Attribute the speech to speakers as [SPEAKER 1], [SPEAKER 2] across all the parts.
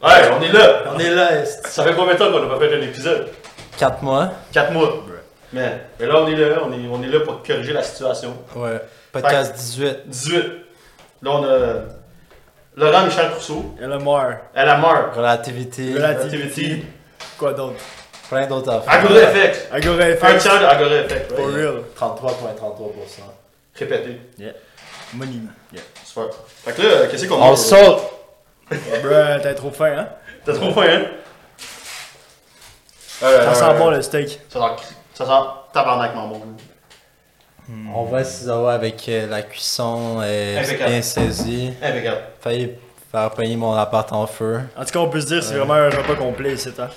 [SPEAKER 1] on est là.
[SPEAKER 2] On est là, est
[SPEAKER 1] Ça fait combien de temps qu'on n'a pas fait un épisode
[SPEAKER 2] 4 mois.
[SPEAKER 1] Quatre mois. Man. Mais là, on est là. On est, on est là pour corriger la situation.
[SPEAKER 2] Ouais. Podcast 18.
[SPEAKER 1] 18. Là, on a Laurent Michel Rousseau.
[SPEAKER 3] Et le mort.
[SPEAKER 1] Elle a mort.
[SPEAKER 2] Relativité.
[SPEAKER 3] Relati-
[SPEAKER 1] Activity.
[SPEAKER 3] Quoi d'autre?
[SPEAKER 2] plein d'autres affaires.
[SPEAKER 1] Agora Effect.
[SPEAKER 3] Agora
[SPEAKER 1] Un
[SPEAKER 3] Effect.
[SPEAKER 1] tiers de Agora Effect.
[SPEAKER 3] For
[SPEAKER 1] ouais.
[SPEAKER 3] real.
[SPEAKER 2] 33,33%.
[SPEAKER 1] Répétez.
[SPEAKER 3] Money.
[SPEAKER 1] Super. Fait que là, qu'est-ce qu'on
[SPEAKER 2] On saute.
[SPEAKER 3] Bruh, Oh. t'es trop fin, hein?
[SPEAKER 1] T'as trop faim, hein Euh,
[SPEAKER 3] Ça
[SPEAKER 1] euh,
[SPEAKER 3] sent bon le steak.
[SPEAKER 1] Ça sent, ça sent tabarnak, mon bon.
[SPEAKER 2] On voit Cisawa avec euh, la cuisson euh,
[SPEAKER 1] Impeccable.
[SPEAKER 2] bien saisie.
[SPEAKER 1] Impeccable.
[SPEAKER 2] Failli faire payer mon appart en feu.
[SPEAKER 3] En tout cas, on peut se dire, c'est vraiment un repas complet ici, hein?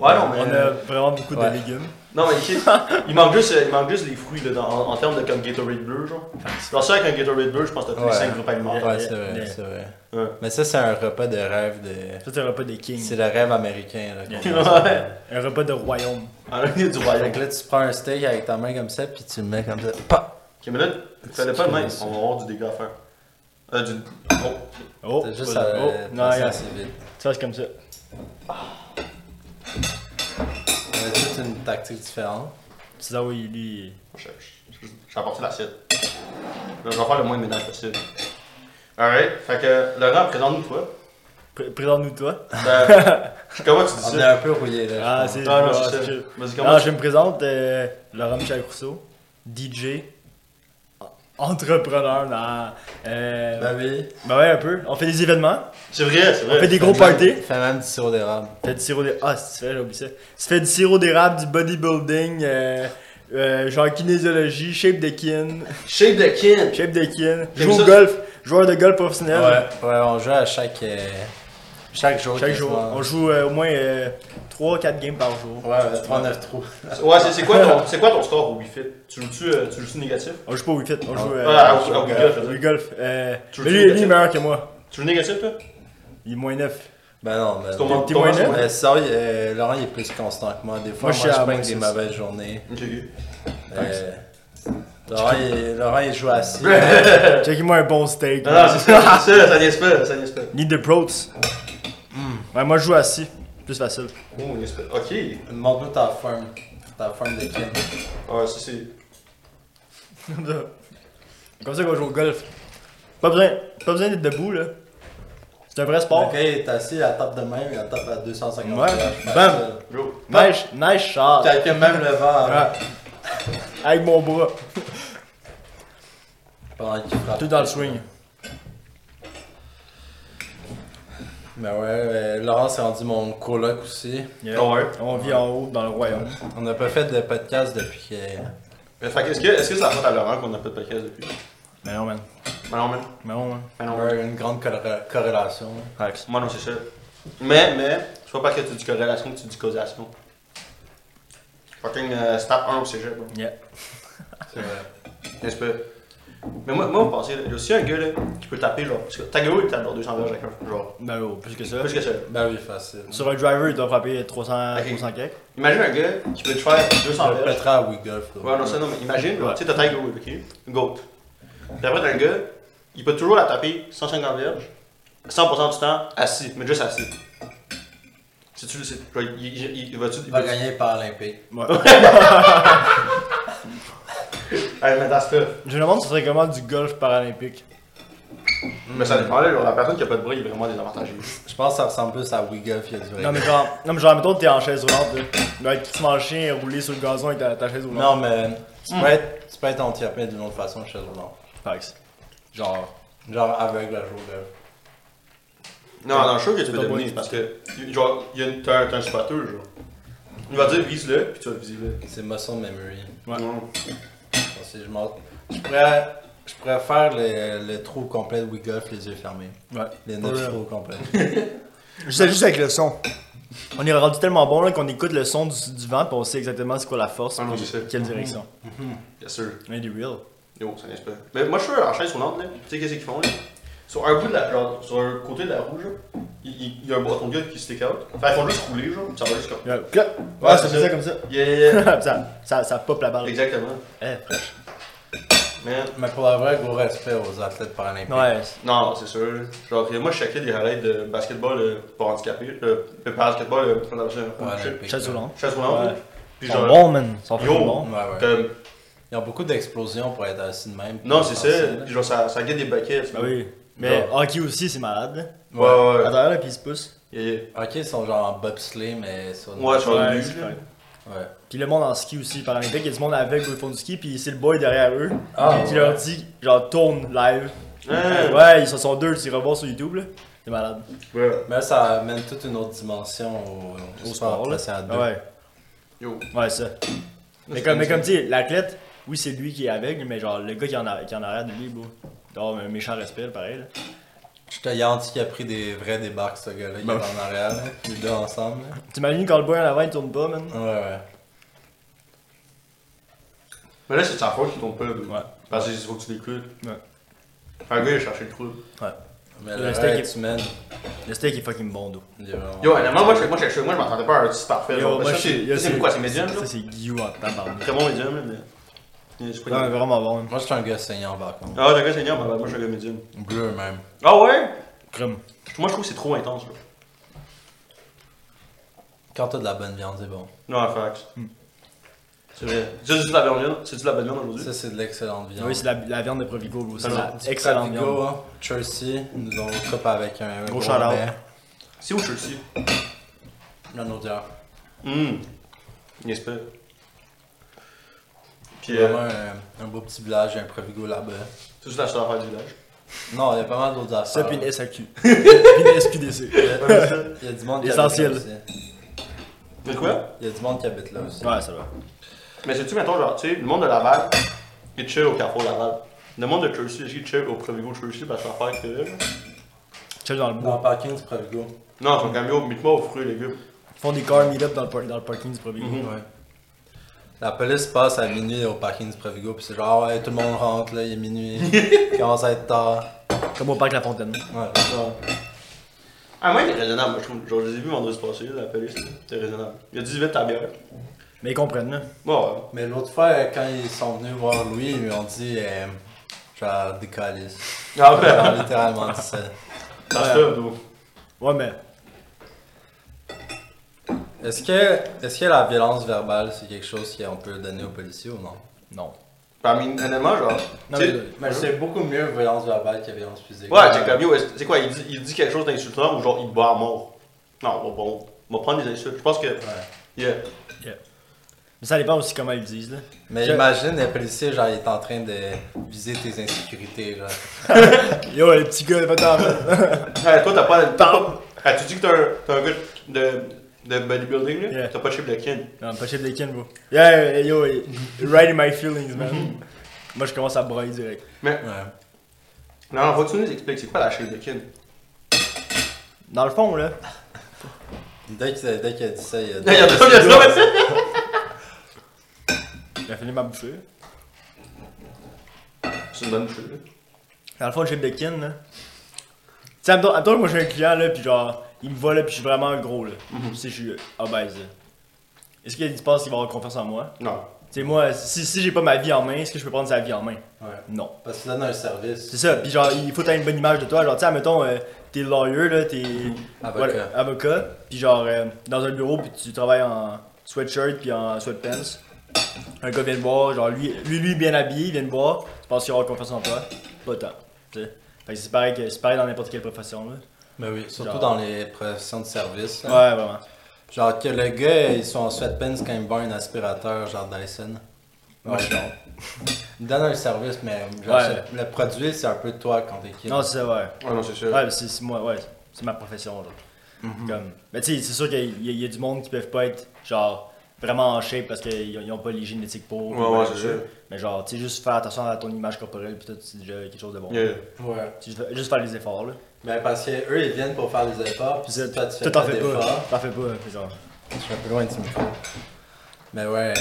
[SPEAKER 1] Ouais, non, mais.
[SPEAKER 3] On a vraiment beaucoup
[SPEAKER 2] euh, ouais.
[SPEAKER 3] de légumes.
[SPEAKER 1] Non, mais ici, il manque juste, il manque juste les fruits là, dans- en, en termes de comme Gatorade bleu, genre. Genre ça, avec un Gatorade bleu, je pense que t'as tous
[SPEAKER 2] Ouais.
[SPEAKER 1] les 5 groupes alimentaires.
[SPEAKER 2] Ouais, c'est vrai,
[SPEAKER 3] yeah.
[SPEAKER 2] c'est vrai.
[SPEAKER 1] Ouais.
[SPEAKER 2] Mais ça, c'est un repas de rêve de.
[SPEAKER 3] Ça, c'est un repas des kings.
[SPEAKER 2] C'est le rêve américain. Là, qu'on mange.
[SPEAKER 1] Ouais.
[SPEAKER 3] Un repas de royaume.
[SPEAKER 1] En ligne du
[SPEAKER 2] Fait
[SPEAKER 1] royaume.
[SPEAKER 2] que là, tu prends un steak avec ta main comme ça, puis tu le mets comme ça. Pah!
[SPEAKER 1] Ok, mais là, fallait pas de même.
[SPEAKER 2] C'est
[SPEAKER 1] On va avoir du dégât à faire. Euh, du. Oh.
[SPEAKER 3] Oh,
[SPEAKER 2] T'as juste
[SPEAKER 3] pas
[SPEAKER 2] à
[SPEAKER 3] de-
[SPEAKER 2] euh,
[SPEAKER 3] oh, non,
[SPEAKER 2] passer
[SPEAKER 3] regarde.
[SPEAKER 2] assez vite.
[SPEAKER 3] Tu fasses comme ça.
[SPEAKER 2] C'est Euh, toute une tactique différente.
[SPEAKER 3] C'est là où il lui.
[SPEAKER 1] Je- je- je- J'ai apporté l'assiette. Là, je vais faire le moins de ménage possible. Alright, fait que Laurent, présente-nous toi.
[SPEAKER 3] Pr- Présente-nous toi.
[SPEAKER 1] Ben, comment tu dis
[SPEAKER 2] On est
[SPEAKER 1] ça?
[SPEAKER 2] un peu rouillé là.
[SPEAKER 3] Ah,
[SPEAKER 2] je pense.
[SPEAKER 3] c'est.
[SPEAKER 1] Non, non,
[SPEAKER 3] ah,
[SPEAKER 1] c'est ça.
[SPEAKER 3] c'est-
[SPEAKER 1] Vas-y,
[SPEAKER 3] Alors,
[SPEAKER 1] comment
[SPEAKER 3] je me présente, euh, Laurent Michel Rousseau, DJ, entrepreneur dans. euh,
[SPEAKER 2] Bah oui.
[SPEAKER 3] bah ouais, un peu. On fait des événements,
[SPEAKER 1] C'est vrai, c'est
[SPEAKER 3] on fait
[SPEAKER 1] vrai.
[SPEAKER 3] des gros
[SPEAKER 2] Fais même-
[SPEAKER 3] parties.
[SPEAKER 2] Fais même du sirop d'érable.
[SPEAKER 3] On fait du sirop d'érable. Ah, c'est fait, j'ai oublié ça. Tu fais du sirop d'érable, du bodybuilding, euh, euh, genre kinésiologie, shape de kin,
[SPEAKER 1] Shape the Kid.
[SPEAKER 3] shape de kin.
[SPEAKER 1] J'aime
[SPEAKER 3] Joue
[SPEAKER 1] ça.
[SPEAKER 3] au golf, joueur de golf professionnel.
[SPEAKER 2] Ouais, on joue à chaque. euh, chaque jour.
[SPEAKER 3] Chaque jour.
[SPEAKER 2] quasiment.
[SPEAKER 3] On joue euh, au moins 3-4 games par jour.
[SPEAKER 2] Ouais, ouais, 39 trous.
[SPEAKER 1] Ouais, c'est- c'est quoi, ton- c'est quoi ton score au Wi-Fi? Tu joues-tu euh, tu joues-tu négatif?
[SPEAKER 3] On joue pas au wicket, on joue euh,
[SPEAKER 1] Ah, au- au golf,
[SPEAKER 3] au
[SPEAKER 1] je veux
[SPEAKER 3] golf.
[SPEAKER 1] dire.
[SPEAKER 3] Au golf. euh,
[SPEAKER 1] Tu joues
[SPEAKER 3] mais lui, lui, il
[SPEAKER 1] négatif?
[SPEAKER 3] est meilleur que moi.
[SPEAKER 1] Tu joues négatif, toi?
[SPEAKER 3] Il est moins 9.
[SPEAKER 2] Ben non, mais.
[SPEAKER 1] Ton mon-
[SPEAKER 3] t'es
[SPEAKER 1] ton
[SPEAKER 3] moins
[SPEAKER 1] mon-
[SPEAKER 3] net?
[SPEAKER 2] Mais ça, il- euh, Laurent il est plus constant que moi. Des fois, moi,
[SPEAKER 3] hein. Moi, je
[SPEAKER 2] je
[SPEAKER 3] suis à
[SPEAKER 2] prends
[SPEAKER 3] moins
[SPEAKER 2] des
[SPEAKER 3] six.
[SPEAKER 2] mauvaises journées.
[SPEAKER 1] Ok, ok.
[SPEAKER 2] Euh, Laurent, il, Laurent, il joue assis.
[SPEAKER 3] Checkez-moi un bon steak.
[SPEAKER 1] Ah, Non, non, c'est ça, c'est ça, ça niaise pas, ça niaise pas.
[SPEAKER 3] Need the protes.
[SPEAKER 1] Mm.
[SPEAKER 3] Ouais, moi je joue assis. Plus facile.
[SPEAKER 1] Oh, niaise pas. Ok.
[SPEAKER 2] Montre-nous ta forme. Ta forme de Kim.
[SPEAKER 1] Ah, ça c'est.
[SPEAKER 3] Comme ça. Comme ça qu'on joue au golf. Pas besoin, pas besoin d'être debout là. C'est un vrai
[SPEAKER 2] Bon.
[SPEAKER 3] sport.
[SPEAKER 2] Ok, t'es assis, à tape de même, et elle tape à 250.
[SPEAKER 3] Ouais.
[SPEAKER 2] km/h.
[SPEAKER 3] Bam.
[SPEAKER 1] Bro.
[SPEAKER 3] Nice, nice shot.
[SPEAKER 2] Calcule même le vent
[SPEAKER 3] Ah. Avec mon bras.
[SPEAKER 2] pendant qu'il frappe.
[SPEAKER 3] Tout dans le swing.
[SPEAKER 2] Mais ouais, euh, Laurent s'est rendu mon coloc aussi.
[SPEAKER 3] Yeah.
[SPEAKER 1] Ouais.
[SPEAKER 3] On vit en haut dans le royaume.
[SPEAKER 2] On n'a pas fait de podcast depuis que.
[SPEAKER 1] Mais Euh, Fait que, est-ce que est-ce que c'est la faute à Laurent qu'on a pas de podcast depuis?
[SPEAKER 3] Mais non man.
[SPEAKER 1] Mais Ben non, man.
[SPEAKER 3] Mais non man.
[SPEAKER 1] Mais Ben non, man.
[SPEAKER 2] Ouais, une grande corré- corrélation.
[SPEAKER 1] Moi non, c'est ça. Mais, mais, je vois pas que tu dis corrélation, que tu dis causation. Fucking euh, step 1 au cégep, bro.
[SPEAKER 3] Yeah.
[SPEAKER 2] C'est vrai.
[SPEAKER 1] N'est-ce pas? Mais moi, moi, vous pensez, là, il y a aussi un gars, là, qui peut taper, genre. Parce que Tagawa, il tape genre 200 verges chacun, genre.
[SPEAKER 3] Ben oh, plus que ça.
[SPEAKER 1] Plus que ça.
[SPEAKER 2] Ben oui, facile.
[SPEAKER 3] Sur un driver, il doit frapper 300,
[SPEAKER 1] Ok.
[SPEAKER 3] 300 quelques.
[SPEAKER 1] Imagine un gars qui peut te faire 200
[SPEAKER 2] On
[SPEAKER 1] verges.
[SPEAKER 2] répétera à WeGolf.
[SPEAKER 1] Ouais, non, ça, non, mais imagine,
[SPEAKER 3] Ouais.
[SPEAKER 1] tu sais, t'as Tiger Woods, ok? Goat. Puis après, t'as un gars, il peut toujours la taper 150 verges, 100% du temps, assis, mais juste assis. Si tu c'est- il, il, il, il va-tu.
[SPEAKER 2] Il va gagner par Olympique.
[SPEAKER 3] Ouais.
[SPEAKER 1] Hey, mais that's tough.
[SPEAKER 3] Je me demande ce serait comment du golf paralympique.
[SPEAKER 1] Mais ça dépend, là, genre, la personne qui a pas de bras, il est vraiment désavantagée.
[SPEAKER 2] Je pense que ça ressemble plus à WeGolf il y a du
[SPEAKER 3] Non
[SPEAKER 2] vrai.
[SPEAKER 3] mais genre, non mais genre, mettons t'es en chaise roulante là. Tu dois être petit chien et rouler sur le gazon avec ta, ta chaise roulante.
[SPEAKER 2] Non, mais tu peux être, tu peux être handicapé d'une autre façon, chez non.
[SPEAKER 3] Fax.
[SPEAKER 2] Genre, genre aveugle à jouer au golf.
[SPEAKER 1] Non, non, je suis sûr que tu
[SPEAKER 3] C'est
[SPEAKER 1] peux
[SPEAKER 3] ton
[SPEAKER 1] dominer,
[SPEAKER 3] point.
[SPEAKER 1] parce que, genre, il y a une- t'as un- t'as un spotter, genre. Il va dire vise-le, puis tu vas le viser là.
[SPEAKER 2] C'est muscle memory.
[SPEAKER 3] Ouais.
[SPEAKER 2] Bon, si je, m'en- je pourrais, je pourrais faire le, le trou complet de WeGolf les yeux fermés.
[SPEAKER 3] Ouais.
[SPEAKER 2] Les neuf
[SPEAKER 3] Ouais.
[SPEAKER 2] trous complets.
[SPEAKER 3] Juste, juste avec le son. On est rendu tellement bon là qu'on écoute le son du, du vent puis on sait exactement c'est quoi la force.
[SPEAKER 1] Ah non,
[SPEAKER 3] puis
[SPEAKER 1] c'est ça.
[SPEAKER 3] Quelle direction.
[SPEAKER 1] Bien sûr.
[SPEAKER 3] On est des real.
[SPEAKER 1] Yo, ça n'est pas. Mais moi, je suis en chaise roulante, là. Tu sais, qu'est-ce qu'ils font, là? Sur un bout de la. Genre, sur un côté de la roue, genre, il, il- il y a un bâton de gars qui stick out. Fait qu'ils font juste rouler, genre, puis ça va juste comme.
[SPEAKER 3] Ouais, clac.
[SPEAKER 1] Ouais,
[SPEAKER 3] Ouais,
[SPEAKER 1] c'est
[SPEAKER 3] ça fait
[SPEAKER 1] ça.
[SPEAKER 3] ça comme ça.
[SPEAKER 1] Yeah, yeah, yeah.
[SPEAKER 3] ça, ça, ça pop la balle.
[SPEAKER 1] Exactement.
[SPEAKER 3] Eh, fraîche.
[SPEAKER 1] Man.
[SPEAKER 2] Mais pour la vraie, gros respect aux athlètes paralympiques.
[SPEAKER 3] Ouais.
[SPEAKER 1] Non, c'est sûr. Genre, moi, je checkais des highlights de basketball euh, pour handicapés. Euh, euh, pas basketball, euh, comment on appelle ça?
[SPEAKER 2] Paralympiques.
[SPEAKER 3] Chasse roulante.
[SPEAKER 1] Chasse roulante.
[SPEAKER 3] Ouais.
[SPEAKER 1] Puis
[SPEAKER 3] Ils
[SPEAKER 1] genre,
[SPEAKER 3] sont bons, man. Ils sont
[SPEAKER 1] Yo.
[SPEAKER 3] vraiment bons.
[SPEAKER 2] Ouais, ouais.
[SPEAKER 1] comme-
[SPEAKER 2] Ils ont beaucoup d'explosions pour être assis de même.
[SPEAKER 1] non,
[SPEAKER 2] Puis
[SPEAKER 1] Ah, c'est Ah ça. Puis genre, ça, ça guette des baquets.
[SPEAKER 3] Bah oui. Mais hockey aussi, c'est malade. là.
[SPEAKER 1] Ouais, ouais, ouais.
[SPEAKER 3] À terre, là, puis ils se poussent.
[SPEAKER 1] Yeah, yeah.
[SPEAKER 2] Ok, ils sont genre en bobsleigh, mais sur
[SPEAKER 1] Ouais, sur le
[SPEAKER 3] Ouais,
[SPEAKER 1] nu,
[SPEAKER 3] c'est
[SPEAKER 1] là.
[SPEAKER 3] correct.
[SPEAKER 2] Ouais.
[SPEAKER 3] Puis le monde en ski aussi, paralympique, il y a du monde avec au fond du ski, puis c'est le boy derrière eux.
[SPEAKER 2] Ah,
[SPEAKER 3] puis qui
[SPEAKER 2] ouais.
[SPEAKER 3] leur dit, genre, tourne live.
[SPEAKER 1] Ouais.
[SPEAKER 3] Ouais, ils se sont deux, ils rebondent sur YouTube, là. C'est malade.
[SPEAKER 1] Ouais.
[SPEAKER 2] Mais là, ça amène toute une autre dimension au,
[SPEAKER 3] Au sport, là.
[SPEAKER 2] là, c'est à deux.
[SPEAKER 3] Ouais,
[SPEAKER 1] Yo.
[SPEAKER 3] ouais, ça. Mais comme, mais comme tu dis, l'athlète, oui, c'est lui qui est aveugle, mais genre, le gars qui en a, qui en a arrière de lui, bro. Genre, un méchant respect, là, pareil. Là.
[SPEAKER 2] Je te garantis qu'il a pris des vrais débarques, ce gars-là.
[SPEAKER 1] Ben
[SPEAKER 2] Il est en arrière, là, les deux ensemble. là.
[SPEAKER 3] T'imagines quand le boy en avant, il tourne pas, man.
[SPEAKER 2] Ouais, ouais.
[SPEAKER 1] Mais là, c'est de sa faute qu'ils tombent pas. là.
[SPEAKER 3] Ouais.
[SPEAKER 1] Parce qu'il faut que tu l'écoutes.
[SPEAKER 3] Ouais.
[SPEAKER 1] Un gars, il a cherché le trou.
[SPEAKER 3] Ouais.
[SPEAKER 2] Mais
[SPEAKER 3] Le
[SPEAKER 2] le
[SPEAKER 3] steak
[SPEAKER 2] reste,
[SPEAKER 3] est-
[SPEAKER 2] tu mènes.
[SPEAKER 3] Le steak est fucking bon, d'eau.
[SPEAKER 2] il est vraiment-
[SPEAKER 1] Yo, honnêtement, moi, je, moi, je, moi, je m'attendais pas à un artiste parfait.
[SPEAKER 3] Yo,
[SPEAKER 1] genre.
[SPEAKER 3] moi,
[SPEAKER 1] Ça,
[SPEAKER 3] je-
[SPEAKER 1] c'est
[SPEAKER 3] yo,
[SPEAKER 1] ça, c'est
[SPEAKER 3] c'est-
[SPEAKER 1] quoi, c'est médium, là?
[SPEAKER 3] Ça, c'est Guillaume en tabarnak.
[SPEAKER 1] Très bon médium, là, mais. Je suis pas-
[SPEAKER 3] Non, mais vraiment bon, hein. man.
[SPEAKER 2] Moi, je suis un gars saignant, par contre.
[SPEAKER 1] Ah, d'accord, c'est bien, bah, bah, moi, je suis un gars médium.
[SPEAKER 2] Bleu, même.
[SPEAKER 1] Ah ouais?
[SPEAKER 3] Crème.
[SPEAKER 1] Moi, je trouve que c'est trop intense, là.
[SPEAKER 2] Quand t'as de la bonne viande, c'est bon.
[SPEAKER 1] Non, en fact. C'est vrai. C'est juste de la viande, c'est juste de la bonne viande aujourd'hui.
[SPEAKER 2] Ça, c'est de l'excellente viande.
[SPEAKER 3] Oui, c'est la, la viande de Provigo, bro. C'est
[SPEAKER 1] Ah,
[SPEAKER 3] la-
[SPEAKER 2] Du
[SPEAKER 3] excellente
[SPEAKER 2] Pratico,
[SPEAKER 3] viande.
[SPEAKER 2] hein. Chelsea, nous ont coupé avec un
[SPEAKER 3] Gros shout-out.
[SPEAKER 2] verre.
[SPEAKER 1] C'est où Chelsea?
[SPEAKER 2] Un odeur.
[SPEAKER 1] Hum. N'est-ce pas? Puis,
[SPEAKER 2] Vraiment
[SPEAKER 1] euh,
[SPEAKER 2] un, un beau petit village, un Provigo là-bas.
[SPEAKER 1] c'est juste la seule affaire du village.
[SPEAKER 2] Non, il y a pas mal d'autres affaires.
[SPEAKER 3] Ça, puis une SAQ. puis une SQDC.
[SPEAKER 1] Mais
[SPEAKER 2] Il y a du monde qui
[SPEAKER 3] Essentiel.
[SPEAKER 2] habite là aussi.
[SPEAKER 1] quoi?
[SPEAKER 2] Il y a du monde qui habite là aussi.
[SPEAKER 3] Ouais, ça va.
[SPEAKER 1] Mais c'est-tu, mettons, genre, tu sais, le monde de Laval, il chill au Carrefour Laval. Le monde de Chelsea, il chill au Provigo Chelsea parce que euh, l'affaire que.
[SPEAKER 3] Chill dans le
[SPEAKER 2] Dans
[SPEAKER 3] bois.
[SPEAKER 2] le parking du Provigo.
[SPEAKER 1] Non, ton camion, mets-moi aux fruits et légumes.
[SPEAKER 3] Ils font des car meet-up dans, le par- dans le parking du Provigo.
[SPEAKER 1] Mhm.
[SPEAKER 2] Ouais. La police passe à minuit au parking du Provigo, puis c'est genre, Ah ouais, tout le monde rentre, là, il est minuit. il commence à être tard.
[SPEAKER 3] Comme au parc La Fontaine.
[SPEAKER 2] Ouais.
[SPEAKER 1] Ah, moi, il est raisonnable, moi, je trouve. Genre, je les ai vus vendredi passé, la police, c'est raisonnable. Il a dit vite ta bière.
[SPEAKER 3] Mais ils comprennent, là.
[SPEAKER 1] Bon, ouais.
[SPEAKER 2] Mais l'autre fois, euh, quand ils sont venus voir Louis, ils lui ont dit, euh, genre, décalisse.
[SPEAKER 1] Ah,
[SPEAKER 2] Ils
[SPEAKER 1] ouais.
[SPEAKER 2] ont littéralement dit ça.
[SPEAKER 1] Dans ce club, nous.
[SPEAKER 3] Ouais, mais.
[SPEAKER 2] Est-ce que, est-ce que la violence verbale, c'est quelque chose qu'on peut donner aux policiers ou non?
[SPEAKER 3] Non.
[SPEAKER 1] Parmi, Bah, honnêtement, genre.
[SPEAKER 3] Non,
[SPEAKER 1] tu sais-
[SPEAKER 3] mais-
[SPEAKER 2] Mais c'est beaucoup mieux violence verbale que violence physique.
[SPEAKER 1] Ouais, c'est comme yo, est-ce- c'est quoi, il dit, il dit quelque chose d'insultant ou genre il bat à mort. Non, bon, bon, on va prendre des insultes. Je pense que.
[SPEAKER 2] Ouais.
[SPEAKER 1] Yeah.
[SPEAKER 3] Yeah. Mais ça dépend aussi comment ils le disent, là.
[SPEAKER 2] Mais
[SPEAKER 3] Je-
[SPEAKER 2] imagine le policier, genre, il est en train de viser tes insécurités, genre.
[SPEAKER 3] Yo, les petits gars, faites en
[SPEAKER 1] Ouais, toi, t'as pas. t'as pas- Ah, tu dis que t'es un, t'es un gars de, de bodybuilding, là.
[SPEAKER 3] Yeah.
[SPEAKER 1] T'as pas de chip de kin.
[SPEAKER 3] Non, pas chip de kin, bro. Yeah, yeah, yo, yeah. right in my feelings, man. Moi, je commence à broyer direct.
[SPEAKER 1] Mais,
[SPEAKER 2] Ouais.
[SPEAKER 1] non, non, faut que tu nous expliques, c'est quoi la chip de kin?
[SPEAKER 3] Dans le fond, là.
[SPEAKER 2] Dès qu'il dès qu'il a dit ça, il a
[SPEAKER 1] Il y a
[SPEAKER 2] dit.
[SPEAKER 1] trop de ça, mais c'est-
[SPEAKER 3] J'ai fini ma bouchée.
[SPEAKER 1] C'est une bonne chip, là.
[SPEAKER 3] Dans le fond, le chip de kin, là. Tu sais, admettons, admettons que moi, j'ai un client, là, puis genre, il me voit, là, puis je suis vraiment gros, là. Tu sais, je suis obèse, là. Est-ce qu'il pense qu'il va avoir confiance en moi?
[SPEAKER 1] Non.
[SPEAKER 3] Tu sais, moi, si, si j'ai pas ma vie en main, est-ce que je peux prendre sa vie en main?
[SPEAKER 2] Ouais.
[SPEAKER 3] Non.
[SPEAKER 2] Parce que tu donnes un service.
[SPEAKER 3] C'est ça, pis genre, il faut t'avoir une bonne image de toi. Genre, tu sais, mettons, t'es lawyer, là, t'es.
[SPEAKER 2] Avocat.
[SPEAKER 3] Voilà, avocat. Pis genre, euh, dans un bureau, pis tu travailles en sweatshirt pis en sweatpants. Un gars vient te voir, genre, lui, lui, lui, bien habillé, il vient te voir, tu penses qu'il aura confiance en toi. Pas tant. tu sais. Fait que c'est pareil, que- c'est pareil dans n'importe quelle profession, là.
[SPEAKER 2] Mais Ben oui. Surtout
[SPEAKER 3] Genre.
[SPEAKER 2] dans les professions de service. là.
[SPEAKER 3] Ouais, vraiment.
[SPEAKER 2] Genre que le gars, ils sont en sweatpants quand ils boivent un aspirateur, genre Dyson. Ouais, genre. Ils donnent un service, mais genre,
[SPEAKER 3] Ouais.
[SPEAKER 2] c'est- le produit, c'est un peu de toi quand t'es kid.
[SPEAKER 3] Non, c'est ça, ouais.
[SPEAKER 1] Ouais, non, c'est sûr.
[SPEAKER 3] Ouais, mais c'est c'est moi, ouais, c'est ma profession, genre.
[SPEAKER 1] Mm-hmm.
[SPEAKER 3] Comme, mais tu sais, c'est sûr qu'il y, a- il y a du monde qui peuvent pas être, genre, vraiment en shape parce qu'ils ont- ils ont pas les génétiques pour. ou
[SPEAKER 1] Ouais, ouais,
[SPEAKER 3] whatever.
[SPEAKER 1] c'est sûr.
[SPEAKER 3] Mais genre, tu sais, juste faire attention à ton image corporelle, pis tout, c'est déjà quelque chose de bon.
[SPEAKER 1] Yeah.
[SPEAKER 2] Ouais.
[SPEAKER 3] Tu sais, juste faire les efforts, là.
[SPEAKER 2] Mais parce que eux, ils viennent pour faire des efforts, puis
[SPEAKER 3] Puis
[SPEAKER 2] si toi, tu fais
[SPEAKER 3] t'en
[SPEAKER 2] pas
[SPEAKER 3] fais
[SPEAKER 2] d'efforts.
[SPEAKER 3] pas, t'en fais pas, pis genre.
[SPEAKER 2] Je suis un peu loin de ce micro. Mais ouais.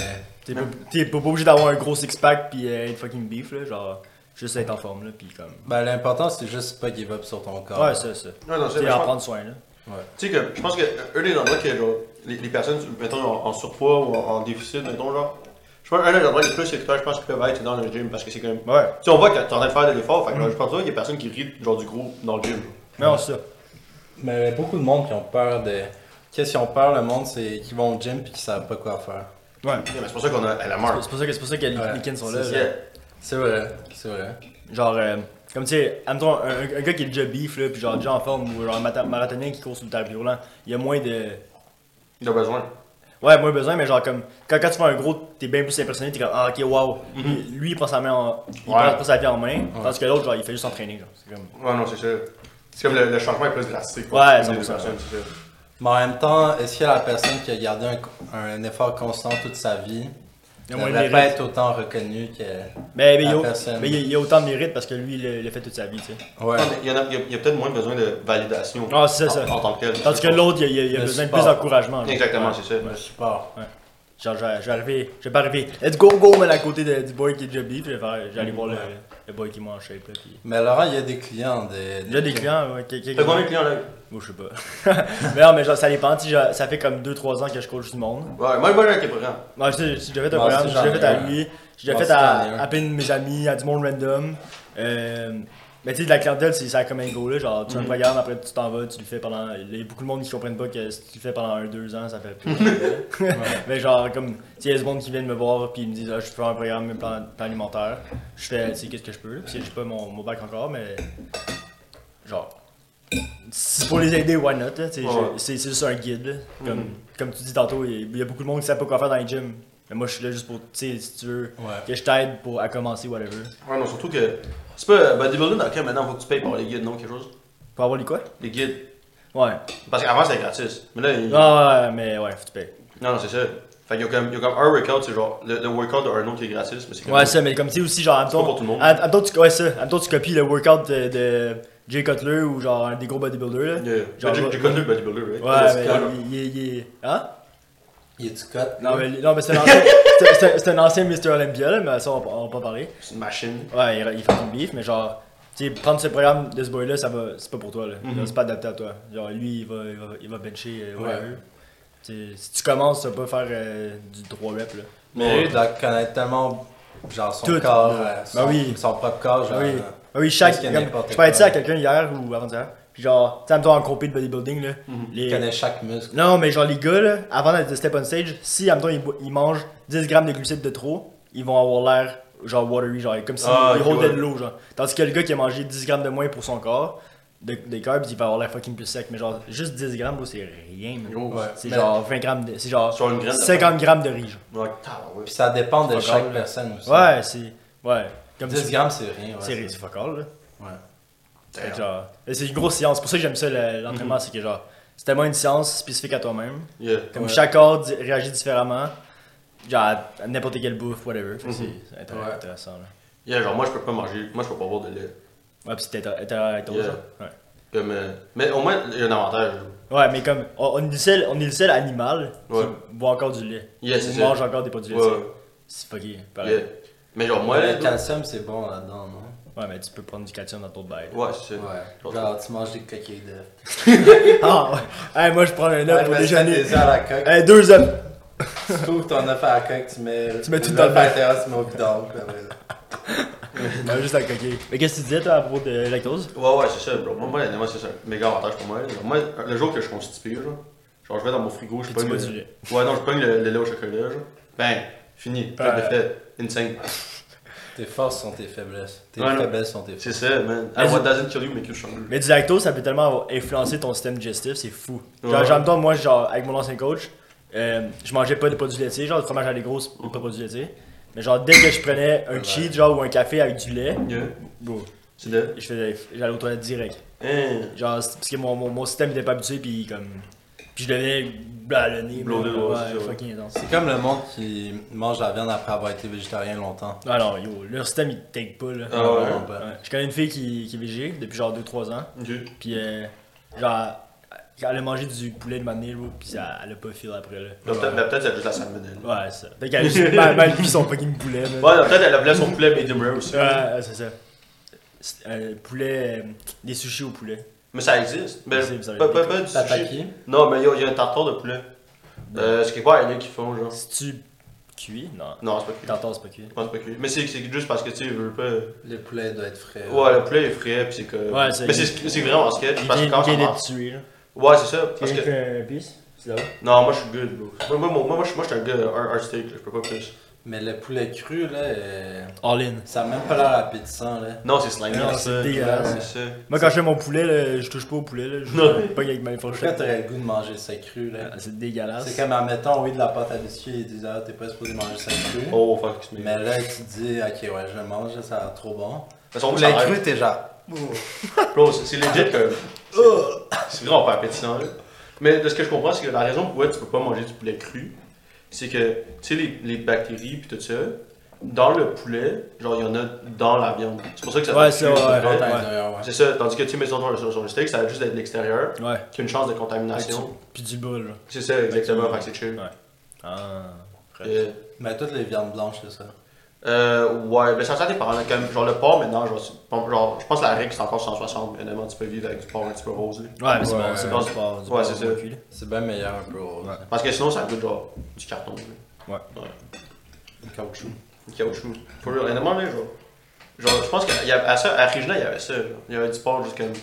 [SPEAKER 3] T'es pas, t'es pas obligé d'avoir un gros six-pack pis euh, être fucking beef, là, genre, juste être en forme, là, pis comme.
[SPEAKER 2] Ben l'important, c'est juste pas give up sur ton corps.
[SPEAKER 3] Ouais, ça, ça.
[SPEAKER 1] Ouais, non, c'est
[SPEAKER 3] T'es
[SPEAKER 1] mais je
[SPEAKER 3] en
[SPEAKER 1] pense-
[SPEAKER 3] prendre soin, là.
[SPEAKER 2] Ouais.
[SPEAKER 1] Tu sais que je pense que euh, un des endroits que genre, les, les personnes, mettons, en, en surpoids ou en, en déficit, mettons, genre, Je pense un des endroits les plus sécuritaires, je pense, qui peuvent être, c'est dans le gym. Parce que c'est quand même.
[SPEAKER 3] Ouais.
[SPEAKER 1] Si on voit que t'es en train de faire de l'effort, fait que
[SPEAKER 3] Mm.
[SPEAKER 1] genre, je pense pas qu'il y a personne qui rit genre, du gros dans le gym.
[SPEAKER 3] Mais on sait ça.
[SPEAKER 2] Mais il y a beaucoup de monde qui ont peur de. Qu'est-ce qu'ils ont peur, le monde, c'est qu'ils vont au gym puis qu'ils savent pas quoi faire.
[SPEAKER 3] Ouais.
[SPEAKER 1] Yeah, mais c'est pour ça qu'on a la marque.
[SPEAKER 3] C'est pour ça que, c'est pour ça que les
[SPEAKER 2] Ouais.
[SPEAKER 3] week-ends sont là.
[SPEAKER 2] C'est
[SPEAKER 3] là.
[SPEAKER 1] Yeah.
[SPEAKER 2] C'est vrai, c'est vrai.
[SPEAKER 3] Genre, euh, comme tu sais, admettons, un, un- un gars qui est déjà beef, là, puis genre déjà en forme, ou genre un mata- marathonien qui court sur le tapis roulant, il y a moins de.
[SPEAKER 1] Il a besoin.
[SPEAKER 3] Ouais, moins besoin, mais genre comme. Quand, quand tu vois un gros, t'es bien plus impressionné, t'es comme, ah ok, wow. Lui, il prend sa main en. Il
[SPEAKER 1] Ouais.
[SPEAKER 3] prend pas sa vie en main, tandis que l'autre, genre, il fait juste s'entraîner, genre. C'est comme.
[SPEAKER 1] Ouais, non, c'est ça. C'est comme le, le changement est plus drastique.
[SPEAKER 3] Ouais,
[SPEAKER 1] c'est
[SPEAKER 3] 100%.
[SPEAKER 2] Mais en même temps, est-ce que la personne qui a gardé un, un effort constant toute sa vie ne
[SPEAKER 3] Il y a moins de
[SPEAKER 2] devrait pas
[SPEAKER 3] mérite.
[SPEAKER 2] être autant reconnue que.
[SPEAKER 3] Mais, mais, Ben, il, y
[SPEAKER 2] La
[SPEAKER 3] a,
[SPEAKER 2] personne.
[SPEAKER 3] mais il y a- il y a autant de mérite parce que lui, il l'a- il l'a fait toute sa vie, tu sais.
[SPEAKER 2] Ouais.
[SPEAKER 1] Il y en a, il y a- il y a peut-être moins besoin de validation.
[SPEAKER 3] Ah, c'est ça,
[SPEAKER 1] en-
[SPEAKER 3] ça.
[SPEAKER 1] En tant que tel.
[SPEAKER 3] Tandis que l'autre, il y a, il y a- il y a
[SPEAKER 2] Le
[SPEAKER 3] besoin de
[SPEAKER 2] support.
[SPEAKER 3] plus d'encouragement. genre.
[SPEAKER 1] Exactement,
[SPEAKER 3] Ouais.
[SPEAKER 1] c'est ça.
[SPEAKER 2] Le support.
[SPEAKER 3] Genre, je vais, je vais arriver, je vais pas arriver. Let's go, go, mais à côté de- du boy qui est déjà beef, je vais, faire- je vais aller voir le,
[SPEAKER 2] Ouais.
[SPEAKER 3] le boy qui est moins en shape. Là, puis...
[SPEAKER 2] Mais Laurent, il y a des clients. Des,
[SPEAKER 3] Il y a des clients, ouais, qui- qui-
[SPEAKER 1] T'as combien de clients là
[SPEAKER 3] Moi, je sais pas. mais non, mais genre, ça dépend. Si je- ça fait comme 2-3 ans que je coach du monde.
[SPEAKER 1] Ouais, moi, moi, j'ai un qui est programme.
[SPEAKER 3] Moi, je sais, j'ai déjà fait un
[SPEAKER 2] Moi aussi, j'en
[SPEAKER 3] programme, j'ai déjà
[SPEAKER 2] ai
[SPEAKER 3] fait à
[SPEAKER 2] un.
[SPEAKER 3] lui, j'ai déjà
[SPEAKER 2] Moi aussi,
[SPEAKER 3] fait
[SPEAKER 2] j'en ai un.
[SPEAKER 3] à, à peine mes amis, à du monde random. Euh, mais tu sais, de la clientèle, c'est ça a comme un go là. Genre, tu as un programme, après tu t'en vas, tu le fais pendant. Il y a beaucoup de monde qui comprennent pas que si tu le fais pendant 1-2 ans, ça fait plus. mais genre, comme, tu sais, il y a du monde qui viennent me voir, puis ils me disent, ah, je fais un programme, même plan, plan alimentaire. Je fais, tu sais, qu'est-ce que je peux, là. Parce que j'ai pas mon, mon bac encore, mais. Genre. Si pour les aider, why not? là, tu sais,
[SPEAKER 1] Ouais.
[SPEAKER 3] je- C'est c'est juste un guide. là. Comme,
[SPEAKER 1] Mhm.
[SPEAKER 3] comme tu dis tantôt, il y a beaucoup de monde qui ne sait pas quoi faire dans les gyms. Mais moi, je suis là juste pour, tu sais, si tu veux,
[SPEAKER 2] Ouais.
[SPEAKER 3] que je t'aide pour, à commencer, whatever.
[SPEAKER 1] Ouais, non, surtout que. C'est pas euh, bodybuilding, ok, maintenant faut que tu payes pour les guides, non, quelque chose.
[SPEAKER 3] Pour avoir les quoi?
[SPEAKER 1] Les guides.
[SPEAKER 3] Ouais.
[SPEAKER 1] Parce qu'avant c'était gratis. Mais là, il-
[SPEAKER 3] Ah, ouais, mais ouais, faut que tu payes.
[SPEAKER 1] non, non, c'est ça. Fait qu'il y a comme, il y a comme un workout, c'est genre le, le workout d'un autre qui est gratis, mais c'est comme.
[SPEAKER 3] Ouais, ça, mais comme tu sais aussi, genre, admettons,
[SPEAKER 1] pas pour tout le monde.
[SPEAKER 3] ad- admettons, tu, ouais, ça, admettons, tu copies le workout de, de Jay Cutler ou genre des gros bodybuilders, là.
[SPEAKER 1] Yeah.
[SPEAKER 3] Genre,
[SPEAKER 1] J'ai j'ai connu le bodybuilder, right?
[SPEAKER 3] Ouais, mais
[SPEAKER 1] Scott.
[SPEAKER 3] il, il, il, il- Hein?
[SPEAKER 2] Il est du cote.
[SPEAKER 3] Non, mais, non, mais c'est un ancien, c'est- c'est- c'est un ancien Mr. Olympia, là, mais ça, on va pas- on va pas parler.
[SPEAKER 1] C'est une machine.
[SPEAKER 3] Ouais, il, il fait du beef, mais genre, tu sais, prendre ce programme de ce boy-là, ça va, c'est pas pour toi, là.
[SPEAKER 2] Mhm.
[SPEAKER 3] Genre, C'est pas adapté à toi. Genre, lui, il va, il va, il va bencher, euh, whatever.
[SPEAKER 2] Ouais.
[SPEAKER 3] Tu sais, si tu commences, tu vas pas faire euh, du 3 reps, là.
[SPEAKER 2] Mais
[SPEAKER 1] Mais-
[SPEAKER 2] il doit connaître tellement genre son
[SPEAKER 3] Tout.
[SPEAKER 2] corps,
[SPEAKER 3] Ouais.
[SPEAKER 2] euh, son,
[SPEAKER 3] Ben oui.
[SPEAKER 2] son propre corps.
[SPEAKER 3] Ah
[SPEAKER 2] Genre,
[SPEAKER 3] oui,
[SPEAKER 2] euh,
[SPEAKER 3] ah oui chaque.
[SPEAKER 2] Plus qu'il y a
[SPEAKER 3] comme-
[SPEAKER 2] n'importe
[SPEAKER 3] je parlais de ça à
[SPEAKER 2] quoi.
[SPEAKER 3] quelqu'un hier ou avant-hier. Puis genre, tu sais, admettons, en compé de bodybuilding, là.
[SPEAKER 2] il
[SPEAKER 3] les-
[SPEAKER 2] connaît chaque muscle.
[SPEAKER 3] Non, mais genre, les gars, là, avant d'être step on stage, si, admettons, ils, bo- ils mangent 10 grammes de glucides de trop, ils vont avoir l'air, genre, watery, genre, comme si
[SPEAKER 1] Ah,
[SPEAKER 3] ils
[SPEAKER 1] ok,
[SPEAKER 3] rôdaient de
[SPEAKER 1] ouais.
[SPEAKER 3] l'eau, genre. Tandis que le gars qui a mangé 10 grammes de moins pour son corps, de, des carbs, il va avoir l'air fucking plus sec. Mais genre, juste 10 grammes, bro, c'est rien, man.
[SPEAKER 1] Gros.
[SPEAKER 2] Ouais.
[SPEAKER 3] C'est
[SPEAKER 2] Mais-
[SPEAKER 3] genre 20 grammes de. C'est genre
[SPEAKER 1] Sur une graine de
[SPEAKER 3] 50 grammes de riz, genre.
[SPEAKER 1] Ouais, tabarouette.
[SPEAKER 2] Puis ça dépend de
[SPEAKER 3] Fuck
[SPEAKER 2] chaque
[SPEAKER 3] all, là.
[SPEAKER 2] personne aussi.
[SPEAKER 3] Ouais, c'est. Ouais. Comme
[SPEAKER 2] 10
[SPEAKER 3] tu-
[SPEAKER 2] grammes, c'est rien. ouais,
[SPEAKER 3] C'est c'est fuck all, là.
[SPEAKER 2] Ouais.
[SPEAKER 3] Fait que genre, mais c'est une grosse science. C'est pour ça que j'aime ça le- l'entraînement,
[SPEAKER 1] Mhm.
[SPEAKER 3] c'est que genre, c'est tellement une science spécifique à toi-même.
[SPEAKER 1] Yeah.
[SPEAKER 3] Comme
[SPEAKER 2] Ouais.
[SPEAKER 3] chaque corps di- réagit différemment. Genre, à- à n'importe quelle bouffe, whatever.
[SPEAKER 1] Mhm.
[SPEAKER 3] Fait que c'est- c'est intér-
[SPEAKER 2] Ouais.
[SPEAKER 3] intéressant, là.
[SPEAKER 1] Yeah, genre moi je peux pas manger, moi je peux pas boire de lait.
[SPEAKER 3] Ouais, pis c'était intéressant.
[SPEAKER 1] Yeah.
[SPEAKER 3] Ouais.
[SPEAKER 1] Comme, euh, mais au moins il y a un avantage.
[SPEAKER 3] Ouais, mais comme, on, on est le seul, on est le seul animal
[SPEAKER 1] Ouais.
[SPEAKER 3] qui boit encore du lait.
[SPEAKER 1] Yeah,
[SPEAKER 3] Ou
[SPEAKER 1] c'est ça.
[SPEAKER 3] mange encore des produits
[SPEAKER 1] Ouais.
[SPEAKER 3] laitiers. C'est fucké, pareil.
[SPEAKER 1] Yeah. Mais genre moi,
[SPEAKER 2] Ouais, le
[SPEAKER 1] là,
[SPEAKER 2] calcium, c'est bon là-dedans, non?
[SPEAKER 3] Ouais, mais tu peux prendre du calcium dans ton bail.
[SPEAKER 1] ouais, c'est ça.
[SPEAKER 2] Ouais. Genre, tu manges des coquilles d'œufs.
[SPEAKER 3] Ah, ouais. Hey, moi, je prends un œuf
[SPEAKER 2] Ouais, je
[SPEAKER 3] pour
[SPEAKER 2] me suis fait
[SPEAKER 3] déjeuner.
[SPEAKER 2] des œufs à la coque.
[SPEAKER 3] Hey, deux œufs.
[SPEAKER 2] Tu trouves ton œuf à la coque, tu mets.
[SPEAKER 3] Tu mets tout
[SPEAKER 2] l'œuf
[SPEAKER 3] dans le
[SPEAKER 2] à l'intérieur, tu mets au bidon. puis après, là.
[SPEAKER 3] Ouais, juste la coquille. Mais qu'est-ce que tu disais, toi, à propos de lactose?
[SPEAKER 1] Ouais, ouais, c'est ça, bro. Moi, moi, honnêtement, c'est ça. Méga avantage pour moi. Genre, moi, le jour que je suis constipé, genre, genre, je vais dans mon frigo, je
[SPEAKER 3] Puis
[SPEAKER 1] pogne.
[SPEAKER 3] tu bois
[SPEAKER 1] le-
[SPEAKER 3] du lait.
[SPEAKER 1] Ouais, non, je pogne le, le lait au chocolat, genre. Ben, fini. Pas de
[SPEAKER 3] Ouais.
[SPEAKER 1] fait. Insane.
[SPEAKER 2] Tes forces sont tes faiblesses. Tes
[SPEAKER 1] Ouais, non.
[SPEAKER 2] faiblesses sont tes forces.
[SPEAKER 1] C'est ça, man.
[SPEAKER 3] Mais
[SPEAKER 1] And what
[SPEAKER 3] c'est-
[SPEAKER 1] doesn't kill you make you stronger.
[SPEAKER 3] Mais du lactose, ça peut tellement avoir influencé ton système digestif, c'est fou. Genre,
[SPEAKER 1] Ouais.
[SPEAKER 3] genre, en même temps, moi, genre, avec mon ancien coach, euh, je mangeais pas de produits laitiers, genre, le fromage à l'égrosse, pas de produits laitiers. Mais genre, dès que je prenais un cheat, genre, ou un café avec du lait,
[SPEAKER 1] Yeah.
[SPEAKER 3] bro,
[SPEAKER 1] C'est de.
[SPEAKER 3] je faisais, j'allais aux toilettes direct.
[SPEAKER 1] Hein.
[SPEAKER 3] Genre, c'est- parce que mon, mon, mon système était pas habitué, puis comme. Puis je devenais ballonné,
[SPEAKER 1] Bloated,
[SPEAKER 3] bro,
[SPEAKER 1] ouais,
[SPEAKER 3] ouais,
[SPEAKER 1] c'est ça, ouais.
[SPEAKER 3] fucking intense.
[SPEAKER 2] C'est comme le monde qui mange la viande après avoir été végétarien longtemps.
[SPEAKER 3] Ah non, yo, leur système il take pas, là.
[SPEAKER 1] Ah ouais.
[SPEAKER 2] Vraiment pas.
[SPEAKER 3] Ouais. Je connais une fille qui, qui est végé depuis genre 2-3 ans.
[SPEAKER 1] Ok.
[SPEAKER 3] Puis, euh, genre, elle a mangé du poulet de mané, bro, pis ça, elle a pas fil après, là.
[SPEAKER 1] Là, Peut-être ben, peut-être, c'est juste la salmonelle. Ouais,
[SPEAKER 3] Ouais, c'est ça. Fait qu'elle a juste mal, mal cuit son fucking poulet, man.
[SPEAKER 1] là, peut-être elle appelait son poulet medium rare aussi.
[SPEAKER 3] Ouais, ouais, c'est ça. C'est- euh, poulet, euh, des sushis au poulet.
[SPEAKER 1] Mais ça existe. Mais
[SPEAKER 3] C'est- ça va
[SPEAKER 1] pas,
[SPEAKER 3] être
[SPEAKER 1] pas,
[SPEAKER 3] dégueu.
[SPEAKER 1] pas du sushi.
[SPEAKER 2] Tataki.
[SPEAKER 3] Ben.
[SPEAKER 1] Non, mais il y a un tartare de poulet. Euh, c'est quoi, il y en a qui font, genre.
[SPEAKER 3] Si tu cuit? Non.
[SPEAKER 1] Non, c'est pas cuit. Je
[SPEAKER 3] Tartare, c'est pas cuit.
[SPEAKER 1] pense que c'est pas cuit. Mais c'est c'est juste parce que tu sais, je veux pas.
[SPEAKER 2] Le poulet doit être frais.
[SPEAKER 1] Ouais, le poulet est frais, pis c'est que.
[SPEAKER 3] Ouais, c'est-
[SPEAKER 1] Mais c'est c'est vraiment sketch.
[SPEAKER 3] Il
[SPEAKER 1] Parce que quand ça
[SPEAKER 3] vient d'être
[SPEAKER 1] marche-
[SPEAKER 3] tué, là.
[SPEAKER 1] Ouais, c'est ça. Parce que.
[SPEAKER 3] fait un piece? C'est là-haut?
[SPEAKER 1] Non, moi je suis good, bro. Moi, moi, moi, moi, je moi, je suis un gars, un, un steak, là, je peux pas plus.
[SPEAKER 2] Mais le poulet cru, là, euh,
[SPEAKER 3] All in.
[SPEAKER 2] ça a même pas l'air appétissant, là.
[SPEAKER 1] Non, c'est slimy,
[SPEAKER 3] Non,
[SPEAKER 1] c'est
[SPEAKER 3] c'est
[SPEAKER 1] ça.
[SPEAKER 3] dégueulasse.
[SPEAKER 1] Ouais, C'est ça.
[SPEAKER 3] Moi, quand je fais mon poulet, là, je touche pas au poulet, là.
[SPEAKER 1] Non.
[SPEAKER 3] Je pas avec ma
[SPEAKER 2] Pourquoi
[SPEAKER 3] fourchette.
[SPEAKER 2] t'aurais le goût de manger ça cru, là?
[SPEAKER 3] Ah, C'est dégueulasse.
[SPEAKER 2] C'est comme, admettons, oui, de la pâte à biscuits, ils disent, ah, t'es pas supposé manger ça cru.
[SPEAKER 1] Oh, fuck, c'est
[SPEAKER 2] Mais là, tu te dis, ok, ouais, je le mange, là, ça a l'air trop bon.
[SPEAKER 1] Parce qu'on
[SPEAKER 2] Poulet
[SPEAKER 1] ça
[SPEAKER 2] cru, t'es genre. oh!
[SPEAKER 1] Bro, c'est c'est legit que. c'est- C'est vraiment pas appétissant, là. Mais de ce que je comprends, c'est que la raison pour laquelle tu peux pas manger du poulet cru, c'est que, tu sais, les, les bactéries pis tout ça, dans le poulet, genre, il y en a dans la viande. C'est pour ça que ça
[SPEAKER 3] Ouais,
[SPEAKER 1] fait
[SPEAKER 3] c'est
[SPEAKER 1] cru,
[SPEAKER 3] ouais,
[SPEAKER 1] c'est vrai.
[SPEAKER 2] Quand t'es à
[SPEAKER 3] ouais.
[SPEAKER 2] l'intérieur, ouais.
[SPEAKER 1] C'est ça, tandis que, tu sais, mais sur, sur- sur le steak, ça a juste d'être de l'extérieur,
[SPEAKER 3] Ouais.
[SPEAKER 1] qui a une chance de contamination.
[SPEAKER 3] Puis du bol, là.
[SPEAKER 1] C'est ça, exactement, fait que c'est chill.
[SPEAKER 3] Ouais. Ah.
[SPEAKER 1] Euh,
[SPEAKER 2] Mais toutes les viandes blanches, c'est ça.
[SPEAKER 1] Euh, ouais, ben ça, ça dépend. là, comme, genre, le porc, maintenant, genre, c'est- bon, genre, je pense que la règle, c'est encore 160. mais Honnêtement, tu peux vivre avec du porc un petit peu rose. là.
[SPEAKER 3] Ouais, mais c'est
[SPEAKER 2] Ouais.
[SPEAKER 3] bon, c'est bon, c'est bon.
[SPEAKER 1] Ouais, c'est ça.
[SPEAKER 3] cuit, là.
[SPEAKER 2] C'est bien meilleur un peu rose.
[SPEAKER 3] Ouais.
[SPEAKER 1] Parce que sinon, ça goûte, genre, du carton. là.
[SPEAKER 3] Ouais.
[SPEAKER 2] Le caoutchouc.
[SPEAKER 1] Du caoutchouc. Pour real, honnêtement, là, genre, genre, je pense qu'à à ça, à Regina, il y avait ça. là. Il y avait du porc, juste comme,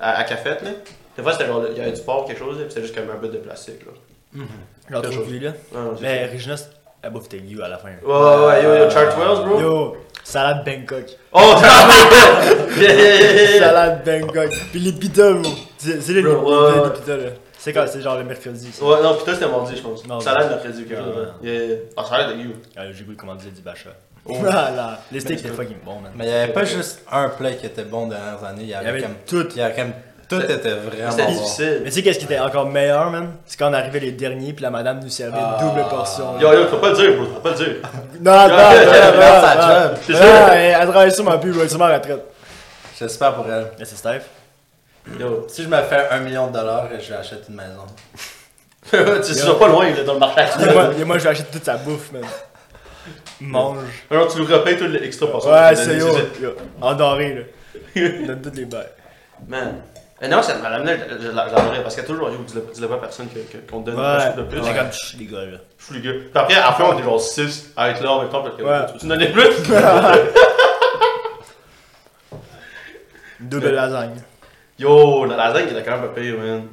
[SPEAKER 1] à, à Cafette, là. Des fois, c'était genre, il y avait du porc, quelque chose, là, puis c'était juste comme un bout de plastique, là.
[SPEAKER 3] Genre
[SPEAKER 1] Quelque
[SPEAKER 3] trop
[SPEAKER 1] chose.
[SPEAKER 3] cuit, là.
[SPEAKER 1] Non, non, c'est-
[SPEAKER 3] Mais Regina, c'est- elle bouffe tes goûts à la fin.
[SPEAKER 1] Ouais, ouais, ouais, yo, yo, Chartwells, bro.
[SPEAKER 3] Yo, salade Bangkok.
[SPEAKER 1] Oh, Chartwells! yeah, yeah, yeah, yeah, yeah.
[SPEAKER 3] Salade Bangkok. Puis les pitas, bro. C'est c'est les les-
[SPEAKER 1] Bro, ouais,
[SPEAKER 3] les-
[SPEAKER 1] ouais.
[SPEAKER 3] les pitas, là. C'est quand c'est genre le mercredi. ça.
[SPEAKER 1] Ouais, non, pis toi, c'était mardi, je pense.
[SPEAKER 3] Non,
[SPEAKER 1] salade
[SPEAKER 3] non.
[SPEAKER 1] mercredi ou quelque chose, ouais.
[SPEAKER 3] Ouais.
[SPEAKER 1] Yeah, yeah. Ah, salade de you.
[SPEAKER 3] Ah, là, j'ai goût de commander du bacha.
[SPEAKER 1] Oh.
[SPEAKER 3] Ah, là, les steaks
[SPEAKER 1] Mais-
[SPEAKER 3] étaient fucking bons, man.
[SPEAKER 2] Mais il n'y avait pas juste un plat qui était bon dernières années, il y avait
[SPEAKER 3] avait
[SPEAKER 2] comme tout, il y avait comme tout
[SPEAKER 1] C'était-
[SPEAKER 2] était vraiment
[SPEAKER 1] C'était
[SPEAKER 2] bon.
[SPEAKER 1] difficile.
[SPEAKER 3] Ah, Mais tu sais, qu'est-ce qui était encore meilleur, man? C'est quand on arrivait les derniers, puis la madame nous servait
[SPEAKER 2] Ah.
[SPEAKER 3] double portion. là.
[SPEAKER 1] Yo, yo, faut pas le dire, bro, faut pas le dire.
[SPEAKER 3] Non, attends,
[SPEAKER 1] Yo, yo, yo,
[SPEAKER 3] attends, attends,
[SPEAKER 2] yo,
[SPEAKER 3] attends.
[SPEAKER 2] sa job.
[SPEAKER 1] C'est
[SPEAKER 3] Non,
[SPEAKER 1] ça.
[SPEAKER 3] Elle elle travaille sur ma pub, elle est sûrement à la retraite.
[SPEAKER 2] J'espère pour elle.
[SPEAKER 3] Mais c'est Steph.
[SPEAKER 1] Yo.
[SPEAKER 2] Si je me fais un million de dollars, je vais acheter une maison.
[SPEAKER 1] tu sais, c'est pas loin, il est dans le marché
[SPEAKER 3] Et
[SPEAKER 1] actuel.
[SPEAKER 3] moi, et moi, je vais acheter toute sa bouffe, man. Mange.
[SPEAKER 1] Alors, tu nous repayes tout l'extra portion.
[SPEAKER 3] Ouais,
[SPEAKER 1] que tu
[SPEAKER 3] c'est
[SPEAKER 1] nous as
[SPEAKER 3] yo.
[SPEAKER 1] donné,
[SPEAKER 3] yo. En doré, là. Il Donne toutes les bails.
[SPEAKER 1] c'est- Man. Eh non, cette madame-là, je- je la- je l'adorais parce qu'elle a toujours, yo, dis-le dis-le pas à personne que- que- qu'on te donne un peu de plus.
[SPEAKER 3] J'étais comme, Chut, les gars, là.
[SPEAKER 1] Je suis le gars. Puis après, après, on était genre 6 à être là en même temps. parce que,
[SPEAKER 3] Ouais.
[SPEAKER 1] Tu veux-tu nous donner plus?
[SPEAKER 3] Double lasagne.
[SPEAKER 1] Yo, la lasagne, il était quand même pas pire, man.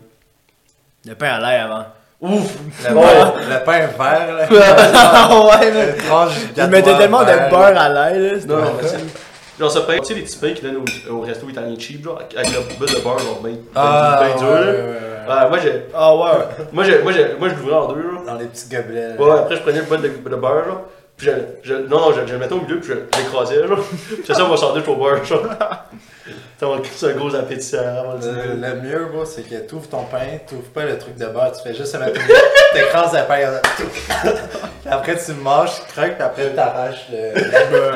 [SPEAKER 3] Le pain à l'air avant.
[SPEAKER 1] Ouf!
[SPEAKER 2] Le,
[SPEAKER 1] Ouais.
[SPEAKER 2] pain, le pain vert, là.
[SPEAKER 3] ouais,
[SPEAKER 2] le tranche
[SPEAKER 3] Il
[SPEAKER 2] gâteau
[SPEAKER 3] mettait tellement de
[SPEAKER 2] vert.
[SPEAKER 3] beurre à l'air, là. c'était-
[SPEAKER 1] Non, non, mais c'est- Genre, ce pain, tu sais, les petits pains qu'ils donnent au, au resto italien cheap, genre, avec le bout de beurre, genre, ben,
[SPEAKER 2] Ah,
[SPEAKER 1] ben dur,
[SPEAKER 2] ouais,
[SPEAKER 1] là.
[SPEAKER 2] ouais, ouais, ouais.
[SPEAKER 1] Ouais, moi, j'ai-
[SPEAKER 3] Ah ouais.
[SPEAKER 1] moi, j'ai- moi, j'ai- moi, je l'ouvrais en deux, là.
[SPEAKER 2] Dans les petits gobelets. là.
[SPEAKER 1] Ouais, après je prenais le bol de, de beurre, genre. Puis je, je, non, non, je, je le mettais au milieu, puis je l'écrasais, genre. Puis c'est ça, mon sandwich au beurre, genre. Ça va c'est un gros appétissant avant le
[SPEAKER 2] Le,
[SPEAKER 1] dîner.
[SPEAKER 2] le mieux, bro, c'est que t'ouvres ton pain, t'ouvres pas le truc de beurre, tu fais juste le mettre au milieu, t'écrases le pain, là. Puis après tu manges, tu croques, puis après t'arraches le,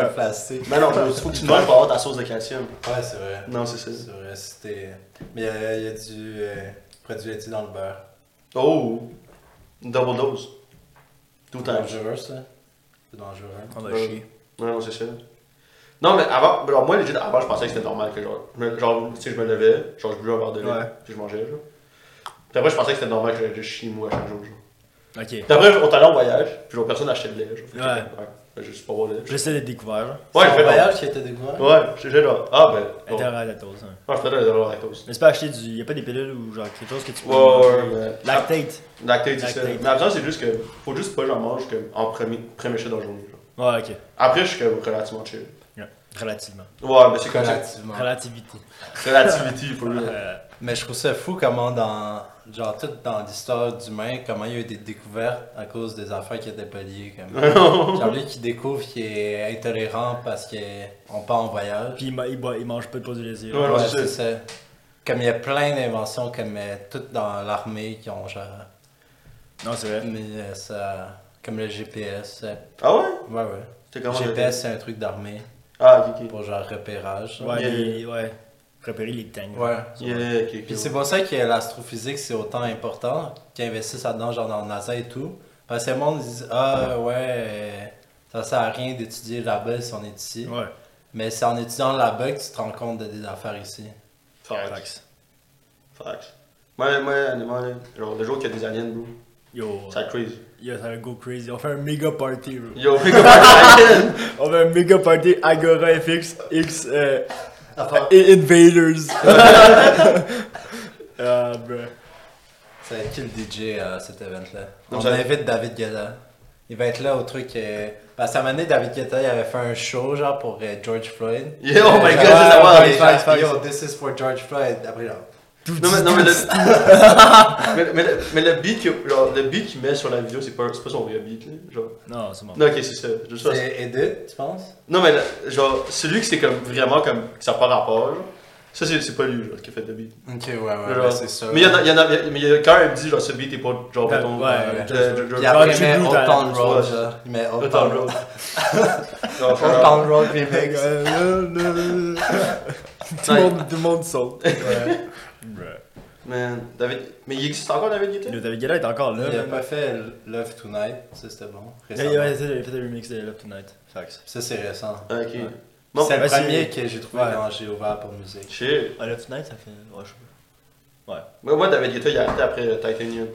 [SPEAKER 2] le plastique.
[SPEAKER 1] Mais non, faut que tu manges pour avoir ta sauce de calcium.
[SPEAKER 2] Ouais, c'est vrai.
[SPEAKER 1] Non, c'est ça.
[SPEAKER 2] C'est vrai, c'était. Mais il y a, il y a du euh, produit laitier dans le beurre.
[SPEAKER 1] Oh! Une double dose. Tout
[SPEAKER 2] C'est
[SPEAKER 1] temps.
[SPEAKER 2] dangereux, ça. C'est dangereux.
[SPEAKER 3] On a
[SPEAKER 1] Ouais.
[SPEAKER 3] chier.
[SPEAKER 1] Non, non, c'est ça. Non, mais avant, genre, moi, legit, avant, je pensais que c'était normal que, genre, je me- genre, tu sais, je me levais, genre, je buvais un verre de lait,
[SPEAKER 3] Ouais.
[SPEAKER 1] puis je mangeais, genre. Puis après, je pensais que c'était normal que je chie, moi, à chaque jour, genre.
[SPEAKER 3] Ok.
[SPEAKER 1] Puis après, on est allé en voyage, puis genre, personne n'achetait de lait, genre. J'étais
[SPEAKER 3] Ouais.
[SPEAKER 1] comme, Ouais. Je suis pas bon de lait.
[SPEAKER 3] J'essaie d'être découvert, là.
[SPEAKER 1] Ouais, je
[SPEAKER 2] C'est
[SPEAKER 1] fais
[SPEAKER 2] un
[SPEAKER 1] dans-
[SPEAKER 2] voyage qui a été découvert.
[SPEAKER 1] Ouais, j'ai j'ai genre. Ah, ben. Bon.
[SPEAKER 3] Intérêt à la dose, hein.
[SPEAKER 1] Ah, je fais dans les erreurs lactose.
[SPEAKER 3] Mais c'est pas acheter du. Y'a pas des pilules ou genre quelque chose que tu peux.
[SPEAKER 1] Ouais, ouais, ouais. ouais.
[SPEAKER 3] Lactate.
[SPEAKER 1] Lactate, c'est ça.
[SPEAKER 3] Lactate.
[SPEAKER 1] Mais après, c'est juste que. Faut juste pas que j'en mange comme en premier, premier shot dans la journée. genre.
[SPEAKER 3] Ouais, ok.
[SPEAKER 1] Après, je suis comme relativement chill.
[SPEAKER 3] Ouais. Relativement.
[SPEAKER 1] Ouais, mais c'est comme ça.
[SPEAKER 2] Relativement.
[SPEAKER 3] Relativité.
[SPEAKER 1] Relativity, faut le
[SPEAKER 3] Euh,
[SPEAKER 2] Mais je trouve ça fou comment dans. Genre tout dans l'histoire d'humain, comment il y a eu des découvertes à cause des affaires qui étaient pas liées. Comme. Genre lui qui découvre qu'il est intolérant parce qu'on part en voyage.
[SPEAKER 3] Puis il, ma- il boit- il mange pas de produits laitiers. là.
[SPEAKER 1] Ouais.
[SPEAKER 2] Ouais,
[SPEAKER 1] c'est
[SPEAKER 2] c'est ça. Comme il y a plein d'inventions, comme euh, toutes dans l'armée qui ont genre.
[SPEAKER 3] Non, c'est vrai.
[SPEAKER 2] Mais euh, ça. Comme le GPS. euh,
[SPEAKER 1] Ah ouais?
[SPEAKER 2] Ouais, ouais.
[SPEAKER 1] T'es comment?
[SPEAKER 2] GPS, c'est un truc d'armée
[SPEAKER 1] Ah, ok, ok.
[SPEAKER 2] pour genre repérage.
[SPEAKER 3] Ouais,
[SPEAKER 1] Yeah.
[SPEAKER 3] les- ouais. Repérer les tangs.
[SPEAKER 2] Ouais.
[SPEAKER 1] Yeah, ok,
[SPEAKER 2] Puis
[SPEAKER 1] ok.
[SPEAKER 2] c'est pour ça que l'astrophysique, c'est autant important qu'ils investissent là-dedans, genre dans NASA et tout. Parce que le monde dit Ah, ouais, euh, ça sert à rien d'étudier là-bas si on est ici.
[SPEAKER 3] Ouais.
[SPEAKER 2] Mais c'est en étudiant là-bas que tu te rends compte de des affaires ici.
[SPEAKER 1] Facts.
[SPEAKER 3] Relax.
[SPEAKER 1] Facts. Moi, moi, honnêtement, là, genre, le jour qu'il y a des aliens, bro.
[SPEAKER 3] Yo,
[SPEAKER 1] Ça crazy.
[SPEAKER 3] yo, ça va go crazy. On fait un méga party, bro.
[SPEAKER 1] Yo, Ricard
[SPEAKER 3] On fait un méga party Agora FX X euh,
[SPEAKER 2] Enfin,
[SPEAKER 3] I- Invaders. ah, bro.
[SPEAKER 2] ça va être qui le DJ à cet event-là
[SPEAKER 1] Non,
[SPEAKER 2] On
[SPEAKER 1] ça-
[SPEAKER 2] invite David Guetta. Il va être là au truc. euh, Parce qu'à un moment donné, David Guetta, il avait fait un show genre pour euh, George Floyd.
[SPEAKER 1] Yeah, oh my
[SPEAKER 2] Euh,
[SPEAKER 1] God, ça, ça va,
[SPEAKER 2] ouais,
[SPEAKER 1] les
[SPEAKER 2] il
[SPEAKER 1] facts,
[SPEAKER 2] fait,
[SPEAKER 1] facts.
[SPEAKER 2] Yo, this is for George Floyd. Après, genre.
[SPEAKER 1] Non, mais, non, mais, le... mais, mais le, mais le beat que- genre, le beat qu'il met sur la vidéo, c'est pas, c'est pas son vrai beat. Là, genre.
[SPEAKER 3] Non, c'est bon.
[SPEAKER 1] Non, ok, c'est ça. Je sais pas.
[SPEAKER 2] C'est Edith, tu penses
[SPEAKER 1] Non, mais le- genre, celui que c'est comme vraiment comme. que ça n'a pas rapport, genre. Ça, c'est c'est pas lui genre, qui a fait le beat.
[SPEAKER 2] Ok, ouais, ouais,
[SPEAKER 1] Genre,
[SPEAKER 2] ouais, c'est ça.
[SPEAKER 1] Mais il y en a, il y en a, mais il y a quand même dit, genre, ce beat est pas, genre,
[SPEAKER 3] Ouais,
[SPEAKER 1] mettons,
[SPEAKER 3] ouais,
[SPEAKER 1] euh,
[SPEAKER 3] ouais.
[SPEAKER 1] de- de- de-
[SPEAKER 2] Puis après, il
[SPEAKER 3] Country
[SPEAKER 2] met
[SPEAKER 3] Blue
[SPEAKER 2] Old
[SPEAKER 3] Talent,
[SPEAKER 2] Town Road,
[SPEAKER 1] ouais.
[SPEAKER 2] genre. Il met Old
[SPEAKER 1] Attends,
[SPEAKER 2] Town
[SPEAKER 1] bro.
[SPEAKER 2] Road.
[SPEAKER 1] Genre,
[SPEAKER 2] Old
[SPEAKER 1] genre,
[SPEAKER 2] Town Road remix.
[SPEAKER 3] tout, le monde, tout le monde saute. Bro.
[SPEAKER 1] Man, David- Mais il existe encore David Guetta?
[SPEAKER 3] Le David Guetta est encore là.
[SPEAKER 2] Il a
[SPEAKER 3] man.
[SPEAKER 2] pas fait Love Tonight, ça c'était bon.
[SPEAKER 3] Ouais,
[SPEAKER 2] récemment.
[SPEAKER 3] ouais, c'est ça, j'avais fait le remix de Love Tonight. Facts.
[SPEAKER 2] Ça c'est récent.
[SPEAKER 1] Ah, Ok.
[SPEAKER 2] Ouais.
[SPEAKER 1] Bon,
[SPEAKER 2] c'est le
[SPEAKER 3] ouais, c'est-
[SPEAKER 2] premier que j'ai trouvé
[SPEAKER 3] Ouais.
[SPEAKER 2] quand j'ai ouvert pour musique.
[SPEAKER 1] shit.
[SPEAKER 3] Ah, Love Tonight, ça fait. Ouais, je sais pas.
[SPEAKER 1] Moi, moi, David Guetta, il a arrêté après Titanium.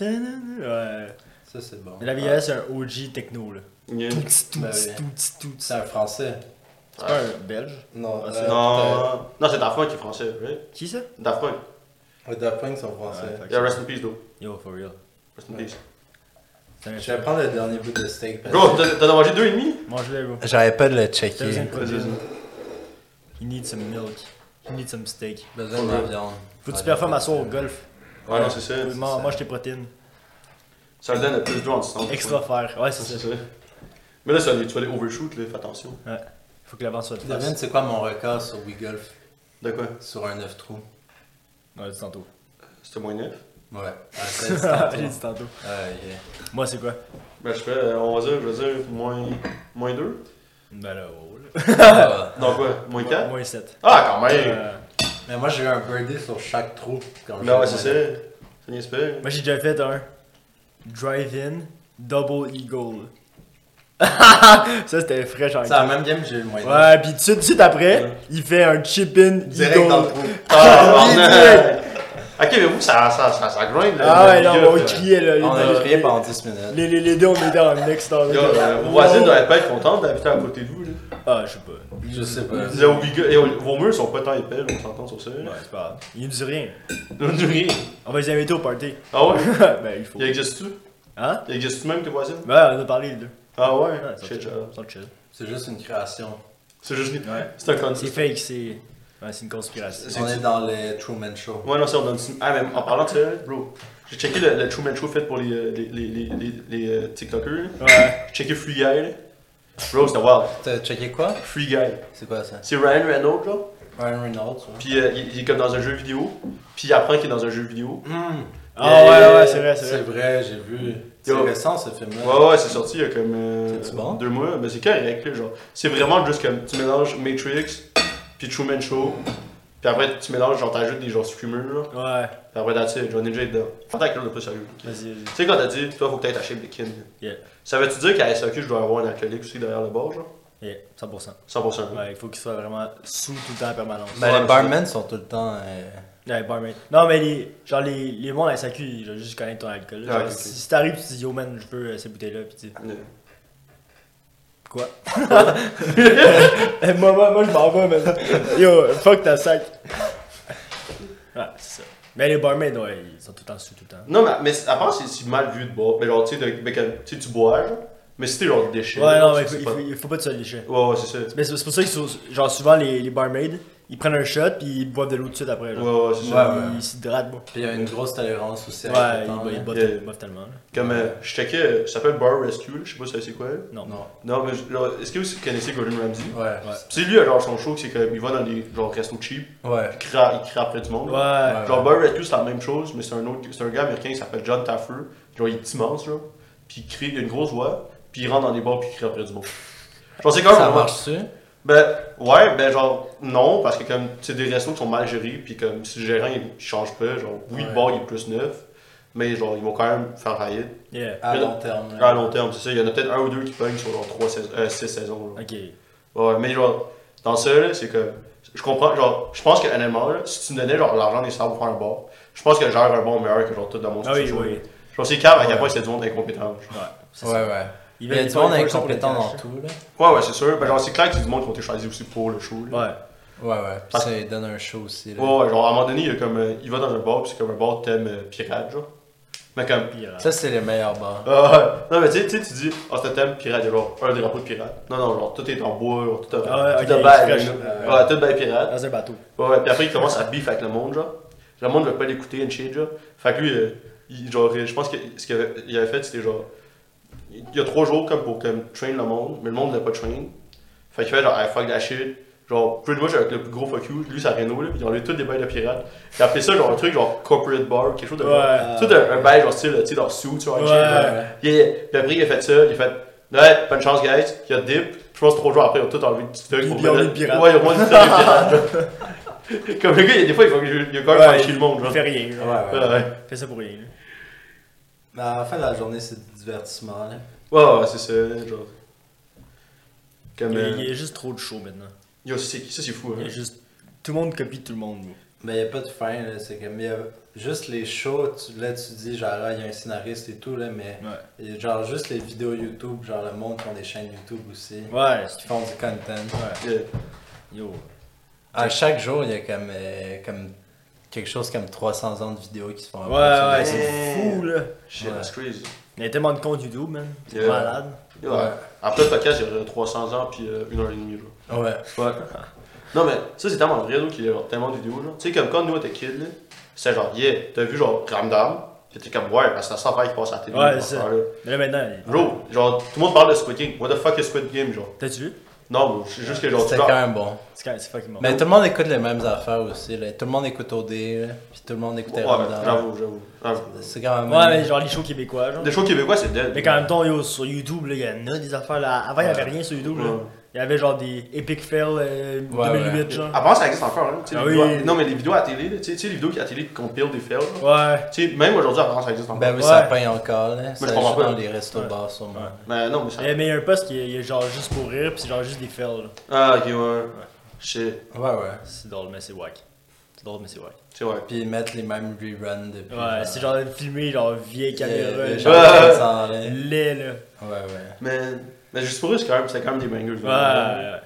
[SPEAKER 3] Ouais. Ouais.
[SPEAKER 2] Ça c'est bon.
[SPEAKER 3] Mais David Guetta, c'est un OG techno, là.
[SPEAKER 1] Yeah.
[SPEAKER 3] Tout, tout,
[SPEAKER 2] Ben oui.
[SPEAKER 3] tout, tout.
[SPEAKER 2] C'est un français.
[SPEAKER 3] C'est pas un belge.
[SPEAKER 2] Non,
[SPEAKER 3] Ah,
[SPEAKER 2] euh,
[SPEAKER 3] c'est-
[SPEAKER 1] Non, non c'est Daft Punk qui est français, right?
[SPEAKER 3] Qui ça
[SPEAKER 1] Daft Punk.
[SPEAKER 2] peut-être. Les Daft Punk sont français.
[SPEAKER 3] Ouais, fait que
[SPEAKER 1] Yeah,
[SPEAKER 3] c'est-
[SPEAKER 1] rest in peace, though.
[SPEAKER 3] Yo, for real.
[SPEAKER 1] Rest in peace.
[SPEAKER 3] C'est un
[SPEAKER 2] je vais prendre le dernier bout de steak parce
[SPEAKER 1] Bro, t'en t'en as mangé deux et demi?
[SPEAKER 3] Mange-le, gros.
[SPEAKER 2] J'avais pas de le
[SPEAKER 3] T'as besoin
[SPEAKER 2] checker.
[SPEAKER 3] de quoi
[SPEAKER 1] Vas-y,
[SPEAKER 3] de
[SPEAKER 1] vas-y.
[SPEAKER 3] plus? You need some milk. You need some steak.
[SPEAKER 2] Besoin de la viande.
[SPEAKER 3] Faut que tu
[SPEAKER 2] Ouais,
[SPEAKER 3] performes
[SPEAKER 2] ouais.
[SPEAKER 3] à soir au golf.
[SPEAKER 1] Ouais, non, c'est ça.
[SPEAKER 3] Moi, mange tes protéines.
[SPEAKER 1] Ça le donne le plus de en distance.
[SPEAKER 3] Extra faire. Ouais,
[SPEAKER 1] Ouais,
[SPEAKER 3] c'est
[SPEAKER 1] C'est
[SPEAKER 3] ça.
[SPEAKER 1] ça. Mais là, ça, tu vas les overshoot, là, fais attention.
[SPEAKER 3] Faut que la vente soit de
[SPEAKER 2] Devine
[SPEAKER 3] face.
[SPEAKER 2] c'est quoi mon record sur WeGolf
[SPEAKER 1] De quoi?
[SPEAKER 2] sur un 9 trous.
[SPEAKER 3] Ouais, dis tantôt.
[SPEAKER 1] C'était moins neuf.
[SPEAKER 2] Ouais. Un 16 tantôt.
[SPEAKER 3] J'ai dit tantôt.
[SPEAKER 2] Ouais, yeah.
[SPEAKER 3] Moi, c'est quoi
[SPEAKER 1] Ben, je fais, euh, on va dire, je vais dire, moins, moins deux.
[SPEAKER 3] Ben là, oh là.
[SPEAKER 2] Ah,
[SPEAKER 1] Non, quoi? Moins quatre?
[SPEAKER 3] Moins 7.
[SPEAKER 1] Ah, quand même!
[SPEAKER 3] Euh,
[SPEAKER 2] Mais moi j'ai eu un birdie sur chaque trou. quand
[SPEAKER 1] Non, ouais,
[SPEAKER 2] j'ai-
[SPEAKER 1] c'est ça. C'est bien super.
[SPEAKER 3] moi, j'ai déjà fait un drive-in double eagle. ça, c'était fraîche en
[SPEAKER 2] C'est la même game que j'ai eu le moins
[SPEAKER 3] Ouais, pis tout de suite- tout de suite après,
[SPEAKER 1] Ouais.
[SPEAKER 3] il fait un chip-in
[SPEAKER 2] Direct dans le
[SPEAKER 3] eagle.
[SPEAKER 2] trou.
[SPEAKER 1] Ah,
[SPEAKER 3] Direct.
[SPEAKER 1] bordel. Ok, mais vous, ça, ça, ça, ça grind, là.
[SPEAKER 3] Ah ouais,
[SPEAKER 1] le
[SPEAKER 3] là,
[SPEAKER 1] gars,
[SPEAKER 3] on
[SPEAKER 1] là.
[SPEAKER 3] criait, là.
[SPEAKER 2] On
[SPEAKER 3] les-
[SPEAKER 2] a crié pendant 10 minutes.
[SPEAKER 3] Les, les, les deux, on était en extase.
[SPEAKER 1] Yo, euh, Vos voisines doivent pas être contentes d'habiter à côté de vous, là.
[SPEAKER 3] Ah, je sais pas.
[SPEAKER 2] Je sais pas.
[SPEAKER 1] Ils disaient au bigot- et au- vos murs sont pas tant épais, là, on s'entend sur ça,
[SPEAKER 3] Ouais,
[SPEAKER 1] là.
[SPEAKER 3] c'est pas grave. Il nous dit rien.
[SPEAKER 1] Non, du rien.
[SPEAKER 3] On va les inviter au party.
[SPEAKER 1] Ah ouais?
[SPEAKER 3] ben, il faut.
[SPEAKER 1] Il existe-tu?
[SPEAKER 3] Hein?
[SPEAKER 1] Il existe-tu même tes voisines?
[SPEAKER 3] Ben, on a parlé, les deux.
[SPEAKER 1] Ah ouais?
[SPEAKER 3] Ouais, ils sont
[SPEAKER 1] Shit,
[SPEAKER 3] chill.
[SPEAKER 1] genre.
[SPEAKER 3] Ils sont chill.
[SPEAKER 2] C'est juste une création.
[SPEAKER 1] C'est juste.
[SPEAKER 3] Ouais.
[SPEAKER 1] C'est un
[SPEAKER 3] C'est
[SPEAKER 1] concept.
[SPEAKER 3] fake, c'est. Ouais, c'est une conspiration.
[SPEAKER 1] C'est-
[SPEAKER 2] On est dans les Truman Show.
[SPEAKER 1] Ouais, non, c'est on donne. Ah, mais en parlant de ça, bro, j'ai checké le, le Truman Show fait pour les, euh, les, les, les, les, les, euh, TikTokers. là.
[SPEAKER 3] Ouais.
[SPEAKER 1] J'ai checké Free Guy, là. Bro, c'était wild.
[SPEAKER 2] T'as checké quoi
[SPEAKER 1] Free Guy.
[SPEAKER 2] C'est quoi ça
[SPEAKER 1] C'est Ryan Reynolds, là.
[SPEAKER 2] Ryan Reynolds. ouais.
[SPEAKER 1] Puis euh, il, il est comme dans un jeu vidéo. Puis il apprend qu'il est dans un jeu vidéo.
[SPEAKER 2] Hmm,
[SPEAKER 3] Ah, ouais, ouais, c'est vrai, c'est
[SPEAKER 2] c'est
[SPEAKER 3] vrai.
[SPEAKER 2] vrai, j'ai vu. C'est
[SPEAKER 1] Yo.
[SPEAKER 2] récent ce film-là.
[SPEAKER 1] Ouais, ouais, c'est sorti il y a comme. euh,
[SPEAKER 2] C'est-tu bon?
[SPEAKER 1] Deux mois. Mais c'est correct, là. Genre, c'est vraiment juste comme. Tu mélanges Matrix, puis Truman Show. Puis après, tu mélanges, genre, t'ajoutes des genres streamers, là.
[SPEAKER 3] Ouais,
[SPEAKER 1] Puis après, là-dessus, j'en ai déjà été dedans. Fantastique, là, on est pas sérieux.
[SPEAKER 3] vas-y, vas-y.
[SPEAKER 1] Tu sais, quand t'as dit, toi, faut que t'ailles ta shape de kin.
[SPEAKER 3] Yeah.
[SPEAKER 1] Ça veut-tu dire qu'à SAQ, je dois avoir un alcoolique aussi derrière le bord, genre
[SPEAKER 3] Yeah, 100%.
[SPEAKER 1] 100%.
[SPEAKER 3] Ouais, il faut qu'il soit vraiment sous tout le temps en permanence.
[SPEAKER 2] Mais
[SPEAKER 1] Ouais,
[SPEAKER 2] les
[SPEAKER 1] mais
[SPEAKER 2] barmen sont tout le temps. euh,
[SPEAKER 3] Ouais, barmaid. Non, mais les, genre les, les bons à SAQ, ils veulent juste connaître ton alcool. là.
[SPEAKER 1] Ah,
[SPEAKER 3] Genre,
[SPEAKER 1] ok,
[SPEAKER 3] si,
[SPEAKER 1] ok.
[SPEAKER 3] si t'arrives, tu dis yo man, je veux euh, cette bouteille-là, pis tu dis quoi Eh, moi, moi, moi, je m'en vais, man. Yo, fuck ta sac. Ouais, c'est ça. Mais les barmaids, ouais, ils sont tout le temps sous, tout le temps.
[SPEAKER 1] Non, mais, mais à part c'est si mal vu de boire, mais genre, tu sais, de- mais que- tu sais, tu bois, genre, mais si t'es genre déchet.
[SPEAKER 3] Ouais, non, mais
[SPEAKER 1] c'est-
[SPEAKER 3] il
[SPEAKER 1] c'est
[SPEAKER 3] faut, il
[SPEAKER 1] pas-
[SPEAKER 3] faut, il faut pas te se lécher.
[SPEAKER 1] Ouais, ouais, c'est ça.
[SPEAKER 3] Mais c'est c'est pour ça que, sou- genre, souvent, les, les barmaids, ils prennent un shot, puis ils boivent de l'eau tout de suite après. Genre.
[SPEAKER 1] Ouais, ouais, c'est ça.
[SPEAKER 2] Ouais, ouais.
[SPEAKER 3] Ils s'hydratent, bon.
[SPEAKER 2] Puis il y a une grosse tolérance aussi.
[SPEAKER 3] Ouais,
[SPEAKER 2] avec le temps,
[SPEAKER 3] ils, ils,
[SPEAKER 2] là.
[SPEAKER 3] boivent-
[SPEAKER 1] Yeah.
[SPEAKER 3] ils boivent tellement. là.
[SPEAKER 1] Comme, euh, je checkais, euh, ça s'appelle Bar Rescue, je sais pas si c'est quoi.
[SPEAKER 3] Non.
[SPEAKER 2] Non.
[SPEAKER 1] Non, mais genre, est-ce que vous connaissez Gordon Ramsay
[SPEAKER 2] Ouais.
[SPEAKER 1] Tu sais, lui, genre, son show, c'est qu'il va dans des genre, restos cheap,
[SPEAKER 2] Ouais.
[SPEAKER 1] il crie, il crie après du monde.
[SPEAKER 3] Ouais.
[SPEAKER 2] Ouais.
[SPEAKER 1] Genre, Bar Rescue, c'est la même chose, mais c'est un autre, c'est un gars américain qui s'appelle John Taffer. Genre, il est immense, là. Puis il crie, il a une grosse voix, puis il rentre dans des bars, puis il crie après du monde. Genre, c'est quand même.
[SPEAKER 2] Ça marche-tu
[SPEAKER 1] Ben, ouais, ben, genre, non, parce que comme, c'est des restos qui sont mal gérés, puis comme, si le gérant, il, il change pas, genre, oui,
[SPEAKER 2] Ouais.
[SPEAKER 1] le bar, il est plus neuf, mais genre, ils vont quand même faire faillite.
[SPEAKER 3] Yeah.
[SPEAKER 2] À
[SPEAKER 1] Mais
[SPEAKER 2] long terme. là.
[SPEAKER 1] À long terme, c'est ça, il y en a peut-être un ou deux qui pognent sur genre 3 euh, saisons, 6 saisons, là.
[SPEAKER 3] Ok.
[SPEAKER 1] Ouais, mais genre, dans ça, là, c'est que Je comprends, genre, je pense que honnêtement, là, si tu me donnais genre l'argent nécessaire pour faire un bar, je pense que j'aurais un bon meilleur que genre tout dans mon
[SPEAKER 3] Ah oui,
[SPEAKER 1] studio.
[SPEAKER 3] oui.
[SPEAKER 1] Je pense que c'est calme à quel point c'était du monde incompétent.
[SPEAKER 3] Ouais. c'est
[SPEAKER 2] Ouais,
[SPEAKER 3] ça.
[SPEAKER 2] ouais.
[SPEAKER 3] Ils
[SPEAKER 2] Il y a
[SPEAKER 3] veulent-
[SPEAKER 2] du
[SPEAKER 3] ils
[SPEAKER 2] monde
[SPEAKER 3] veulent pour le
[SPEAKER 2] incompétent dans
[SPEAKER 3] cash.
[SPEAKER 2] tout, là.
[SPEAKER 1] Ouais, ouais, c'est sûr. Ben, genre, c'est clair que c'est du monde qui ont été choisis aussi pour le show. Là.
[SPEAKER 3] Ouais.
[SPEAKER 2] Ouais, ouais. Puis ça, il donne un show aussi, là.
[SPEAKER 1] Ouais, ouais, genre à un moment donné, il, y a comme, euh, il va dans un bar, puis c'est comme un bar thème euh, pirate, genre. Mais comme.
[SPEAKER 3] Pirate.
[SPEAKER 2] Ça, c'est les meilleurs bars.
[SPEAKER 1] Ah, ouais. non, mais tu sais, tu sais, tu dis, ah, c'est un thème pirate, il y a genre un drapeau de pirate. Non, non, genre tout est en bois, genre, tout est
[SPEAKER 3] Ah ouais,
[SPEAKER 1] tout
[SPEAKER 3] ok,
[SPEAKER 1] est bail,
[SPEAKER 3] fresh.
[SPEAKER 1] là. Ouais, tout est bail pirate.
[SPEAKER 3] Dans un bateau.
[SPEAKER 1] Ouais, ouais, puis après, il commence à beef avec le monde, genre. Le monde veut pas l'écouter, une shit, genre. Fait que lui, euh, il- genre, euh, je pense que ce qu'il avait, il avait fait, c'était genre. Il y a trois jours comme pour comme, train le monde, mais le monde voulait pas train. Fait qu'il fait genre, ah, fuck that shit. Genre, pretty much avec le plus gros fuck you, lui, ça Renault, là, pis ils ont enlevé tous des bails de pirates. Puis après ça, genre, un truc, genre, corporate bar, quelque chose de.
[SPEAKER 3] Ouais.
[SPEAKER 1] Tout un, un bail, genre, style, tu sais, dans suit, tu vois, un shit,
[SPEAKER 3] Ouais.
[SPEAKER 1] genre. Yeah, yeah. Puis après, il a fait ça, il a fait. Ouais, bonne chance, guys. Il a dip. Je pense que trois jours après, ils ont tout enlevé du TikTok.
[SPEAKER 3] Ils
[SPEAKER 1] pour
[SPEAKER 3] ont enlevé
[SPEAKER 1] mettre-
[SPEAKER 3] le pirate.
[SPEAKER 1] Ouais, ils ont enlevé le pirate. Comme le gars, il y a des fois, il faut que je- il a quand même
[SPEAKER 3] Ouais,
[SPEAKER 1] faire chier le monde.
[SPEAKER 3] Il
[SPEAKER 1] genre.
[SPEAKER 3] fait rien. genre.
[SPEAKER 2] Ouais,
[SPEAKER 1] Ouais, ouais.
[SPEAKER 3] Il Fait ça pour rien. là.
[SPEAKER 2] Mais Euh, à la fin de la journée, c'est du divertissement, là.
[SPEAKER 1] Ouais, ouais, c'est ça. Genre. Comme.
[SPEAKER 3] Il y a-
[SPEAKER 1] euh,
[SPEAKER 3] il y a juste trop de show maintenant.
[SPEAKER 1] Yo, ça, c'est- ça, c'est fou.
[SPEAKER 3] Il y
[SPEAKER 1] Hein.
[SPEAKER 3] a juste. Tout le monde copie tout le monde. nous.
[SPEAKER 2] Mais il n'y a pas de fin, là. C'est comme. y a Juste les shows, tu- là, tu dis, genre, ah, il y a un scénariste et tout, là, mais.
[SPEAKER 3] Ouais.
[SPEAKER 2] y a Genre, juste les vidéos YouTube, genre, le monde qui ont des chaînes YouTube aussi.
[SPEAKER 3] Ouais.
[SPEAKER 2] Qui font du content.
[SPEAKER 3] Ouais.
[SPEAKER 1] Yeah.
[SPEAKER 3] Yo.
[SPEAKER 2] À chaque jour, il y a comme, euh, comme. Quelque chose comme 300 ans de vidéos qui se font.
[SPEAKER 3] Ouais,
[SPEAKER 2] upload
[SPEAKER 3] ouais,
[SPEAKER 2] sur
[SPEAKER 1] ouais.
[SPEAKER 2] YouTube.
[SPEAKER 3] c'est fou là.
[SPEAKER 1] Shit,
[SPEAKER 2] Ouais.
[SPEAKER 1] that's crazy.
[SPEAKER 3] Il y a tellement de comptes YouTube, man. C'est
[SPEAKER 1] Yeah.
[SPEAKER 3] malade.
[SPEAKER 1] Yo,
[SPEAKER 2] Ouais.
[SPEAKER 1] Après le podcast, j'aurais 300 ans puis euh, une heure et demie. Genre.
[SPEAKER 2] Ouais.
[SPEAKER 1] Ouais. Non, mais ça, c'est tellement vrai, là, qu'il y a genre, tellement de vidéos, genre. Tu sais, comme quand nous, on était kids, là, c'était genre, yeah, t'as vu, genre, Ramdam, pis t'es comme, ouais, parce que c'est la affaire qui passe à la télé.
[SPEAKER 3] Ouais,
[SPEAKER 1] cette
[SPEAKER 3] c'est ça.
[SPEAKER 1] affaire-là.
[SPEAKER 3] Mais là maintenant, il-
[SPEAKER 1] Bro, genre, tout le monde parle de Squid Game. What the fuck is Squid Game, genre?
[SPEAKER 3] t'as-tu vu?
[SPEAKER 1] Non, bro, c'est juste que, genre, tu
[SPEAKER 2] C'était quand
[SPEAKER 1] genre.
[SPEAKER 2] même bon.
[SPEAKER 3] C'est quand- c'est fucking mort.
[SPEAKER 2] Mais tout le monde écoute les mêmes affaires aussi, là. Tout le monde écoute OD, là. Puis tout le monde écoute
[SPEAKER 1] Ouais,
[SPEAKER 2] Ramadan.
[SPEAKER 1] j'avoue, j'avoue. j'avoue.
[SPEAKER 2] C'est quand même.
[SPEAKER 3] Ouais, mais genre les shows québécois, genre.
[SPEAKER 1] Des shows québécois, c'est dead.
[SPEAKER 3] Mais quand même, temps, yo, sur YouTube, là, il y en a des affaires là. Avant, il y avait rien sur YouTube, là.
[SPEAKER 1] Ouais.
[SPEAKER 3] Il y avait genre des Epic Fail euh,
[SPEAKER 2] Ouais,
[SPEAKER 3] 2008, genre.
[SPEAKER 1] Avant, ça existe encore, hein. tu sais,
[SPEAKER 3] Ah
[SPEAKER 1] les vidéos-
[SPEAKER 3] oui.
[SPEAKER 1] Non, mais les vidéos à la télé, là, tu sais, tu sais, les vidéos qui à la télé qui compilent des fails, genre.
[SPEAKER 3] Ouais.
[SPEAKER 1] Tu sais, même aujourd'hui, avant, ça existe encore.
[SPEAKER 2] Ben oui,
[SPEAKER 3] Ouais.
[SPEAKER 2] ça paye encore, là. Ça
[SPEAKER 1] je comprends
[SPEAKER 2] joue
[SPEAKER 1] pas.
[SPEAKER 2] dans les restos bars, sûrement.
[SPEAKER 3] Ouais.
[SPEAKER 1] Mais non, mais ça.
[SPEAKER 3] Mais il y a un poste qui est, il est genre juste pour rire, pis c'est genre juste des fails, là.
[SPEAKER 1] Ah, ok, ouais. Shit.
[SPEAKER 2] Ouais, ouais.
[SPEAKER 3] C'est drôle, mais c'est wack. C'est drôle, mais c'est wack.
[SPEAKER 1] Tu sais, ouais.
[SPEAKER 2] Puis ils mettent les mêmes reruns depuis.
[SPEAKER 3] Ouais, c'est genre filmé, genre vieille caméra,
[SPEAKER 2] les
[SPEAKER 3] genre
[SPEAKER 1] Ouais.
[SPEAKER 2] gens qui sont là.
[SPEAKER 3] laid, là.
[SPEAKER 2] Ouais, ouais.
[SPEAKER 1] Mais, mais juste pour eux, c'est quand même, c'est quand même des bangers.
[SPEAKER 3] Ouais. ouais.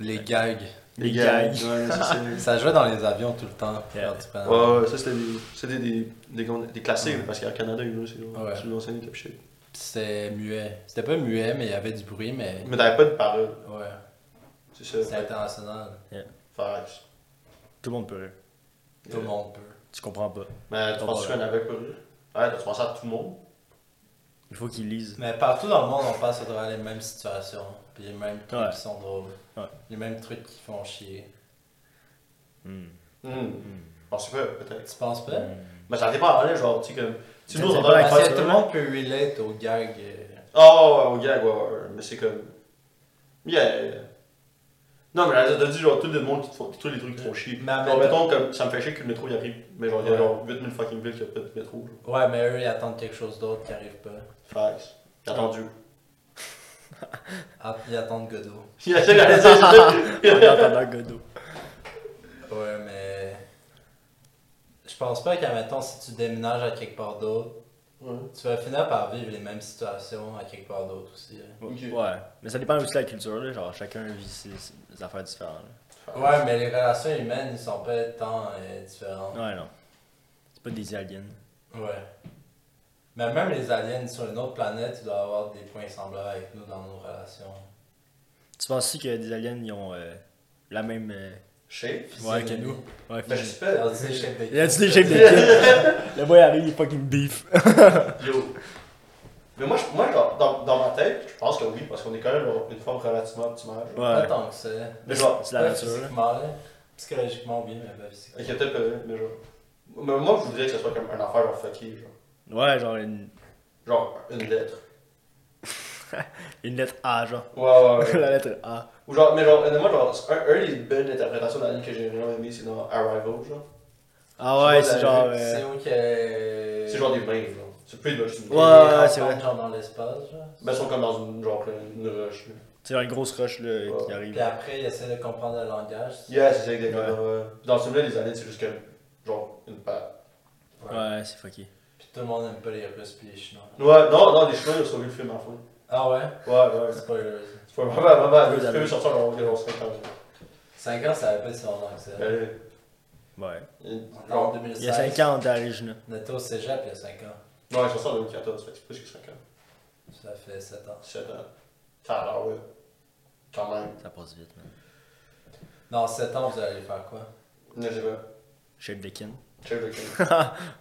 [SPEAKER 2] Les gags.
[SPEAKER 1] Les
[SPEAKER 3] Les
[SPEAKER 1] gars.
[SPEAKER 3] gags.
[SPEAKER 1] Ouais, ça, c'est-
[SPEAKER 2] Ça jouait dans les avions tout le temps.
[SPEAKER 3] Yeah.
[SPEAKER 2] quand tu prends-
[SPEAKER 1] ouais, ouais, ça c'était des, c'était des, des, con- des classiques, parce qu'au Canada, il y en a, c'est genre,
[SPEAKER 2] Ouais.
[SPEAKER 1] tu nous enseignes quelque chose.
[SPEAKER 2] C'était muet. C'était pas muet, mais il y avait du bruit, mais.
[SPEAKER 1] Mais t'avais pas de parole,
[SPEAKER 2] Ouais.
[SPEAKER 1] c'est ça.
[SPEAKER 2] C'est international.
[SPEAKER 1] Facts.
[SPEAKER 3] Tout le monde peut rire.
[SPEAKER 2] Tout le monde peut.
[SPEAKER 3] Tu comprends pas.
[SPEAKER 1] Mais tu penses qu'il y en avait pas eu? Ouais, tu penses à tout le monde?
[SPEAKER 3] Il faut qu'ils lisent.
[SPEAKER 2] Mais partout dans le monde, on passe à travers les mêmes situations. Puis les mêmes trucs
[SPEAKER 3] Ouais.
[SPEAKER 2] qui sont drôles.
[SPEAKER 3] Ouais.
[SPEAKER 2] Les mêmes trucs qui font chier.
[SPEAKER 3] Hmm.
[SPEAKER 1] Hum. Je pense pas, peut-être.
[SPEAKER 2] Tu penses pas?
[SPEAKER 1] Mais ça dépend, là, genre, tu sais, comme. Tu sais, nous,
[SPEAKER 3] Ça
[SPEAKER 1] on
[SPEAKER 3] dépend
[SPEAKER 1] entend
[SPEAKER 3] la
[SPEAKER 1] la
[SPEAKER 2] Parce que
[SPEAKER 1] face.
[SPEAKER 2] tout le monde peut relate aux gags. euh,
[SPEAKER 1] Oh, ouais, au gag, ouais, ouais, mais c'est comme. Yeah! Non, mais là, t'as dit, genre, tout le monde qui te font. Tous les trucs qui te font chier.
[SPEAKER 2] Mais en
[SPEAKER 1] Genre,
[SPEAKER 2] même temps-
[SPEAKER 1] mettons, comme, ça me fait chier que le métro y arrive. Mais genre, il y a
[SPEAKER 2] Ouais.
[SPEAKER 1] genre 8000 fucking villes qui a pas de métro, genre.
[SPEAKER 2] Ouais, mais eux, ils attendent quelque chose d'autre qui arrive pas.
[SPEAKER 1] Facts. J'ai attendu.
[SPEAKER 2] Ah, Ils attendent Godot.
[SPEAKER 1] Il a fait la raison, c'est ça.
[SPEAKER 3] En attendant Godot.
[SPEAKER 2] Ouais, mais. Je pense pas qu'à mettons, si tu déménages à quelque part d'autre,
[SPEAKER 1] Ouais.
[SPEAKER 2] tu vas finir par vivre les mêmes situations à quelque part d'autre aussi. hein. là.
[SPEAKER 1] Ok.
[SPEAKER 3] Ouais. Mais ça dépend aussi de la culture, là. Genre, chacun vit ses, ses affaires différentes.
[SPEAKER 2] Ouais, mais les relations humaines, ils sont pas tant euh, différentes.
[SPEAKER 3] là. Ouais, non. C'est pas des aliens.
[SPEAKER 2] Ouais. Mais même les aliens sur une autre planète, ils doivent avoir des points semblables avec nous dans nos relations.
[SPEAKER 3] Tu penses aussi que des aliens, ils ont euh, la même. euh,
[SPEAKER 1] Shape.
[SPEAKER 3] Ouais, que nous.
[SPEAKER 1] Ben,
[SPEAKER 3] Ouais, physique.
[SPEAKER 1] j'espère.
[SPEAKER 2] Alors, tu sais, je capte des-
[SPEAKER 3] Il y a du des shapes de kids. Le boy arrive, il est fucking beef.
[SPEAKER 1] Yo. Mais moi, je- moi genre, dans, dans ma tête, je pense que oui, parce qu'on est quand même genre, une forme relativement optimale. genre.
[SPEAKER 2] Pas
[SPEAKER 3] Ouais.
[SPEAKER 2] tant que ça.
[SPEAKER 1] Mais genre,
[SPEAKER 3] C'est la
[SPEAKER 2] Pas
[SPEAKER 3] nature, là.
[SPEAKER 2] physiquement, là. Psychologiquement, oui, mais pas physiquement.
[SPEAKER 1] ok, peut-être pas, mais genre. Mais moi, je voudrais que ce soit comme une affaire genre fucky, genre.
[SPEAKER 3] Ouais, genre une,
[SPEAKER 1] Genre, une lettre.
[SPEAKER 3] une lettre A, genre.
[SPEAKER 1] Ouais, ouais, ouais.
[SPEAKER 3] la lettre A.
[SPEAKER 1] Ou genre, mais genre, honnêtement, genre, c'est un, un des belles interprétations de la ligne que j'ai vraiment aimé, c'est dans Arrival, genre.
[SPEAKER 3] Ah ouais,
[SPEAKER 1] Je sais pas,
[SPEAKER 3] c'est genre.
[SPEAKER 1] la-
[SPEAKER 3] euh,
[SPEAKER 2] C'est où que.
[SPEAKER 1] C'est genre des mains, genre. C'est plus de
[SPEAKER 2] Les
[SPEAKER 3] Ah, Ouais, ouais,
[SPEAKER 2] rencontres,
[SPEAKER 3] c'est vrai.
[SPEAKER 1] Mm.
[SPEAKER 2] Genre dans l'espace, genre.
[SPEAKER 1] Mais elles sont comme dans une, genre, une roche. là.
[SPEAKER 3] euh, C'est une grosse rush là, qui
[SPEAKER 1] Ouais.
[SPEAKER 3] arrive.
[SPEAKER 2] Puis après, il essaie de comprendre le langage.
[SPEAKER 1] Yeah, c'est ça, exactement. ouais. Dans ce film-là, les aliens, c'est juste comme. Genre, une patte.
[SPEAKER 3] Ouais, c'est fucké.
[SPEAKER 2] Puis tout le monde n'aime pas les Russes puis les Chinois.
[SPEAKER 1] Ouais, non, non, les chemins, ils ont sauvé le film à la fin.
[SPEAKER 2] Ah ouais?
[SPEAKER 1] Ouais, ouais. bah,
[SPEAKER 2] C'est pas heureux.
[SPEAKER 1] C'est pas vraiment, vraiment.
[SPEAKER 3] Les
[SPEAKER 1] Le hein. film
[SPEAKER 3] aliens.
[SPEAKER 1] est sorti en 1950.
[SPEAKER 2] 5 ans, ça avait pas si longtemps que ça.
[SPEAKER 1] Euh,
[SPEAKER 3] Ouais.
[SPEAKER 2] On est En
[SPEAKER 1] Non,
[SPEAKER 2] 2016.
[SPEAKER 3] Il y a 5 ans, on était à Regina.
[SPEAKER 2] On était au cégep il y a 5 ans.
[SPEAKER 1] ils sont sortis en 2014, fait que c'est plus que 5 ans.
[SPEAKER 2] Ça fait 7 ans.
[SPEAKER 1] 7 ans. Ça a l'air, euh, ouais. Quand même.
[SPEAKER 3] Ça passe vite, man.
[SPEAKER 2] Dans 7 ans, vous allez faire quoi?
[SPEAKER 1] Je sais pas.
[SPEAKER 3] Shape de kin.
[SPEAKER 1] Check le film.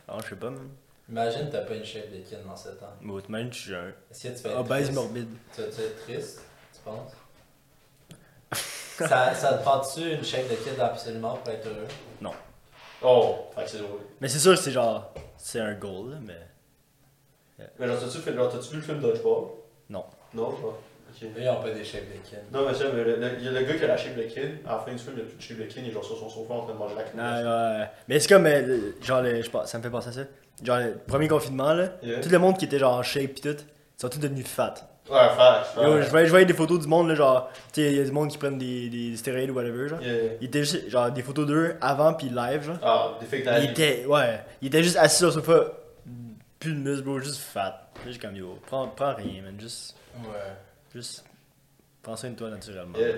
[SPEAKER 3] Non, je sais pas, man.
[SPEAKER 2] Imagine, t'as pas une shape de kid dans 7 ans.
[SPEAKER 3] Mais autrement, je suis un.
[SPEAKER 2] Est-ce que tu vas être
[SPEAKER 3] Obèse
[SPEAKER 2] triste?
[SPEAKER 3] morbide.
[SPEAKER 2] Tu vas-tu être triste, tu penses? ça, ça te prend-tu une shape de kid absolument pour être heureux?
[SPEAKER 1] Oh, fait que c'est drôle.
[SPEAKER 3] Mais c'est sûr, c'est genre. C'est un goal, là, mais.
[SPEAKER 1] Mais genre, t'as-tu fait- genre, t'as-tu vu le film Dodgeball
[SPEAKER 3] Non.
[SPEAKER 1] Non, je vois. Ok.
[SPEAKER 2] Eux, ils ont pas des shapes de kid.
[SPEAKER 1] Non, mais ça, mais le, le- il y a le gars qui a la shape de kid. À la fin du film, il a plus de shape de kid, il est genre sur son sofa en train de manger la crème.
[SPEAKER 3] Non, ouais, ouais. Mais c'est comme. euh, le- Genre, le- je pense- ça me fait penser à ça. Genre, le premier confinement, là.
[SPEAKER 1] Yeah.
[SPEAKER 3] Tout le monde qui était genre en shape pis tout, ils sont tous devenus fat.
[SPEAKER 1] Ouais, facts.
[SPEAKER 3] Yo,
[SPEAKER 1] facts.
[SPEAKER 3] je voyais je voyais des photos du monde, là, genre. Tu sais, il y a du monde qui prennent des, des stéroïdes ou whatever, genre.
[SPEAKER 1] Yeah.
[SPEAKER 3] Il était juste, genre, des photos d'eux avant pis live, genre.
[SPEAKER 1] Ah, des fake
[SPEAKER 3] Il était, ouais, il était juste assis sur le sofa, plus de muscles, bro, juste fat. Là, J'ai comme yo, prends, prends rien, man, juste,
[SPEAKER 2] Ouais.
[SPEAKER 3] juste, prends soin de toi naturellement.
[SPEAKER 1] Yeah.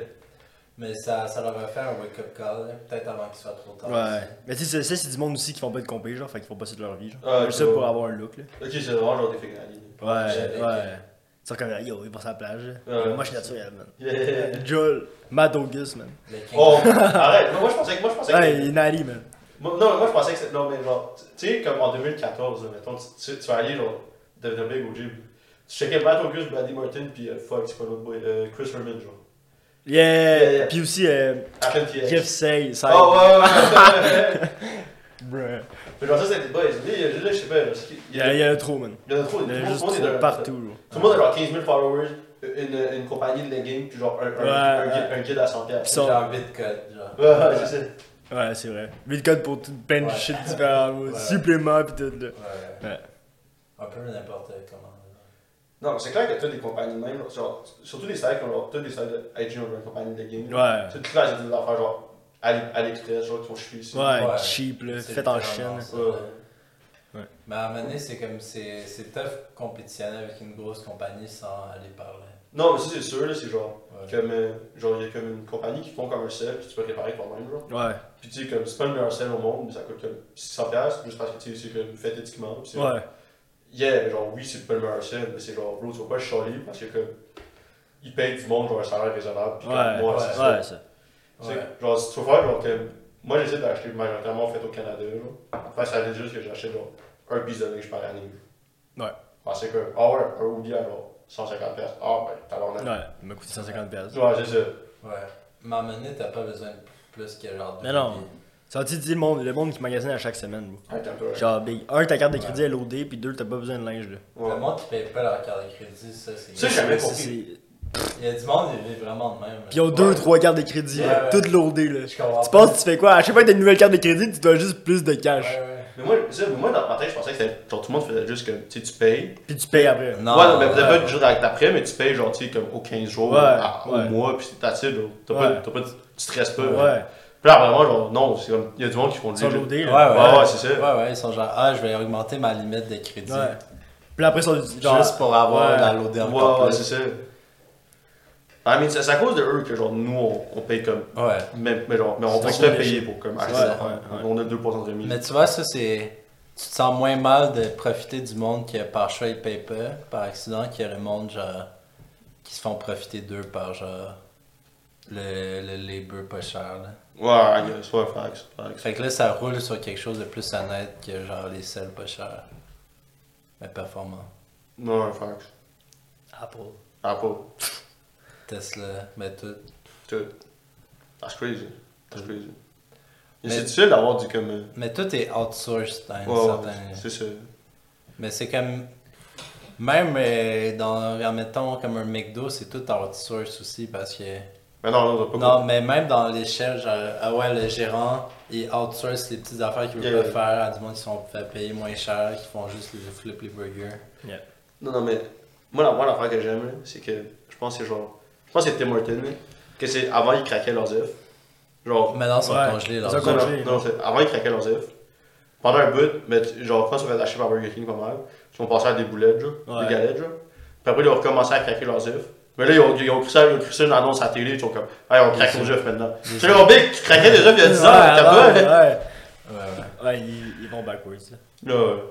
[SPEAKER 2] Mais ça, ça leur a fait un wake-up call, là, peut-être avant qu'il soit trop tard.
[SPEAKER 3] Ouais, mais tu sais, ça, c'est du monde aussi qui font pas de compé, genre, fait qu'ils font pas ça de leur vie, genre.
[SPEAKER 1] Ah,
[SPEAKER 3] juste ça
[SPEAKER 1] ouais.
[SPEAKER 3] pour avoir un look, là.
[SPEAKER 1] Ok, c'est vraiment genre des fake aliens.
[SPEAKER 3] Ouais,
[SPEAKER 2] J'avais-
[SPEAKER 3] ouais. Ils sont comme yo, ils passent à la plage, là.
[SPEAKER 1] Ouais.
[SPEAKER 3] Moi, je suis naturel, man.
[SPEAKER 1] Yeah.
[SPEAKER 3] Joel, Matt Auguste, man.
[SPEAKER 2] Le King-
[SPEAKER 1] Oh, arrête. Non, moi, je pensais que. Moi, je pensais que
[SPEAKER 3] Ouais, il est nali, man.
[SPEAKER 1] Moi- non, mais moi, je pensais que c'était. Non, mais genre, tu- tu sais, comme en 2014, là, mettons, tu, tu, tu vas aller, genre, devenir big au gym. Tu checkais Matt August, Brady Martin, puis euh, fuck, c'est pas l'autre boy, euh, Chris Herman, genre.
[SPEAKER 3] Yeah!
[SPEAKER 1] Yeah, yeah.
[SPEAKER 3] Puis aussi, euh,
[SPEAKER 1] Arrête qui
[SPEAKER 3] Jeff Say, ça.
[SPEAKER 1] Oh, ouais, ouais, ouais.
[SPEAKER 3] Bruh.
[SPEAKER 1] mais genre, ça, c'était des boys. Lui, il y a- là, je sais pas. parce qu'il-
[SPEAKER 3] Il y en a- il y en a trop, man.
[SPEAKER 1] Il y en a trop. tout
[SPEAKER 3] Il y
[SPEAKER 1] le
[SPEAKER 3] en a
[SPEAKER 1] monde-
[SPEAKER 3] juste
[SPEAKER 1] tout le monde est
[SPEAKER 3] trop
[SPEAKER 1] dans-
[SPEAKER 3] partout, genre.
[SPEAKER 1] Tout le monde a genre 15 000 followers, une, une compagnie de leggings, puis genre un, un, un,
[SPEAKER 3] Ouais,
[SPEAKER 1] guide- un guide à 100
[SPEAKER 3] Pis
[SPEAKER 1] piastres.
[SPEAKER 3] son-
[SPEAKER 2] Genre Bitcoin, genre.
[SPEAKER 1] Ouais, ouais, c'est ça.
[SPEAKER 3] Ouais, c'est vrai. Mais le code pour tout, plein de
[SPEAKER 2] Ouais.
[SPEAKER 3] shit différents, ouais.
[SPEAKER 2] Ouais.
[SPEAKER 3] suppléments pis tout, là.
[SPEAKER 2] Ouais.
[SPEAKER 3] Ouais.
[SPEAKER 2] Un peu n'importe comment.
[SPEAKER 1] Non, mais c'est clair que toutes les compagnies, de même, genre, surtout les sites qui ont genre, toutes les sites de IG ont une compagnie de leggings.
[SPEAKER 3] Ouais.
[SPEAKER 1] C'est clair, c'est des affaires genre à l'E- à l'express, genre qui sont chier ici.
[SPEAKER 3] Ouais,
[SPEAKER 2] Ouais.
[SPEAKER 3] cheap, là,
[SPEAKER 2] C'est
[SPEAKER 3] fait en
[SPEAKER 2] littéralement
[SPEAKER 3] Chine.
[SPEAKER 2] ça,
[SPEAKER 1] Ouais.
[SPEAKER 2] ouais.
[SPEAKER 3] Ouais.
[SPEAKER 2] Mais à un moment donné, c'est comme, c'est c'est tough compétitionner avec une grosse compagnie sans aller parler.
[SPEAKER 1] Non, mais ça c'est sûr, là, c'est genre,
[SPEAKER 2] Ouais.
[SPEAKER 1] comme, euh, genre, il y a comme une compagnie qui font comme un sel, puis tu peux réparer toi-même, genre.
[SPEAKER 3] Ouais,
[SPEAKER 1] Puis tu sais, comme, c'est pas le meilleur sel au monde, mais ça coûte comme 600$, piastres, juste parce que tu sais, c'est comme fait éthiquement, puis c'est
[SPEAKER 3] ouais.
[SPEAKER 1] yeah, genre oui, c'est pas le meilleur sel, mais c'est genre, bro, tu vas pas chialer parce que comme, ils payent du monde genre un salaire raisonnable, puis comme,
[SPEAKER 3] Ouais,
[SPEAKER 1] moi,
[SPEAKER 2] ouais,
[SPEAKER 1] c'est ça.
[SPEAKER 3] Ouais, ça.
[SPEAKER 1] Tu sais,
[SPEAKER 2] Ouais.
[SPEAKER 1] Genre, si tu veux faire, genre, comme, moi j'essaie d'acheter majoritairement fait au Canada, genre, face à juste que j'achète genre un bis de linge par année.
[SPEAKER 3] Ouais.
[SPEAKER 1] Parce que, ah ouais, un oubli à genre 150$, piastres. ah ben, t'as l'air
[SPEAKER 3] Ouais, il m'a coûté 150$. piastres.
[SPEAKER 1] Ouais, c'est ça.
[SPEAKER 2] Ouais. Mais à un moment donné, t'as pas besoin de plus que genre de.
[SPEAKER 3] Mais non. Ça tu dis le monde, le monde qui magasine à chaque semaine, bro.
[SPEAKER 1] Ouais, t'as un peu, ouais.
[SPEAKER 3] Genre, big. Un, ta carte de
[SPEAKER 2] Ouais.
[SPEAKER 3] crédit est loadée, pis deux, t'as pas besoin de linge, là.
[SPEAKER 1] Ouais.
[SPEAKER 2] Le monde qui paye pas leur carte de crédit, ça, c'est.
[SPEAKER 1] Ça, j'avais
[SPEAKER 3] C'est-
[SPEAKER 1] compris.
[SPEAKER 3] c'est-
[SPEAKER 2] Il y a du monde qui vit vraiment de même. là.
[SPEAKER 3] Pis ils ont deux,
[SPEAKER 1] Ouais. Ah,
[SPEAKER 3] trois cartes de crédit,
[SPEAKER 2] Ouais,
[SPEAKER 3] là,
[SPEAKER 2] ouais.
[SPEAKER 3] toutes loadées, là.
[SPEAKER 2] Je comprends
[SPEAKER 3] Tu
[SPEAKER 2] pas.
[SPEAKER 3] penses, tu fais quoi? À chaque fois que t'as une nouvelle carte de crédit, tu dois juste plus de cash.
[SPEAKER 2] Ouais, ouais.
[SPEAKER 1] Mais moi, ça, mais moi, dans ma tête, je pensais que c'était- genre, tout le monde faisait juste que, tu sais, tu payes.
[SPEAKER 3] Pis tu payes après.
[SPEAKER 2] Non,
[SPEAKER 1] ouais, non, mais peut-être
[SPEAKER 2] ouais.
[SPEAKER 1] pas du jour d'après, mais tu payes genre, tu sais, comme aux 15 jours,
[SPEAKER 3] Ouais,
[SPEAKER 1] à- au
[SPEAKER 3] ouais.
[SPEAKER 1] mois, puis t'as ça, genre. T'as
[SPEAKER 3] Ouais.
[SPEAKER 1] pas, t'as pas, de- tu stresses pas.
[SPEAKER 3] Ouais.
[SPEAKER 1] Puis là, vraiment, genre, non, c'est comme, il y a du monde qui font
[SPEAKER 3] Ils
[SPEAKER 1] le
[SPEAKER 3] sont
[SPEAKER 1] legit.
[SPEAKER 3] loadés,
[SPEAKER 2] Ouais,
[SPEAKER 3] là.
[SPEAKER 1] Ouais,
[SPEAKER 2] ouais.
[SPEAKER 1] ouais, c'est ça.
[SPEAKER 2] Ouais, ouais, ils sont genre, ah, je vais augmenter ma limite de crédit.
[SPEAKER 3] Ouais. Pis après, ils sont genre.
[SPEAKER 2] Juste pour avoir
[SPEAKER 3] Ouais.
[SPEAKER 2] la loader encore
[SPEAKER 1] Ouais, ouais,
[SPEAKER 2] plus.
[SPEAKER 1] c'est ça. Ah, mais c'est c'est à cause de eux que, genre, nous, on, on paye comme.
[SPEAKER 2] Ouais.
[SPEAKER 1] Mais, mais genre, mais on
[SPEAKER 3] C'est
[SPEAKER 1] va
[SPEAKER 3] un
[SPEAKER 1] se
[SPEAKER 3] peu
[SPEAKER 1] faire
[SPEAKER 3] léger.
[SPEAKER 1] payer pour comme acheter
[SPEAKER 3] Ouais,
[SPEAKER 1] ça.
[SPEAKER 3] ouais, ouais.
[SPEAKER 1] On a 2% de remise.
[SPEAKER 2] Mais tu vois, ça, c'est. Tu te sens moins mal de profiter du monde que par choix ils payent pas, par accident, que le monde, genre. qui se font profiter d'eux par, genre. le, le labor pas cher, là.
[SPEAKER 1] Ouais, I guess, ouais, facts, facts.
[SPEAKER 2] Fait que là, ça roule sur quelque chose de plus honnête que, genre, les sels pas chers. Mais performants.
[SPEAKER 1] Non, facts. Ah,
[SPEAKER 3] Apple.
[SPEAKER 1] Apple,
[SPEAKER 2] Tesla, mais tout.
[SPEAKER 1] tout. That's crazy.
[SPEAKER 3] Mm.
[SPEAKER 1] That's crazy. Et
[SPEAKER 2] Mais-
[SPEAKER 1] C'est difficile d'avoir du comme. euh,
[SPEAKER 2] Mais tout est outsourced à une
[SPEAKER 1] Ouais, ouais,
[SPEAKER 2] certaine.
[SPEAKER 1] c'est ça.
[SPEAKER 2] Mais c'est comme. Même euh, dans. Admettons, comme un McDo, c'est tout outsourced aussi parce que.
[SPEAKER 1] Mais non, non, t'as pas
[SPEAKER 2] Non, mais même dans l'échelle, genre, ah ouais, le gérant, il outsource les petites affaires qu'il veut
[SPEAKER 1] Yeah.
[SPEAKER 2] pas faire à du monde qui sont fait payer moins cher, qui font juste les flip les burgers.
[SPEAKER 1] Non, non, mais moi, la, moi l'affaire que j'aime, là, c'est que je pense que c'est genre, Je pense que c'est Tim Hortons, là, que c'est avant ils craquaient leurs œufs. Genre,
[SPEAKER 2] Maintenant, ils sont
[SPEAKER 3] Ouais.
[SPEAKER 2] congelés. Là.
[SPEAKER 3] Ils sont
[SPEAKER 1] non, non,
[SPEAKER 3] congelés.
[SPEAKER 1] non, c'est- avant ils craquaient leurs œufs. Pendant un bout, mais tu- genre, quand ils se fait lâcher par Burger King pas mal, ils sont passés à des boulettes, genre,
[SPEAKER 3] Ouais.
[SPEAKER 1] des galettes, genre. Puis après, ils ont recommencé à craquer leurs œufs. Mais là, ils ont, ils ont, cru ça, ils ont cru ça une annonce à la télé, ils sont comme, hey, on craque nos œufs maintenant. Tu sais, genre, Big, tu craquais des œufs il y a 10 ans, t'as pas. hein?
[SPEAKER 3] ouais, ouais.
[SPEAKER 2] Ouais, ouais.
[SPEAKER 3] Ouais, ils, ils vont backwards. là.
[SPEAKER 1] Là, ouais.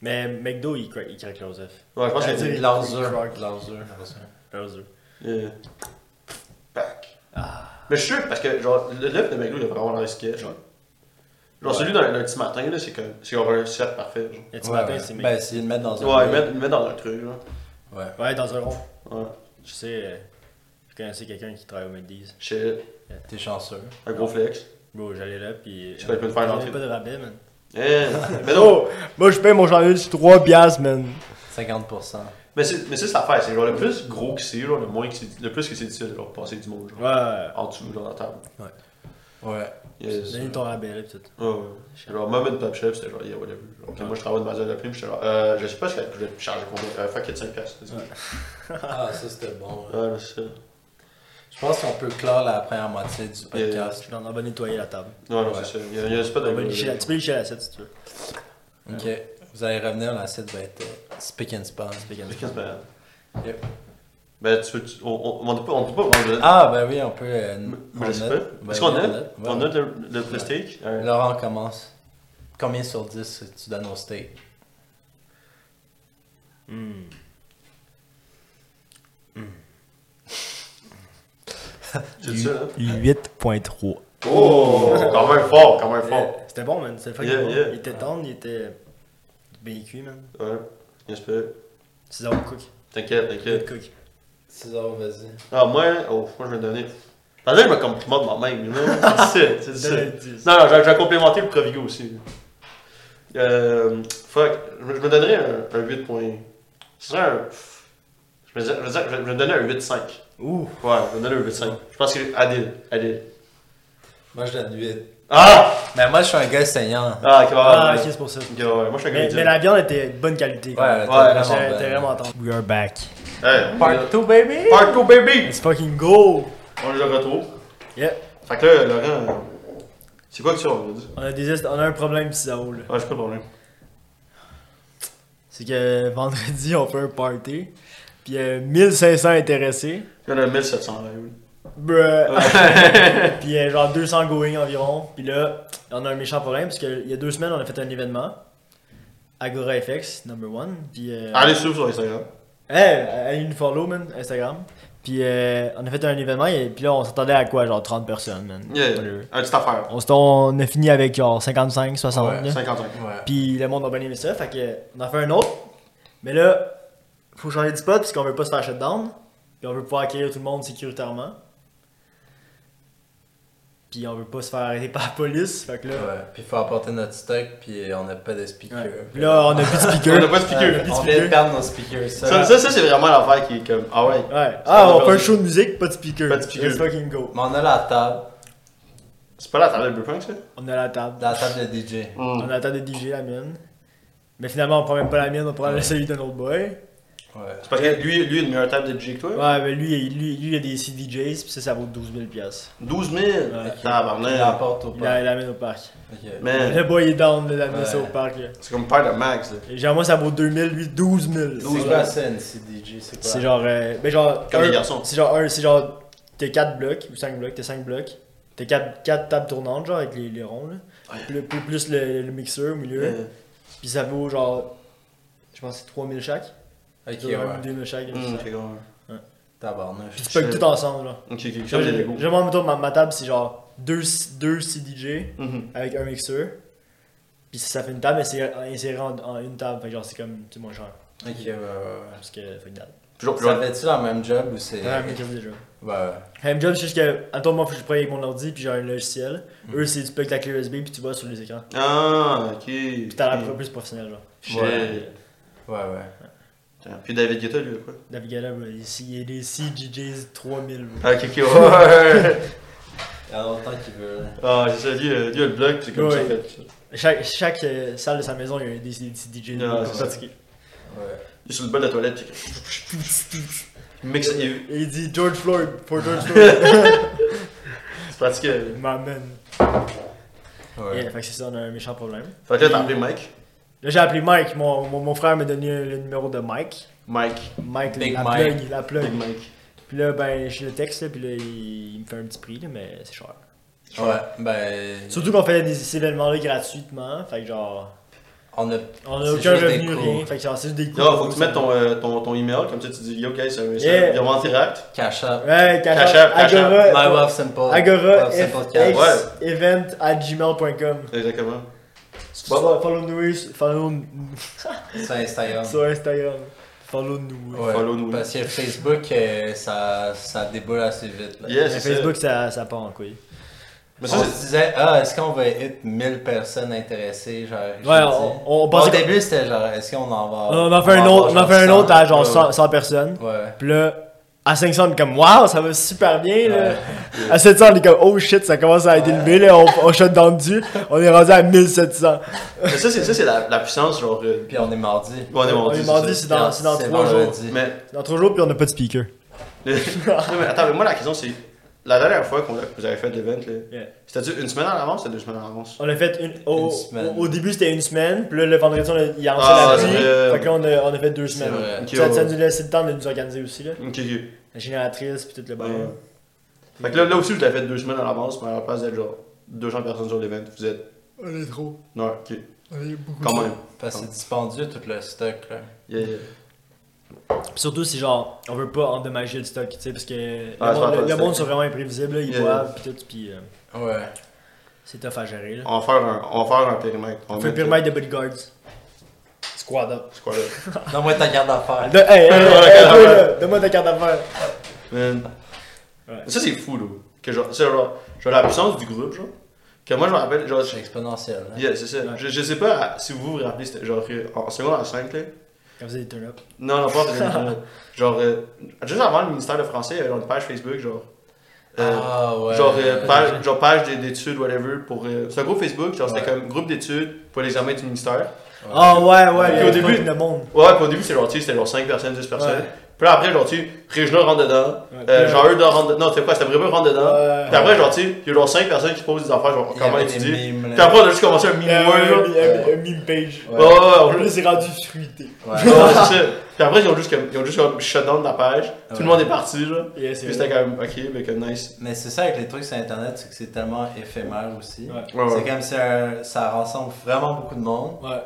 [SPEAKER 3] Mais McDo, ils cra- ils craquent leurs œufs.
[SPEAKER 1] Ouais, je pense que
[SPEAKER 3] Ouais,
[SPEAKER 1] c'est.
[SPEAKER 3] dis-
[SPEAKER 2] Leurs œufs.
[SPEAKER 3] Crocs.
[SPEAKER 2] Leurs œufs. leurs œufs.
[SPEAKER 3] Leurs œufs.
[SPEAKER 1] Euh, Back.
[SPEAKER 3] Ah.
[SPEAKER 1] Mais je suis sûr, parce que genre, le l'œuf de McDo, il a vraiment l'air sketch. Genre, Genre,
[SPEAKER 3] Ouais.
[SPEAKER 1] celui d'un d'un petit matin, là, c'est comme. C'est genre un set parfait. Genre.
[SPEAKER 3] Le petit
[SPEAKER 2] Ouais,
[SPEAKER 3] matin,
[SPEAKER 2] ouais.
[SPEAKER 3] c'est
[SPEAKER 2] Ben,
[SPEAKER 3] McDo.
[SPEAKER 2] essayer de mettre dans un.
[SPEAKER 1] Ouais, ils mettent ils mettent dans un truc, là.
[SPEAKER 2] Ouais.
[SPEAKER 3] Ouais, dans un rond.
[SPEAKER 1] Ouais.
[SPEAKER 3] Je sais, euh, je connaissais quelqu'un qui travaille au McDee's.
[SPEAKER 1] Shit.
[SPEAKER 2] T'es chanceux.
[SPEAKER 1] Un gros flex.
[SPEAKER 3] Bro, j'allais là, puis. euh,
[SPEAKER 1] Tu peux pas te faire
[SPEAKER 3] J'avais
[SPEAKER 1] l'entrée.
[SPEAKER 3] pas de rabais, man.
[SPEAKER 1] Eh, mais non!
[SPEAKER 3] moi, je paye mon sandwich 3 piastres, man.
[SPEAKER 2] 50%.
[SPEAKER 1] Mais c'est mais c'est cette affaire, c'est genre le plus gros que c'est, genre, le moins que c'est. Le plus que c'est difficile, genre, passer du monde, genre.
[SPEAKER 3] Ouais, ouais.
[SPEAKER 1] En dessous, genre, dans la table.
[SPEAKER 2] Ouais.
[SPEAKER 1] Yes.
[SPEAKER 3] Donne ton rabais, là, pis tout.
[SPEAKER 1] Ouais, ouais. Genre, même une top chef, c'était genre, yeah, whatever. Genre, Puis moi, je travaille de ma zone de prime, j'étais genre, euh, je sais pas ce que je vais te charger combien. Euh, fuck it, 5 piastres. vas-y.
[SPEAKER 2] Ah, ça c'était bon. ouais.
[SPEAKER 1] Ouais, c'est ça.
[SPEAKER 2] Je pense qu'on peut clore la première moitié du podcast.
[SPEAKER 3] On va nettoyer la table.
[SPEAKER 1] Non, non,
[SPEAKER 2] Ouais.
[SPEAKER 1] c'est ça. Il y a, il y a c'est pas
[SPEAKER 3] On va licher la-
[SPEAKER 1] de.
[SPEAKER 3] Tu peux licher l'assiette si tu veux.
[SPEAKER 2] Ok. Vous allez revenir, l'assiette va être euh, speak and span.
[SPEAKER 1] Mais qu'est-ce que c'est?
[SPEAKER 2] Yep.
[SPEAKER 1] Ben, tu veux. tu- On on- on dit pas. On dit pas. On dit
[SPEAKER 2] Ah, ben oui, on peut. euh, on
[SPEAKER 1] Mais je sais
[SPEAKER 2] note.
[SPEAKER 1] pas.
[SPEAKER 2] Ben
[SPEAKER 1] Est-ce qu'on
[SPEAKER 2] oui,
[SPEAKER 1] a
[SPEAKER 2] note. Ouais,
[SPEAKER 1] On
[SPEAKER 2] ouais.
[SPEAKER 1] a le le- le steak Un-
[SPEAKER 2] Laurent commence. Combien sur 10 tu donnes au steak
[SPEAKER 3] Hmm.
[SPEAKER 1] C'est ça, hein? là
[SPEAKER 3] 8.3.
[SPEAKER 1] Oh Quand même fort, quand même fort.
[SPEAKER 3] Yeah. Eh, C'était bon, man. C'était fucking
[SPEAKER 1] Yeah,
[SPEAKER 3] bon.
[SPEAKER 1] yeah.
[SPEAKER 3] Il était tendre, il était bien cuit, man.
[SPEAKER 1] Ouais. J'espère.
[SPEAKER 3] C'est ça, cook.
[SPEAKER 1] T'inquiète,
[SPEAKER 3] Good
[SPEAKER 1] t'inquiète.
[SPEAKER 3] cook.
[SPEAKER 2] César, vas-y.
[SPEAKER 1] Ah, moi, oh, moi, je vais donner. Attendez, je me complimente moi-même, you know? C'est difficile, c'est
[SPEAKER 3] Donne un
[SPEAKER 1] difficile.
[SPEAKER 3] 10.
[SPEAKER 1] Non, non, j'ai j'ai complémenté le Provigo aussi. Euh, fuck, je me je me donnerais un, un 8 points. Ce serait un. Je me, dis- je, me dis- je me donnerais un 8-5.
[SPEAKER 3] Ouh.
[SPEAKER 1] Ouais, je me donnerais un 8-5. Je pense que Adil. Adil.
[SPEAKER 2] Moi, je donne 8.
[SPEAKER 1] Ah!
[SPEAKER 2] Mais moi, je suis un gars saignant.
[SPEAKER 1] Ah, ok,
[SPEAKER 3] Ah,
[SPEAKER 1] bah,
[SPEAKER 3] ok, c'est pour ça.
[SPEAKER 1] Ok, ouais, ouais, moi, je suis un
[SPEAKER 3] Mais,
[SPEAKER 1] comédien.
[SPEAKER 3] mais la viande était de bonne qualité. quand
[SPEAKER 2] Ouais,
[SPEAKER 3] même.
[SPEAKER 2] t'es
[SPEAKER 1] Ouais,
[SPEAKER 2] vraiment
[SPEAKER 3] T'es
[SPEAKER 2] bonne.
[SPEAKER 3] t'es vraiment tendre. We are back.
[SPEAKER 1] Hey, on
[SPEAKER 2] Part 2, baby!
[SPEAKER 1] les a- Part two, baby!
[SPEAKER 3] Let's fucking go!
[SPEAKER 1] On les a retrouve.
[SPEAKER 3] Yeah.
[SPEAKER 1] Fait que là, Laurent, euh, c'est quoi que tu as, on va dire?
[SPEAKER 3] On a, des, est- on a un problème, Sao, là.
[SPEAKER 1] Ah, j'ai pas de problème.
[SPEAKER 3] C'est que vendredi, on fait un party. Puis euh, 1500 intéressés.
[SPEAKER 1] Il y en a 1700 là, oui.
[SPEAKER 3] Bruh. Puis euh, genre 200 going environ. Puis là, on a un méchant problème parce qu'il y a deux semaines, on a fait un événement. Agora FX, number one. Puis. euh,
[SPEAKER 1] Allez suivre sur Instagram.
[SPEAKER 3] Hey, allez nous follow, man, Instagram. Puis euh, on a fait un événement, et puis là, on s'attendait à quoi Genre 30 personnes, man.
[SPEAKER 1] Yeah,
[SPEAKER 3] Whatever.
[SPEAKER 1] un petit affaire.
[SPEAKER 3] On, s'est- on a fini avec genre 55, 60.
[SPEAKER 2] Ouais.
[SPEAKER 3] là.
[SPEAKER 1] 55.
[SPEAKER 2] Ouais.
[SPEAKER 3] Puis le monde a bien aimé ça, fait que on a fait un autre. Mais là, faut changer de spot parce qu'on veut pas se faire shutdown. Puis on veut pouvoir accueillir tout le monde sécuritairement. Puis on veut pas se faire arrêter par la police, fait que là.
[SPEAKER 2] Ouais. Puis il faut apporter notre stock, puis on n'a pas de speaker.
[SPEAKER 3] Ouais. Puis là, on a plus de
[SPEAKER 1] On n'a
[SPEAKER 3] speaker.
[SPEAKER 1] pas de speaker.
[SPEAKER 2] on vient de perdre nos speakers.
[SPEAKER 1] Ça, ça, ça, c'est vraiment l'affaire qui est comme. Ah ouais.
[SPEAKER 3] Ouais. Ah, on fait un
[SPEAKER 1] perdu.
[SPEAKER 3] show de musique, pas de speaker.
[SPEAKER 1] Pas de speaker.
[SPEAKER 3] Let's fucking go.
[SPEAKER 2] Mais on a la table,
[SPEAKER 1] C'est pas la table de Burpunk, ça?
[SPEAKER 3] On a la table.
[SPEAKER 2] la table de DJ.
[SPEAKER 3] On attend de DJ la mienne. Mais finalement, on prend même pas la mienne, on prend celui d'un autre boy.
[SPEAKER 2] Ouais.
[SPEAKER 1] C'est parce que lui, lui, il a une meilleure table de DJ que toi.
[SPEAKER 3] Ouais, mais lui, il- lui, lui, il a des CDJs, puis ça, ça vaut 12 000 piastes.
[SPEAKER 1] 12 000.
[SPEAKER 2] Il
[SPEAKER 1] Tabarnak.
[SPEAKER 2] l'apporte au
[SPEAKER 3] Il la-
[SPEAKER 2] parc.
[SPEAKER 3] il l'amène au parc.
[SPEAKER 2] Ok.
[SPEAKER 1] Man,
[SPEAKER 3] Le boy il est down de l'amener
[SPEAKER 2] Ouais.
[SPEAKER 3] ça au parc. Là.
[SPEAKER 1] c'est comme paire de max, là.
[SPEAKER 3] Et genre, moi, ça vaut 2 000, lui, 12 000.
[SPEAKER 2] C'est
[SPEAKER 1] 12
[SPEAKER 3] C'est
[SPEAKER 1] 000.
[SPEAKER 2] quoi
[SPEAKER 3] genre-
[SPEAKER 2] ça, une CDJ? C'est quoi?
[SPEAKER 3] C'est genre. euh, ben, genre
[SPEAKER 1] Comme
[SPEAKER 3] un-
[SPEAKER 1] les garçons.
[SPEAKER 3] C'est genre, un, c'est genre, t'es 4 blocs, ou 5 blocs, t'es 5 blocs. T'es 4, tables tournantes, genre, avec les, les ronds, là.
[SPEAKER 1] Ouais.
[SPEAKER 3] Plus, plus, plus le, le mixeur au milieu.
[SPEAKER 1] Euh,
[SPEAKER 3] Puis ça vaut genre. Je pense que c'est 3 000 chaque.
[SPEAKER 2] Ok,
[SPEAKER 3] Genre,
[SPEAKER 2] ouais.
[SPEAKER 3] 2 000 chaque. là,
[SPEAKER 1] hum,
[SPEAKER 3] c'est ça.
[SPEAKER 1] Ok, bon.
[SPEAKER 2] Tabarnouche.
[SPEAKER 3] Puis tu peux tout ensemble, là.
[SPEAKER 1] Ok, ok, ça, j'ai des goûts.
[SPEAKER 3] Je m'en mettons ma, ma table, c'est genre deux, deux CDJ
[SPEAKER 1] Mhm.
[SPEAKER 3] avec un mixeur. Puis ça fait une table, mais c'est inséré en, en une table. Fait que genre, c'est comme, tu sais, moins cher.
[SPEAKER 2] Ok, ouais, ouais, ouais.
[SPEAKER 3] Parce que, fait une table.
[SPEAKER 1] Puis genre-
[SPEAKER 2] Ça
[SPEAKER 1] genre-
[SPEAKER 2] fait-tu la même job ou c'est.
[SPEAKER 1] Euh,
[SPEAKER 3] Ouais, mais job déjà.
[SPEAKER 2] Ouais, ouais.
[SPEAKER 3] Même job, c'est juste que, attends, moi, faut que je travaille avec mon ordi, puis j'ai un logiciel.
[SPEAKER 1] Mhm.
[SPEAKER 3] Eux, c'est tu peux avec la clé USB, puis tu vois sur les écrans.
[SPEAKER 1] Ah, ok.
[SPEAKER 3] Puis t'as l'air plus professionnel, genre.
[SPEAKER 1] Shit.
[SPEAKER 2] Ouais, ouais.
[SPEAKER 1] Putain, Puis David Guetta, lui, quoi.
[SPEAKER 3] Navigala, bro, il il y a des CDJs 3000, bro.
[SPEAKER 1] Ah, ok, ok, ouais.
[SPEAKER 2] Il y a longtemps qu'il veut. là.
[SPEAKER 1] Ah, c'est ça, lui, euh, lui, il a le bloc, c'est comme ça
[SPEAKER 3] Ouais.
[SPEAKER 1] fait.
[SPEAKER 3] Chaque, chaque euh, salle de sa maison, il y a des, des CDJs.
[SPEAKER 1] Ah,
[SPEAKER 3] bro,
[SPEAKER 1] c'est
[SPEAKER 3] pour
[SPEAKER 1] ça.
[SPEAKER 3] pratiquer.
[SPEAKER 2] Ouais.
[SPEAKER 1] Il est sur le bol de la toilette, puis- Mix, il,
[SPEAKER 3] Et il dit George Floyd pour George Floyd.
[SPEAKER 1] c'est pratique. euh,
[SPEAKER 3] M'amène.
[SPEAKER 2] Ouais.
[SPEAKER 3] Yeah, fait que c'est ça, on a un méchant problème.
[SPEAKER 1] Fait que là, t'as appelé Mike.
[SPEAKER 3] Là, j'ai appelé Mike. Mon, mon, mon frère m'a donné le numéro de Mike.
[SPEAKER 1] Mike.
[SPEAKER 3] Mike,
[SPEAKER 2] Big
[SPEAKER 3] la
[SPEAKER 2] Mike.
[SPEAKER 3] plug, la plug.
[SPEAKER 1] Big Mike.
[SPEAKER 3] Puis là, ben, je le texte, là, puis là, il, il me fait un petit prix, là, mais c'est cher.
[SPEAKER 2] Ouais, ben.
[SPEAKER 3] Surtout qu'on faisait des, ces événements-là gratuitement, fait que genre,
[SPEAKER 2] On a.
[SPEAKER 3] on
[SPEAKER 2] C'est
[SPEAKER 3] a aucun
[SPEAKER 2] juste des
[SPEAKER 3] revenu,
[SPEAKER 2] coûts.
[SPEAKER 3] rien, fait que genre, c'est juste des coûts.
[SPEAKER 1] Là, faut que tu mettes ton, euh, ton, ton email, comme ça tu dis, yo, guys, c'est un
[SPEAKER 3] Yeah.
[SPEAKER 1] c'est un vente direct.
[SPEAKER 2] Cash up.
[SPEAKER 3] Ouais,
[SPEAKER 1] Cash
[SPEAKER 3] Cash
[SPEAKER 1] App,
[SPEAKER 3] App,
[SPEAKER 1] Cash App.
[SPEAKER 3] Agora,
[SPEAKER 2] My Love Simple.
[SPEAKER 3] Agora,
[SPEAKER 2] Love
[SPEAKER 3] F-
[SPEAKER 2] Simple Cash.
[SPEAKER 3] X,
[SPEAKER 1] Ouais.
[SPEAKER 3] event at gmail.com.
[SPEAKER 1] Exactement.
[SPEAKER 3] Follow follow nous, follow nous
[SPEAKER 2] Sur Instagram.
[SPEAKER 3] sur Instagram. Follow nous.
[SPEAKER 2] Ouais,
[SPEAKER 1] Follow nous.
[SPEAKER 2] Parce que Facebook, euh, ça, ça déboule assez vite. là.
[SPEAKER 1] Yeah,
[SPEAKER 3] Mais
[SPEAKER 1] c'est ça.
[SPEAKER 3] Facebook, ça, ça part en couille.
[SPEAKER 1] Mais ça,
[SPEAKER 2] on
[SPEAKER 1] c'est-
[SPEAKER 2] se disait, ah, est-ce qu'on va hit 1000 personnes intéressées? Genre, je
[SPEAKER 3] Ouais,
[SPEAKER 2] dis.
[SPEAKER 3] on, on
[SPEAKER 2] Au
[SPEAKER 3] pensait.
[SPEAKER 2] début, c'était genre, est-ce qu'on en va.
[SPEAKER 3] On en a fait un
[SPEAKER 2] va
[SPEAKER 3] autre, on en
[SPEAKER 2] avoir
[SPEAKER 3] a fait un
[SPEAKER 2] genre
[SPEAKER 3] autre à genre
[SPEAKER 1] ouais.
[SPEAKER 3] 100, 100 personnes.
[SPEAKER 2] 100? Ouais.
[SPEAKER 3] Puis là, à 500, on est comme, waouh, ça va super bien, là.
[SPEAKER 2] Ouais.
[SPEAKER 3] À 700, on est comme, oh shit, ça commence à délever, là. On, on shot dans le dessus. On est rendu à 1700.
[SPEAKER 1] mais ça, c'est ça, c'est la, la puissance, genre. euh,
[SPEAKER 2] Puis on est mardi.
[SPEAKER 1] on est
[SPEAKER 3] On
[SPEAKER 1] mardi.
[SPEAKER 3] est
[SPEAKER 1] c'est ça.
[SPEAKER 3] mardi, c'est dans, c'est dans
[SPEAKER 2] Ah, C'est
[SPEAKER 3] 3 jours.
[SPEAKER 2] vendredi.
[SPEAKER 1] Mais
[SPEAKER 3] C'est Dans 3 jours, puis on n'a pas de speaker.
[SPEAKER 1] Le- non, mais attends, mais moi la question c'est. La dernière fois qu'on a- que vous avez fait l'event, là,
[SPEAKER 3] Yeah.
[SPEAKER 1] c'était-tu une semaine en avance ou deux semaines en avance?
[SPEAKER 3] On a fait une. Au,
[SPEAKER 2] Une semaine.
[SPEAKER 3] au- au début, c'était une semaine. Puis là, le vendredi, on a, il a lancé
[SPEAKER 1] Ah,
[SPEAKER 3] la
[SPEAKER 1] c'est
[SPEAKER 3] nuit.
[SPEAKER 1] vrai.
[SPEAKER 3] Fait que là, on a, on a fait deux semaines.
[SPEAKER 2] vrai.
[SPEAKER 1] Ok,
[SPEAKER 3] Euh, Ça,
[SPEAKER 1] ouais.
[SPEAKER 3] ça nous laissait le temps de nous organiser aussi, là.
[SPEAKER 1] Ok, ok. Ouais.
[SPEAKER 3] La génératrice, puis tout le bail.
[SPEAKER 1] Fait que là, là aussi, vous l'avez fait deux semaines en avance, mais à la place d'être genre 200 personnes sur l'event, vous êtes.
[SPEAKER 3] On est trop.
[SPEAKER 1] Non, ok.
[SPEAKER 3] On est beaucoup.
[SPEAKER 1] Quand même.
[SPEAKER 2] Parce que c'est dispendieux tout le stock. Là.
[SPEAKER 1] Yeah, yeah.
[SPEAKER 3] Surtout si genre on veut pas endommager le stock, tu sais, parce que le
[SPEAKER 1] Ah, c'est pas
[SPEAKER 3] monde, le-
[SPEAKER 1] le
[SPEAKER 3] le
[SPEAKER 1] stock.
[SPEAKER 3] monde sont vraiment imprévisibles, là, ils
[SPEAKER 1] Yeah.
[SPEAKER 3] boivent pis tout, pis euh,
[SPEAKER 2] Ouais.
[SPEAKER 3] c'est tough à gérer là.
[SPEAKER 1] On va faire un, on va faire un périmètre.
[SPEAKER 3] On
[SPEAKER 1] va
[SPEAKER 3] fait le
[SPEAKER 1] mettre-
[SPEAKER 3] pyramide de bodyguards. Squad up.
[SPEAKER 1] C'est quoi là?
[SPEAKER 2] Donne-moi ta garde d'affaires.
[SPEAKER 3] De, hey, hey, hey,
[SPEAKER 1] Ouais,
[SPEAKER 3] hey,
[SPEAKER 1] ouais,
[SPEAKER 3] toi,
[SPEAKER 1] ouais.
[SPEAKER 3] là, Donne-moi ta carte d'affaires.
[SPEAKER 1] Man.
[SPEAKER 3] Ouais.
[SPEAKER 1] Ça, c'est fou, là. Que genre, c'est genre, genre la puissance du groupe, genre. Que moi, je me rappelle, genre,
[SPEAKER 2] C'est exponentiel. hein. là.
[SPEAKER 1] yeah, c'est ça.
[SPEAKER 3] Ouais.
[SPEAKER 1] Je, je sais pas si vous vous rappelez, c'était genre que en seconde à 5, là.
[SPEAKER 3] Quand vous avez turn up.
[SPEAKER 1] Non, non, pas en fait, euh, Genre, euh, juste avant le ministère de français, il y avait genre une page Facebook, genre. euh,
[SPEAKER 2] ah ouais.
[SPEAKER 1] Genre, euh, page, genre page d'é- d'études, whatever, pour... euh, c'est un groupe Facebook, genre c'était
[SPEAKER 2] Ouais.
[SPEAKER 1] comme groupe d'études pour l'examen du ministère.
[SPEAKER 3] Ah ouais, ouais,
[SPEAKER 1] Puis
[SPEAKER 3] il y
[SPEAKER 1] au
[SPEAKER 3] a
[SPEAKER 1] début-
[SPEAKER 3] fucking de monde.
[SPEAKER 1] Ouais, puis au début, c'est genre, tu sais, c'était genre 5 personnes, 10 personnes.
[SPEAKER 3] Ouais.
[SPEAKER 1] Puis là, après, genre, tu sais, Réginald rentre dedans,
[SPEAKER 3] Ouais,
[SPEAKER 1] euh,
[SPEAKER 3] puis là-
[SPEAKER 1] Jean-Eudes rentre dedans, non, c'était quoi, c'était vraiment rentre dedans.
[SPEAKER 3] Ouais.
[SPEAKER 1] Puis après, genre, tu sais, il y a genre 5 personnes qui posent des affaires, genre, comment étudier.
[SPEAKER 2] Mimes,
[SPEAKER 1] Puis après, on a juste commencé un mini
[SPEAKER 3] Ouais,
[SPEAKER 1] war, genre.
[SPEAKER 3] Ah, ouais, ouais, ouais, un meme page.
[SPEAKER 1] Ouais, ouais, ouais, on-
[SPEAKER 3] Là, c'est rendu fruité.
[SPEAKER 1] Ouais, c'est ça. Puis après, ils ont juste comme, ils ont juste comme shutdown de la page. Tout
[SPEAKER 2] Ouais.
[SPEAKER 1] le monde est parti, genre.
[SPEAKER 3] Yeah, c'est
[SPEAKER 1] Puis
[SPEAKER 3] vrai.
[SPEAKER 1] c'était quand même, ok, mais que nice.
[SPEAKER 2] Mais c'est ça avec les trucs sur Internet, c'est que c'est tellement éphémère aussi.
[SPEAKER 3] Ouais.
[SPEAKER 1] Ouais, ouais.
[SPEAKER 2] C'est comme si un- ça rassemble vraiment beaucoup de monde,
[SPEAKER 3] Ouais.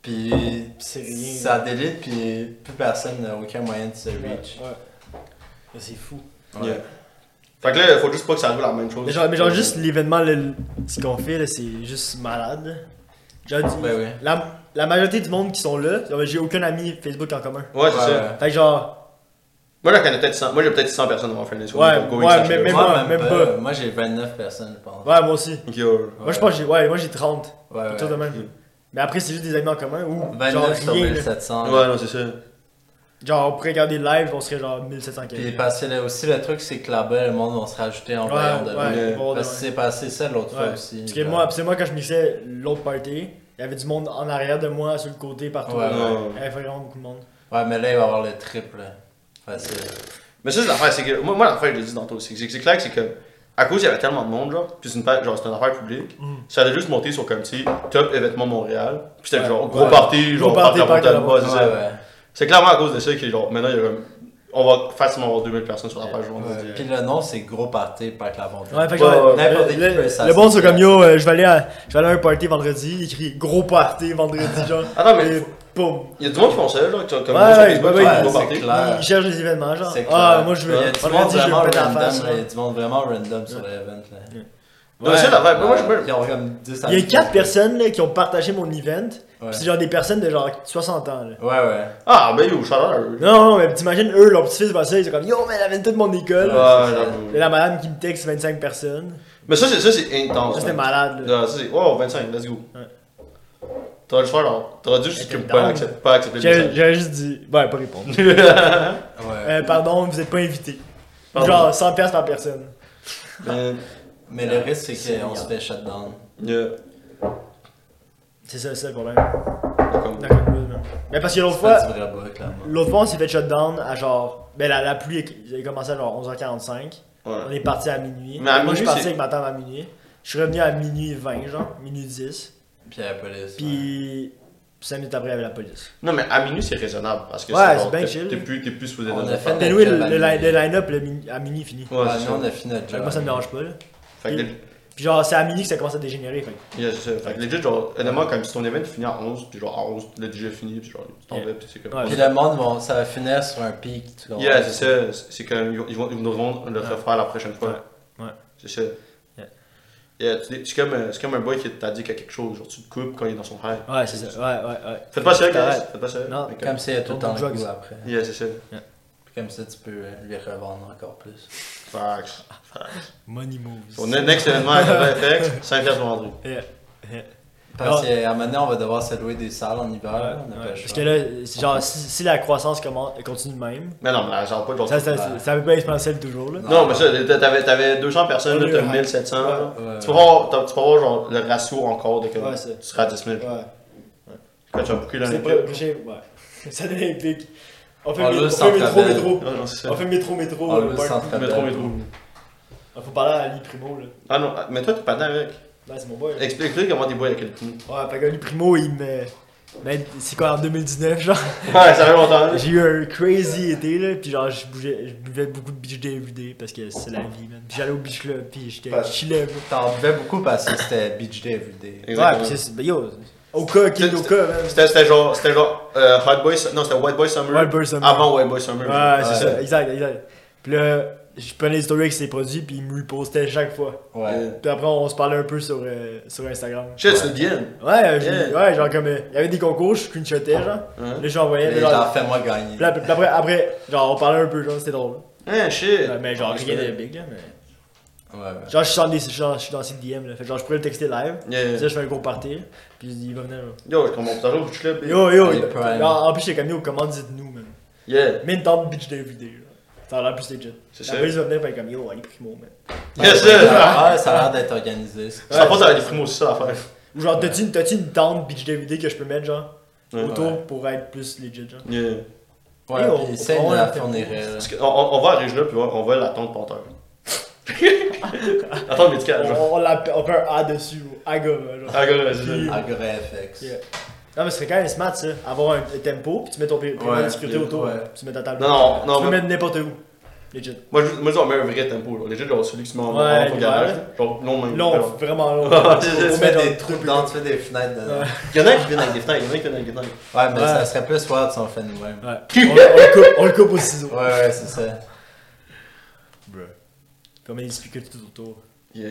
[SPEAKER 2] puis
[SPEAKER 3] C'est rien.
[SPEAKER 2] ça délite, puis plus personne n'a aucun moyen de se
[SPEAKER 3] Ouais.
[SPEAKER 2] reach.
[SPEAKER 3] Mais C'est fou.
[SPEAKER 2] Ouais.
[SPEAKER 1] Yeah. Fait que là, faut juste pas que ça arrive la même chose.
[SPEAKER 3] Mais genre, mais genre juste l'événement, là, le- ce qu'on fait, là, c'est juste malade. Genre, du-
[SPEAKER 2] Ben oui.
[SPEAKER 3] la, la majorité du monde qui sont là, genre, j'ai aucun ami Facebook en commun.
[SPEAKER 1] Ouais, c'est
[SPEAKER 2] Ouais.
[SPEAKER 1] ça.
[SPEAKER 3] Fait que genre,
[SPEAKER 1] Moi, j'en connais peut-être 100. Moi, j'ai peut-être 100 personnes dans mon friend list.
[SPEAKER 3] Ouais,
[SPEAKER 1] Comme going
[SPEAKER 3] ouais,
[SPEAKER 1] such a
[SPEAKER 3] mais-
[SPEAKER 1] way.
[SPEAKER 3] mais-
[SPEAKER 2] Moi,
[SPEAKER 3] pas, même pas.
[SPEAKER 2] Moi, j'ai 29 personnes, je pense.
[SPEAKER 3] ouais, moi aussi.
[SPEAKER 1] Ok, ouais.
[SPEAKER 3] Moi, je pense que j'ai ouais, moi, j'ai 30.
[SPEAKER 2] Ouais, ouais.
[SPEAKER 3] quelque chose de même.
[SPEAKER 1] Mm.
[SPEAKER 3] Mais après, c'est juste des amis en commun ou genre
[SPEAKER 2] 29 sur
[SPEAKER 3] rien. là.
[SPEAKER 2] 1700.
[SPEAKER 1] Ouais, non, c'est ça.
[SPEAKER 3] Genre, on pourrait regarder le live, on serait genre 1700
[SPEAKER 2] Puis
[SPEAKER 3] quelques.
[SPEAKER 2] parce que là aussi, le truc, c'est que là-bas, le monde va se rajouter en
[SPEAKER 3] Ouais,
[SPEAKER 2] voyant de
[SPEAKER 1] ouais.
[SPEAKER 3] ouais, bon, ouais.
[SPEAKER 2] Parce que c'est passé ça l'autre
[SPEAKER 3] Ouais.
[SPEAKER 2] fois aussi.
[SPEAKER 3] Parce que
[SPEAKER 2] genre.
[SPEAKER 3] moi, parce que moi, quand je mixais l'autre party, il y avait du monde en arrière de moi, sur le côté, partout.
[SPEAKER 2] Ouais,
[SPEAKER 3] là.
[SPEAKER 1] ouais.
[SPEAKER 3] Il y avait vraiment beaucoup de monde.
[SPEAKER 2] Ouais, mais là, il va y avoir le triple. là. Facile.
[SPEAKER 1] Mais ça, c'est l'affaire. C'est que moi, moi l'affaire, je l'ai dit tantôt aussi. C'est c'est clair que c'est comme. À cause, il y avait tellement de monde, genre. Puis c'est une, page- genre, c'était une affaire publique.
[SPEAKER 3] Mm.
[SPEAKER 1] Ça allait juste monter sur comme si top événement Montréal. Puis c'était
[SPEAKER 3] Ouais.
[SPEAKER 1] genre gros
[SPEAKER 2] Ouais.
[SPEAKER 1] party, genre
[SPEAKER 3] Gros
[SPEAKER 1] party
[SPEAKER 3] party,
[SPEAKER 1] à
[SPEAKER 3] party
[SPEAKER 1] Montréal.
[SPEAKER 3] à
[SPEAKER 1] Ouais, c'est
[SPEAKER 2] Ouais,
[SPEAKER 1] ça.
[SPEAKER 2] ouais.
[SPEAKER 1] C'est clairement à cause de ça que, genre, maintenant, il y a comme. On va facilement avoir 2000 personnes sur la page, genre.
[SPEAKER 2] Ouais. Puis le nom, c'est Gros Party Parc La Vendée.
[SPEAKER 3] Ouais, fait que
[SPEAKER 1] euh, Ouais,
[SPEAKER 3] genre,
[SPEAKER 1] ouais,
[SPEAKER 2] n'importe
[SPEAKER 3] le,
[SPEAKER 2] qui
[SPEAKER 3] le-
[SPEAKER 2] peut s'associer.
[SPEAKER 3] le bon, c'est comme yo, euh, je vais aller à, je vais aller à un party vendredi, il écrit gros party vendredi, genre.
[SPEAKER 2] Ah
[SPEAKER 1] Attends, mais
[SPEAKER 3] et boum.
[SPEAKER 1] il y a du monde qui font ça, genre, qui sont comme.
[SPEAKER 3] Ouais,
[SPEAKER 1] sur
[SPEAKER 3] ouais,
[SPEAKER 1] Facebook,
[SPEAKER 3] ouais,
[SPEAKER 1] genre,
[SPEAKER 3] ouais,
[SPEAKER 1] gros
[SPEAKER 2] c'est
[SPEAKER 1] party.
[SPEAKER 2] clair. Ouais.
[SPEAKER 3] Il cherche les événements, genre.
[SPEAKER 2] C'est
[SPEAKER 3] Ah,
[SPEAKER 2] clair.
[SPEAKER 3] moi je
[SPEAKER 1] Ouais,
[SPEAKER 3] veux.
[SPEAKER 2] Il y a du monde
[SPEAKER 3] vendredi, je
[SPEAKER 2] vraiment
[SPEAKER 3] vais péter la
[SPEAKER 2] random,
[SPEAKER 3] face.
[SPEAKER 2] là. Il y a
[SPEAKER 3] genre.
[SPEAKER 2] du monde vraiment random sur l'event. là.
[SPEAKER 1] Non, mais ça, l'affaire. Moi, je me.
[SPEAKER 2] Ils ont comme 10
[SPEAKER 3] Il y a
[SPEAKER 2] habitants.
[SPEAKER 3] 4 personnes là, qui ont partagé mon event,
[SPEAKER 2] Ouais.
[SPEAKER 3] pis c'est genre des personnes de genre 60 ans, là.
[SPEAKER 2] Ouais, ouais.
[SPEAKER 1] Ah, ben yo, shout out à eux.
[SPEAKER 3] Non, non, mais t'imagines, eux, leur petit-fils va ça, ils sont comme yo, mais elle avait toute mon
[SPEAKER 1] Ouais,
[SPEAKER 3] école.
[SPEAKER 2] c'est ça.
[SPEAKER 1] j'avoue.
[SPEAKER 3] Là, la madame qui me texte 25 personnes.
[SPEAKER 1] Mais ça, c'est, ça, c'est intense.
[SPEAKER 3] Ça, c'était
[SPEAKER 1] hein.
[SPEAKER 3] malade, là.
[SPEAKER 1] Ah, ça, c'est. Oh, 25, let's go.
[SPEAKER 3] Ouais.
[SPEAKER 1] T'aurais dû faire, genre. T'aurais dû juste
[SPEAKER 3] Était
[SPEAKER 1] que pas,
[SPEAKER 3] down.
[SPEAKER 1] accepter, pas accepter le
[SPEAKER 3] J'avais
[SPEAKER 1] message.
[SPEAKER 3] j'avais juste dit, ouais, pas répondre.
[SPEAKER 2] Ouais.
[SPEAKER 3] Euh, pardon, vous êtes pas invité.
[SPEAKER 1] Pardon.
[SPEAKER 3] Genre 100 pièces par personne.
[SPEAKER 1] Man,
[SPEAKER 2] Mais le risque, c'est
[SPEAKER 3] C'est
[SPEAKER 2] qu'on se
[SPEAKER 3] mignon.
[SPEAKER 2] fait shutdown.
[SPEAKER 1] yeah.
[SPEAKER 3] C'est ça, c'est ça le problème.
[SPEAKER 1] Comme-
[SPEAKER 3] Dans le code, man. Mais parce que l'autre
[SPEAKER 2] C'est pas
[SPEAKER 3] fois,
[SPEAKER 2] du vrai bas, clairement.
[SPEAKER 3] l'autre fois, on s'est fait shutdown à genre. Ben, la, la pluie elle a commencé à genre 11h45. On est parti à minuit.
[SPEAKER 1] Mais à
[SPEAKER 3] Moi, je suis
[SPEAKER 1] minuit,
[SPEAKER 3] parti
[SPEAKER 1] c'est-
[SPEAKER 3] avec ma tante à minuit. Je suis revenu à minuit 20, genre, minuit 10.
[SPEAKER 2] Puis à la police. ouais.
[SPEAKER 3] Puis 5 minutes après, il y avait la police.
[SPEAKER 1] Non, mais à minuit, c'est raisonnable. Parce que
[SPEAKER 3] Ouais,
[SPEAKER 1] sinon,
[SPEAKER 3] c'est bien
[SPEAKER 1] t'es-
[SPEAKER 3] chill.
[SPEAKER 1] T'es plus, t'es plus supposé
[SPEAKER 2] On
[SPEAKER 1] dans
[SPEAKER 2] a
[SPEAKER 1] un
[SPEAKER 2] fait
[SPEAKER 1] parc.
[SPEAKER 3] Ben,
[SPEAKER 2] notre-
[SPEAKER 3] oui, le,
[SPEAKER 2] job à
[SPEAKER 3] le li-
[SPEAKER 2] minuit.
[SPEAKER 3] le line-up, le mini- à minuit, fini.
[SPEAKER 1] Ouais,
[SPEAKER 2] Ah,
[SPEAKER 1] c'est
[SPEAKER 2] nous, on
[SPEAKER 1] ça.
[SPEAKER 2] a fini notre
[SPEAKER 3] Fait
[SPEAKER 2] job.
[SPEAKER 3] que moi, ça me dérange pas, là.
[SPEAKER 1] Fait que, le-
[SPEAKER 3] Puis genre, c'est à minuit que ça commence à dégénérer. Fait. que-
[SPEAKER 1] yeah, c'est ça. Fait que legit, genre, honnêtement, comme si ton événement finit à 11, puis genre à 11, le DJ finit, puis genre, tu t'en
[SPEAKER 3] Yeah.
[SPEAKER 1] vas, puis c'est comme.
[SPEAKER 3] Ouais.
[SPEAKER 2] Puis le monde, bon, ça va finir sur un pic. tu comprends?
[SPEAKER 1] Yeah, c'est ça. C'est comme, ils vont, ils vont le refaire la prochaine fois.
[SPEAKER 3] Ouais. Ouais.
[SPEAKER 1] C'est ça.
[SPEAKER 3] Yeah.
[SPEAKER 1] Yeah, tu dis- c'est comme, euh, c'est comme un boy qui t'a dit qu'il y a quelque chose, genre tu te coupes quand il est dans son rêve.
[SPEAKER 3] Ouais, c'est ça. Ouais, ouais, ouais.
[SPEAKER 1] Faites pas ça, guys.
[SPEAKER 3] T'arrêtes.
[SPEAKER 1] Faites pas ça.
[SPEAKER 3] Non,
[SPEAKER 1] Fait que-
[SPEAKER 2] Comme ça, il y a tout le temps le
[SPEAKER 3] Drugs.
[SPEAKER 2] coup après.
[SPEAKER 1] Yeah, c'est ça.
[SPEAKER 2] Puis comme ça, tu peux euh, lui revendre encore plus.
[SPEAKER 1] Facts.
[SPEAKER 3] Money moves.
[SPEAKER 1] Ton next événement à FX, Saint-Pierre-Vendredi.
[SPEAKER 3] Yeah.
[SPEAKER 2] Parce
[SPEAKER 3] Ah.
[SPEAKER 2] qu'à un moment donné, on va devoir se louer des salles en hiver.
[SPEAKER 3] Ouais,
[SPEAKER 2] on a pas
[SPEAKER 3] ouais.
[SPEAKER 2] le
[SPEAKER 3] Parce
[SPEAKER 2] choix.
[SPEAKER 3] que là, c'est genre, si, si la croissance commence, continue de même,
[SPEAKER 1] Mais non, mais là, j'en parle pas de
[SPEAKER 3] ça,
[SPEAKER 1] genre.
[SPEAKER 3] ça, c'est- c'est un peu pas exponentiel toujours, là.
[SPEAKER 2] Non.
[SPEAKER 1] Non, mais ça, t'as- t'avais, t'avais 200 personnes, là, t'as
[SPEAKER 3] hein. Ouais.
[SPEAKER 1] 1700. là.
[SPEAKER 2] Ouais.
[SPEAKER 1] Tu peux voir, t'as- tu peux voir genre, le ratio encore de que
[SPEAKER 3] Ouais, c'est-
[SPEAKER 1] tu seras à 10 000.
[SPEAKER 3] Ouais.
[SPEAKER 1] Quand tu as beaucoup dans
[SPEAKER 3] C'est
[SPEAKER 1] les
[SPEAKER 3] pas obligé, ouais. Ça devient épique. On fait,
[SPEAKER 2] On
[SPEAKER 3] mé-
[SPEAKER 2] le
[SPEAKER 3] on fait
[SPEAKER 2] centre
[SPEAKER 3] métro,
[SPEAKER 2] Bell.
[SPEAKER 3] métro.
[SPEAKER 1] Ah non, c'est ça.
[SPEAKER 3] On fait métro, métro.
[SPEAKER 2] On
[SPEAKER 3] euh,
[SPEAKER 2] le
[SPEAKER 3] park.
[SPEAKER 2] centre Bell.
[SPEAKER 1] Métro, métro.
[SPEAKER 3] Ah, Faut parler à Ali Primo, là.
[SPEAKER 1] Ah non, mais toi, t'es pas dedans avec.
[SPEAKER 3] Là, c'est mon boy. là.
[SPEAKER 1] Explique-lui comment t'es boy avec le coup.
[SPEAKER 3] Ouais, fait que Ali Primo, il me. Mais c'est quoi, en 2019, genre?
[SPEAKER 1] Ouais, ça fait longtemps. là.
[SPEAKER 3] Ah, J'ai eu un crazy été, là. Puis genre, je bougeais- je buvais beaucoup de beach day every day parce que c'est la vie, man. Puis j'allais au beach club, puis j'étais
[SPEAKER 2] Pas-
[SPEAKER 3] chillais, bro.
[SPEAKER 2] T'en buvais beaucoup parce que c'était beach day everyday.
[SPEAKER 3] Ouais,
[SPEAKER 1] Exactement.
[SPEAKER 3] puis c'est. Ben yo, au cas, qui est au cas, man.
[SPEAKER 1] C'était, c'était genre, c'était genre euh, Hot Boy, non, c'était White Boy Summer.
[SPEAKER 3] Wild Bird Summer.
[SPEAKER 1] Avant White Boy Summer.
[SPEAKER 3] Ouais,
[SPEAKER 1] genre.
[SPEAKER 3] c'est
[SPEAKER 2] Ouais.
[SPEAKER 3] ça, exact, exact. Puis là, je prenais les stories avec ses produits, puis il me repostait chaque fois.
[SPEAKER 2] Ouais.
[SPEAKER 3] Puis après, on se parlait un peu sur, euh, sur Instagram.
[SPEAKER 1] Shit, c'est bien.
[SPEAKER 3] Ouais, j'ai-
[SPEAKER 1] Yeah.
[SPEAKER 3] ouais, genre comme. euh, Il y avait des concours, je screenshotais, genre.
[SPEAKER 1] Hein?
[SPEAKER 3] Là, j'envoyais.
[SPEAKER 2] Les
[SPEAKER 3] là, genre-
[SPEAKER 2] gens, fais-moi gagner.
[SPEAKER 3] Puis là, puis après, après, genre, on parlait un peu, genre, c'était drôle.
[SPEAKER 1] Hein, shit.
[SPEAKER 3] mais genre,
[SPEAKER 1] je
[SPEAKER 3] rien de big, là, mais.
[SPEAKER 2] Ouais, ouais.
[SPEAKER 3] Genre, je suis dans, des, genre, je suis dans ses DM, là. Fait que genre, je pourrais le texter live.
[SPEAKER 1] Yeah.
[SPEAKER 3] Puis là, je fais un gros party, puis il va venir, là.
[SPEAKER 1] Yo, je commence toujours au beach club. et-
[SPEAKER 3] Yo, yo,
[SPEAKER 2] Il est
[SPEAKER 3] yo.
[SPEAKER 2] prime.
[SPEAKER 3] Genre, en plus, j'étais comme yo, comment dites-nous, man.
[SPEAKER 1] Yeah.
[SPEAKER 3] Mais une tente bitch day everyday, là. Ça a l'air plus legit.
[SPEAKER 1] C'est
[SPEAKER 3] La
[SPEAKER 1] ça.
[SPEAKER 3] police va venir, puis elle est comme yo, allez, primo, man.
[SPEAKER 1] Yeah, ça.
[SPEAKER 2] Ah, ça a l'air d'être organisé. ça.
[SPEAKER 1] Ça pense à des primos aussi, ça, à faire.
[SPEAKER 3] Ou genre, t'as-tu une, t'as-tu une tente beach DVD que je peux mettre, genre,
[SPEAKER 1] Ouais.
[SPEAKER 3] autour pour être plus legit, genre?
[SPEAKER 1] Yeah.
[SPEAKER 2] Ouais,
[SPEAKER 3] Et on-
[SPEAKER 2] puis essaye
[SPEAKER 3] on-
[SPEAKER 2] de la
[SPEAKER 3] on-
[SPEAKER 2] fournirait. là.
[SPEAKER 1] Parce que on, on on va à Région, puis on, on va à la tente panthère. la tente médicale, genre.
[SPEAKER 3] On, on, l'appelle- on fait un A dessus, ou Aga, genre.
[SPEAKER 1] Ah, gars, vas-y, vas-y.
[SPEAKER 3] Puis-
[SPEAKER 2] Agora FX.
[SPEAKER 3] Yeah. Non, mais ce serait quand même smart, ça. Avoir un un tempo, puis tu mets ton prix
[SPEAKER 2] Ouais,
[SPEAKER 3] de sécurité
[SPEAKER 1] ouais.
[SPEAKER 3] autour, puis tu mets ta table.
[SPEAKER 1] Non, non, non,
[SPEAKER 3] Tu peux
[SPEAKER 1] mais-
[SPEAKER 3] mettre n'importe où. Legit.
[SPEAKER 1] Moi, je, moi, je dis, on met un vrai tempo, là. Legit, genre, celui qui se met en
[SPEAKER 3] Ouais,
[SPEAKER 1] en ton
[SPEAKER 3] l'hiver.
[SPEAKER 1] garage, là. genre, long même.
[SPEAKER 3] Long,
[SPEAKER 1] Alors,
[SPEAKER 3] vraiment long.
[SPEAKER 1] Ouais, c'est
[SPEAKER 3] Faut-
[SPEAKER 1] ça,
[SPEAKER 3] faut
[SPEAKER 2] Tu
[SPEAKER 1] tu
[SPEAKER 2] mets
[SPEAKER 3] mettre
[SPEAKER 2] des
[SPEAKER 3] genre
[SPEAKER 2] trous
[SPEAKER 3] deux
[SPEAKER 2] dedans, tu fais des fenêtres dedans.
[SPEAKER 3] Ouais.
[SPEAKER 1] Il y en a qui viennent avec des fenêtres, il y en a qui viennent avec des fenêtres.
[SPEAKER 2] Ouais, mais
[SPEAKER 3] Ouais.
[SPEAKER 2] ça serait plus wild si on le fait nous-mêmes. Ouais,
[SPEAKER 3] plus- Ouais. On, on le coupe, on le coupe au ciseau.
[SPEAKER 2] ouais, c'est ça.
[SPEAKER 3] Puis on met des sécurités tout autour.
[SPEAKER 1] Yeah.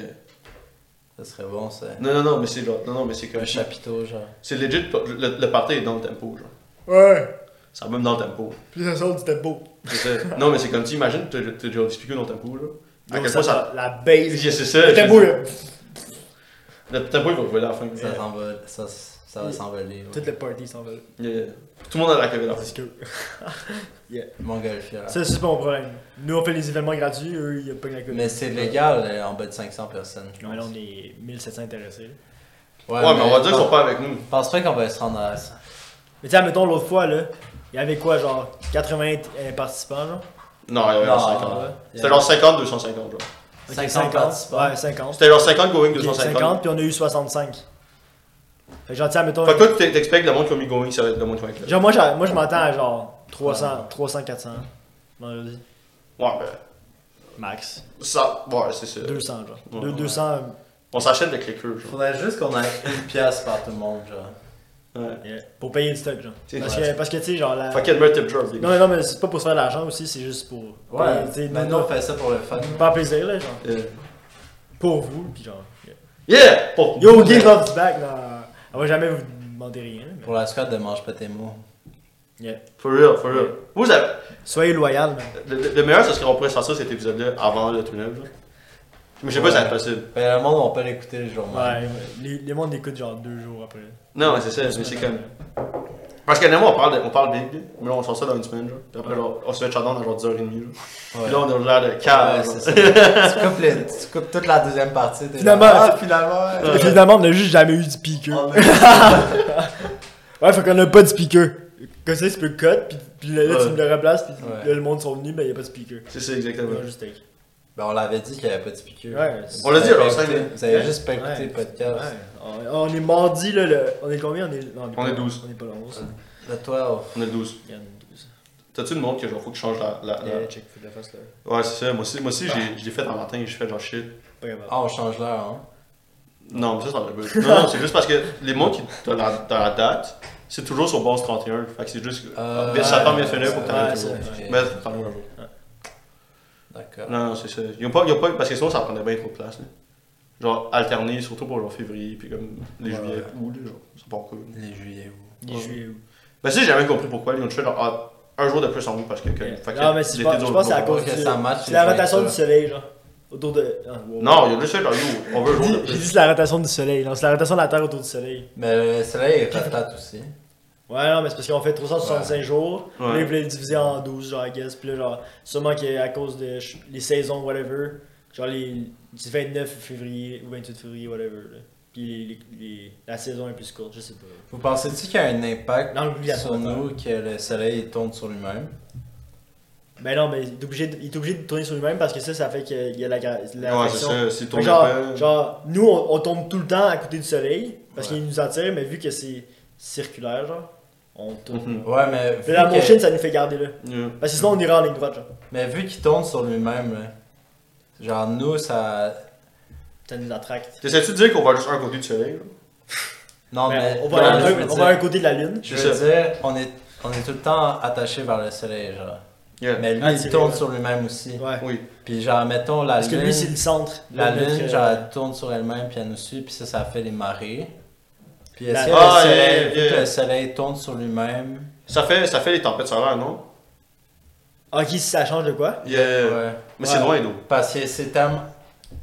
[SPEAKER 2] Ça serait bon, ça.
[SPEAKER 1] Non, non, non, mais c'est genre, non, non, mais c'est comme.
[SPEAKER 2] Un chapiteau, genre.
[SPEAKER 1] C'est legit, le, le party est dans le tempo, genre.
[SPEAKER 3] Ouais.
[SPEAKER 1] Ça va même dans le tempo.
[SPEAKER 3] Puis ça sort du tempo.
[SPEAKER 1] C'est ça. non, mais c'est comme, tu imagines, t'as t'as déjà expliqué dans le tempo, là. À
[SPEAKER 3] Donc,
[SPEAKER 1] quel
[SPEAKER 3] ça,
[SPEAKER 1] point Ah, ça.
[SPEAKER 3] ça, la base.
[SPEAKER 1] Yeah, c'est ça.
[SPEAKER 3] Le
[SPEAKER 1] je
[SPEAKER 3] tempo,
[SPEAKER 1] dis-
[SPEAKER 3] là.
[SPEAKER 1] Le tempo, il va voler à la fin.
[SPEAKER 2] Ça s'envole. Ça, ça va
[SPEAKER 3] Yeah.
[SPEAKER 2] s'envoler. ouais.
[SPEAKER 3] Toute la party s'en va. là.
[SPEAKER 1] Yeah. Tout le monde a la COVID à la fin.
[SPEAKER 3] C'est que-
[SPEAKER 2] Mon gars, le fier.
[SPEAKER 3] Ça, c'est pas mon problème. Nous, on fait les événements gratuits, eux, ils a pas que la COVID.
[SPEAKER 2] Mais c'est légal euh, en bas de 500 personnes. je
[SPEAKER 3] Ouais, là,
[SPEAKER 2] pense.
[SPEAKER 3] on est 1700 intéressés. là.
[SPEAKER 1] Ouais, mais on va dire qu'ils sont pas avec nous.
[SPEAKER 2] Je pense pas qu'on va se rendre à ça.
[SPEAKER 3] Mais tiens, mettons l'autre fois, là, il y avait quoi, genre 80 euh, participants, genre
[SPEAKER 1] Non, il y avait
[SPEAKER 2] Non,
[SPEAKER 1] 50.
[SPEAKER 3] ouais.
[SPEAKER 1] C'était genre 50, 250. Genre.
[SPEAKER 3] Ok,
[SPEAKER 2] 500 participants.
[SPEAKER 3] Ouais, 50.
[SPEAKER 1] C'était genre 50 going,
[SPEAKER 3] Ok,
[SPEAKER 1] 250.
[SPEAKER 3] 50, puis on a eu 65. Fait que genre, tiens, mettons.
[SPEAKER 1] Fait que toi, tu t'expliques le monde qui a mis going, ça va être le monde qui va être là.
[SPEAKER 3] Genre, moi, j'a- moi je m'attends à genre 300, 300, 400. Vendredi.
[SPEAKER 1] Ouais, ben.
[SPEAKER 3] Max.
[SPEAKER 1] Ça, ouais, c'est ça.
[SPEAKER 3] 200, genre.
[SPEAKER 1] Ouais,
[SPEAKER 3] Deux-
[SPEAKER 1] ouais.
[SPEAKER 3] 200. euh,
[SPEAKER 1] On s'achète des clickers, genre.
[SPEAKER 2] Faudrait juste qu'on ait une pièce par tout le monde, genre.
[SPEAKER 1] Ouais.
[SPEAKER 3] yeah, Pour payer le stock, genre.
[SPEAKER 1] C'est
[SPEAKER 3] Parce
[SPEAKER 1] vrai.
[SPEAKER 3] que, parce que tu sais, genre. La...
[SPEAKER 1] Fait qu'il y a le tip job, les
[SPEAKER 3] Non,
[SPEAKER 1] gars.
[SPEAKER 3] mais non, mais c'est pas pour se faire de l'argent aussi, c'est juste pour.
[SPEAKER 2] Ouais,
[SPEAKER 3] payer, tu sais,
[SPEAKER 2] maintenant on fait ça pour le fun.
[SPEAKER 3] Pas plaisir, là, genre.
[SPEAKER 1] Euh,
[SPEAKER 3] Pour vous, pis genre. yeah.
[SPEAKER 1] Yeah! Pour...
[SPEAKER 3] Yo, Game Loves Back, là. Elle va jamais vous demander rien, mais.
[SPEAKER 2] Pour la squad de mange pas tes mots.
[SPEAKER 3] yeah.
[SPEAKER 1] For real, for real. Vous avez.
[SPEAKER 3] Soyez loyal, man.
[SPEAKER 1] Le, le- le meilleur, ce serait qu'on pourrait sortir cet épisode-là avant le tunnel, genre. Mais je sais pas
[SPEAKER 2] Ouais.
[SPEAKER 1] si c'est possible.
[SPEAKER 2] Ben, le monde va pas l'écouter le jour même.
[SPEAKER 3] Ouais, les, les mondes écoutent genre deux jours après.
[SPEAKER 1] Non, mais c'est ça, mais c'est comme. Parce que moi, on parle, de, on parle big, là, mais là, on sort ça dans une semaine, genre. Puis après, genre, on se fait shutdown à genre 10h30, genre. Puis là, on a l'air de
[SPEAKER 2] Ouais,
[SPEAKER 1] calme. genre.
[SPEAKER 2] c'est ça. tu, coupes les- tu coupes toute la deuxième partie. t'es
[SPEAKER 3] Finalement,
[SPEAKER 2] là, ah,
[SPEAKER 3] Euh.
[SPEAKER 2] finalement.
[SPEAKER 3] Finalement, on a juste jamais eu du piqueux.
[SPEAKER 2] ouais.
[SPEAKER 3] Ouais, faut qu'on a pas de speaker. Comme ça, tu peux cut, puis, puis là, là, tu
[SPEAKER 1] Ouais.
[SPEAKER 3] me le replaces, puis
[SPEAKER 2] Ouais.
[SPEAKER 3] là, le monde sont venus, ben y'a pas de speaker.
[SPEAKER 1] C'est ça, exactement.
[SPEAKER 3] Non, juste avec.
[SPEAKER 2] Ben, on l'avait dit qu'il n'y avait pas de piqûre.
[SPEAKER 3] Ouais,
[SPEAKER 1] On l'a dit, alors, ça, mais-
[SPEAKER 2] Vous avez juste pas écouté
[SPEAKER 3] Ouais.
[SPEAKER 2] le podcast.
[SPEAKER 3] On, on est mardi, là, le- on est combien On est, non,
[SPEAKER 1] On
[SPEAKER 3] pas-
[SPEAKER 1] est 12.
[SPEAKER 3] On est pas le 11.
[SPEAKER 2] Le 12.
[SPEAKER 1] On est le 12.
[SPEAKER 3] Regarde, on est 12.
[SPEAKER 1] T'as-tu le monde que genre, faut que je change la. la- la-
[SPEAKER 3] Yeah, Euh, check, faut que je la fasse, là.
[SPEAKER 1] Ouais, c'est ça. Moi aussi, moi aussi j'ai- je l'ai fait en matin, j'ai fait genre shit.
[SPEAKER 3] Pas grave.
[SPEAKER 2] Ah, on change l'heure, hein.
[SPEAKER 1] Non, mais ça, c'est un peu. Non, non, c'est juste parce que les mots qui t'as la, t'as la date, c'est toujours sur base 31. Fait que c'est juste. que
[SPEAKER 2] Euh,
[SPEAKER 1] mais ça tombe bien
[SPEAKER 2] ouais,
[SPEAKER 1] fenêtre pour que t'arrives
[SPEAKER 3] ouais,
[SPEAKER 1] toujours.
[SPEAKER 2] c'est vrai.
[SPEAKER 1] Mais ça arrive un jour.
[SPEAKER 2] D'accord.
[SPEAKER 1] Non, non, c'est ça. Ils ont pas, ils ont pas, parce que sinon, ça prenait bien trop de place. là. Genre, alterner, surtout pour genre février, puis comme les
[SPEAKER 2] Ouais.
[SPEAKER 1] juillet, août, là, genre. C'est pas cool.
[SPEAKER 2] Les juillet ou.
[SPEAKER 3] Il est
[SPEAKER 1] Ouais.
[SPEAKER 3] juillet ou-
[SPEAKER 1] Ben, si, j'ai jamais compris pourquoi. Ils ont fait genre ah, un jour de plus en août parce que. que- fait que
[SPEAKER 3] Non, mais c'est
[SPEAKER 1] l'été
[SPEAKER 3] pas.
[SPEAKER 1] dure
[SPEAKER 3] Je pense que c'est à
[SPEAKER 1] pas.
[SPEAKER 3] cause
[SPEAKER 2] que
[SPEAKER 3] du-
[SPEAKER 2] ça matche
[SPEAKER 3] C'est la
[SPEAKER 2] les
[SPEAKER 3] rotation du
[SPEAKER 2] vainqueurs.
[SPEAKER 3] soleil, genre. Autour de. ah, wow.
[SPEAKER 1] Non, ils ont juste fait genre, yo, on veut un jour de
[SPEAKER 3] J'ai dit
[SPEAKER 1] plus.
[SPEAKER 3] c'est la rotation du soleil, non, c'est la rotation de la Terre autour du soleil.
[SPEAKER 2] Mais le soleil est patate aussi.
[SPEAKER 3] Ouais, non, mais c'est parce qu'on fait 365 jours,
[SPEAKER 1] Ouais.
[SPEAKER 3] là, ils voulaient le diviser en 12, genre, I guess, puis là, genre, sûrement qu'à cause de ch- les saisons, whatever, genre, les, du 29 février ou 28 février, whatever, là. Puis les, les- les- la saison est plus courte, je sais pas.
[SPEAKER 2] Vous pensez-tu qu'il y a un impact
[SPEAKER 3] Non, lui, il a
[SPEAKER 2] sur
[SPEAKER 3] pas
[SPEAKER 2] nous que le soleil tourne sur lui-même
[SPEAKER 3] Ben non, mais il est obligé de, il est obligé de tourner sur lui-même parce que ça, ça fait qu'il y a la, gra- la
[SPEAKER 1] Ouais, c'est
[SPEAKER 3] friction.
[SPEAKER 1] ça. Si
[SPEAKER 3] Fait
[SPEAKER 1] ton
[SPEAKER 3] que genre,
[SPEAKER 1] appel-
[SPEAKER 3] genre, nous, on, on tombe tout le temps à côté du soleil parce
[SPEAKER 2] Ouais.
[SPEAKER 3] qu'il nous attire, mais vu que c'est circulaire, genre, on tourne.
[SPEAKER 1] Mhm.
[SPEAKER 2] Ouais, mais
[SPEAKER 3] Mais la
[SPEAKER 2] vu,
[SPEAKER 3] motion,
[SPEAKER 2] que-
[SPEAKER 3] ça nous fait garder là.
[SPEAKER 1] Yeah.
[SPEAKER 3] Parce que sinon, on irait en ligne droite, genre.
[SPEAKER 2] mais vu qu'il tourne sur lui-même, là, genre nous, ça.
[SPEAKER 3] Ça nous attracte.
[SPEAKER 1] T'essaies-tu de dire qu'on va juste un côté du soleil? là?
[SPEAKER 2] Non,
[SPEAKER 3] Mais
[SPEAKER 2] Ah, mais.
[SPEAKER 3] on
[SPEAKER 2] non,
[SPEAKER 3] va
[SPEAKER 2] mais
[SPEAKER 3] aller
[SPEAKER 2] je
[SPEAKER 3] d'un-
[SPEAKER 2] veux
[SPEAKER 3] on
[SPEAKER 2] dire-
[SPEAKER 3] va à un côté de la lune.
[SPEAKER 2] Je
[SPEAKER 1] C'est
[SPEAKER 2] veux dire, on est, on est tout le temps attaché vers le soleil, genre.
[SPEAKER 1] Yeah.
[SPEAKER 2] Mais lui,
[SPEAKER 3] Ah, c'est
[SPEAKER 2] il tourne
[SPEAKER 3] vrai.
[SPEAKER 2] sur lui-même aussi.
[SPEAKER 3] Ouais.
[SPEAKER 1] Oui.
[SPEAKER 2] Puis genre, mettons la
[SPEAKER 3] Parce que
[SPEAKER 2] lune.
[SPEAKER 3] lui, c'est le centre. de
[SPEAKER 2] La
[SPEAKER 3] notre,
[SPEAKER 2] lune,
[SPEAKER 3] euh,
[SPEAKER 2] genre, elle tourne sur elle-même, puis elle nous suit, puis ça, ça fait les marées. Puis
[SPEAKER 3] La-
[SPEAKER 2] est-ce que,
[SPEAKER 1] Ah,
[SPEAKER 2] le, soleil,
[SPEAKER 1] yeah,
[SPEAKER 2] vu
[SPEAKER 1] yeah.
[SPEAKER 2] que le soleil tourne sur lui-même?
[SPEAKER 1] Ça fait, ça fait les tempêtes solaires, non?
[SPEAKER 3] Ah, Ok, si ça change de quoi
[SPEAKER 1] Yeah.
[SPEAKER 2] Ouais.
[SPEAKER 1] Mais
[SPEAKER 3] Ouais.
[SPEAKER 1] c'est loin, d'où?
[SPEAKER 2] Parce que c'est tellement...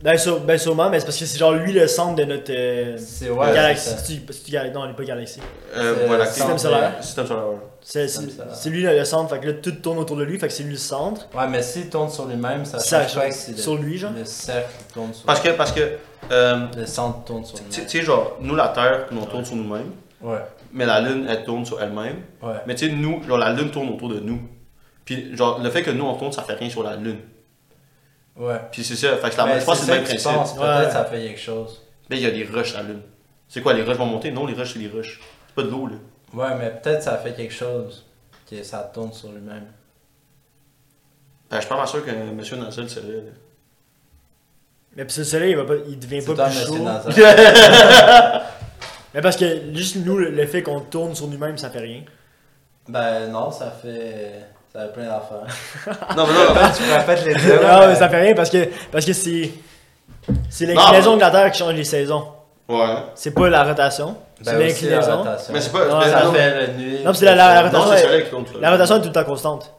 [SPEAKER 3] ben, sûr- ben, sûrement, mais c'est parce que c'est genre lui le centre de notre euh,
[SPEAKER 2] C'est ouais,
[SPEAKER 3] galaxie.
[SPEAKER 2] c'est ça.
[SPEAKER 3] Si tu- si tu gal- non, on n'est pas galaxie.
[SPEAKER 1] Euh,
[SPEAKER 2] C'est-
[SPEAKER 1] voilà,
[SPEAKER 2] c'est-
[SPEAKER 3] Système solaire.
[SPEAKER 1] Système solaire. ouais.
[SPEAKER 3] C'est
[SPEAKER 2] Système
[SPEAKER 3] c'est-
[SPEAKER 2] solaire.
[SPEAKER 3] c'est lui le le centre, fait que là tout tourne autour de lui, fait que c'est lui le centre.
[SPEAKER 2] Ouais, mais s'il tourne sur lui-même, ça
[SPEAKER 3] Ça
[SPEAKER 2] change pas que c'est
[SPEAKER 3] change. Sur
[SPEAKER 2] le,
[SPEAKER 3] lui, genre.
[SPEAKER 2] le cercle tourne sur
[SPEAKER 1] Parce que, parce que euh,
[SPEAKER 2] Le centre tourne sur
[SPEAKER 1] tu tu
[SPEAKER 2] lui-même.
[SPEAKER 1] sais, genre, nous, la Terre, nous, on tourne sur nous-mêmes,
[SPEAKER 2] Ouais,
[SPEAKER 1] mais la Lune, elle tourne sur elle-même.
[SPEAKER 2] ouais.
[SPEAKER 1] Mais tu sais, nous, genre, la Lune tourne autour de nous. Puis, genre, le fait que nous, on tourne, ça fait rien sur la Lune.
[SPEAKER 2] Ouais.
[SPEAKER 1] Puis c'est ça, fait que c'est la même-
[SPEAKER 2] Mais
[SPEAKER 1] je pense que c'est le
[SPEAKER 2] c'est ça
[SPEAKER 1] même
[SPEAKER 2] que tu
[SPEAKER 1] principe.
[SPEAKER 2] penses,
[SPEAKER 3] Ouais.
[SPEAKER 2] peut-être ça fait quelque chose.
[SPEAKER 1] Mais il y a des rushs à la Lune. C'est quoi, les rushs vont monter? Non, les rushs, c'est les rushs. C'est pas de l'eau, là.
[SPEAKER 2] Ouais, mais peut-être ça fait quelque chose que ça tourne sur lui-même.
[SPEAKER 1] Ben, je suis pas mal sûr que M. Nazel serait là.
[SPEAKER 3] Mais puis le soleil, il, va pas, il devient
[SPEAKER 2] C'est
[SPEAKER 3] pas
[SPEAKER 2] toi,
[SPEAKER 3] plus
[SPEAKER 2] monsieur
[SPEAKER 3] chaud.
[SPEAKER 2] Nazar.
[SPEAKER 3] Mais parce que juste nous, le, le fait qu'on tourne sur nous-mêmes, ça fait rien.
[SPEAKER 2] Ben non, ça fait... Ça fait plein d'affaires.
[SPEAKER 1] Non, mais là,
[SPEAKER 2] tu répètes les termes.
[SPEAKER 3] non, mais Ah, ça fait rien parce que parce que c'est c'est l'inclinaison
[SPEAKER 1] Non,
[SPEAKER 3] de la Terre qui change les saisons.
[SPEAKER 1] ouais.
[SPEAKER 3] C'est pas la rotation, c'est
[SPEAKER 2] Ben aussi, la
[SPEAKER 3] l'inclinaison.
[SPEAKER 2] rotation.
[SPEAKER 1] Mais c'est pas.
[SPEAKER 3] Non,
[SPEAKER 1] mais
[SPEAKER 2] Ça
[SPEAKER 1] non,
[SPEAKER 2] fait le nuit.
[SPEAKER 3] Non, puis c'est la- la- la
[SPEAKER 1] non,
[SPEAKER 3] rotation,
[SPEAKER 1] c'est le
[SPEAKER 3] ouais.
[SPEAKER 1] soleil qui tourne sur
[SPEAKER 3] La rotation est euh, tout le temps constante.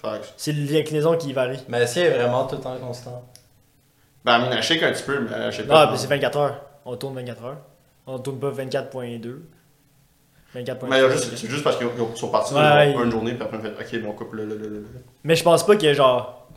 [SPEAKER 1] Facts.
[SPEAKER 3] C'est l'inclinaison qui varie.
[SPEAKER 2] Mais est-ce qu'il est vraiment tout le temps constant?
[SPEAKER 1] Ben, I mean, elle shake un petit peu, mais elle shake pas.
[SPEAKER 3] Non, Ah, mais c'est 24 heures. On tourne 24 heures. On tourne pas 24.2. 24.2.
[SPEAKER 1] Mais il y a juste- c'est juste parce qu'ils ont- ils sont partis
[SPEAKER 3] Ouais,
[SPEAKER 1] dans
[SPEAKER 3] ouais.
[SPEAKER 1] une journée, puis après, on fait Ok, ben, on coupe le. le, le, le.
[SPEAKER 3] Mais je pense pas que genre.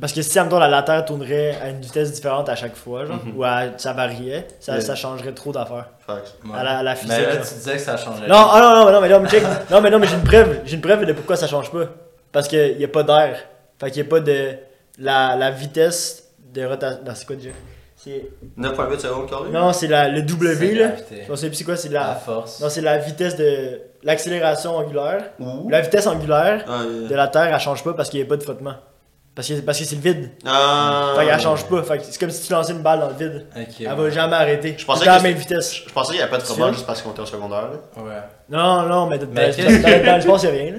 [SPEAKER 3] Parce que si, admettons, la, la Terre tournerait à une vitesse différente à chaque fois, genre,
[SPEAKER 1] Mhm.
[SPEAKER 3] ou à- ça variait, ça,
[SPEAKER 1] Ouais.
[SPEAKER 3] ça changerait trop d'affaires.
[SPEAKER 1] Facts.
[SPEAKER 2] Ouais.
[SPEAKER 3] À, la, à la physique.
[SPEAKER 2] Mais là,
[SPEAKER 3] genre.
[SPEAKER 2] tu disais que ça changeait.
[SPEAKER 3] Non, ah non, non, mais non, mais non, mais check. non, mais non, mais j'ai une preuve. J'ai une preuve de pourquoi ça change pas. Parce qu'il y a pas d'air. Fait qu'il y a pas de. La, la vitesse de rotation. Non, c'est quoi déjà C'est-
[SPEAKER 1] 9,8 secondes carré
[SPEAKER 3] Non, c'est la- le
[SPEAKER 2] C'est
[SPEAKER 3] W, là.
[SPEAKER 2] gravité.
[SPEAKER 3] Je sais plus c'est quoi, c'est
[SPEAKER 2] La
[SPEAKER 3] la.
[SPEAKER 2] force.
[SPEAKER 3] Non, c'est la vitesse de. L'accélération angulaire.
[SPEAKER 1] Ou.
[SPEAKER 3] La vitesse angulaire
[SPEAKER 1] Ah,
[SPEAKER 3] de
[SPEAKER 1] yeah.
[SPEAKER 3] la Terre, elle change pas parce qu'il n'y a pas de frottement. Parce que parce que c'est le vide.
[SPEAKER 1] Ah.
[SPEAKER 3] Fait qu'elle change pas. Fait que c'est comme si tu lançais une balle dans le vide.
[SPEAKER 2] Ok.
[SPEAKER 3] Elle
[SPEAKER 2] ouais.
[SPEAKER 3] va jamais arrêter.
[SPEAKER 1] Je
[SPEAKER 3] Je
[SPEAKER 1] pensais
[SPEAKER 3] pensais
[SPEAKER 1] que
[SPEAKER 3] à la
[SPEAKER 1] c'est-
[SPEAKER 3] même vitesse.
[SPEAKER 1] Je pensais qu'il n'y avait pas de
[SPEAKER 3] Tu
[SPEAKER 1] problème
[SPEAKER 3] veux?
[SPEAKER 1] juste parce qu'on était en secondaire. là.
[SPEAKER 2] Ouais.
[SPEAKER 3] Non, non, mais,
[SPEAKER 2] Mais
[SPEAKER 3] mais
[SPEAKER 2] qu'est-ce que-
[SPEAKER 3] dans, dans, dans l'espace, y'a rien. là.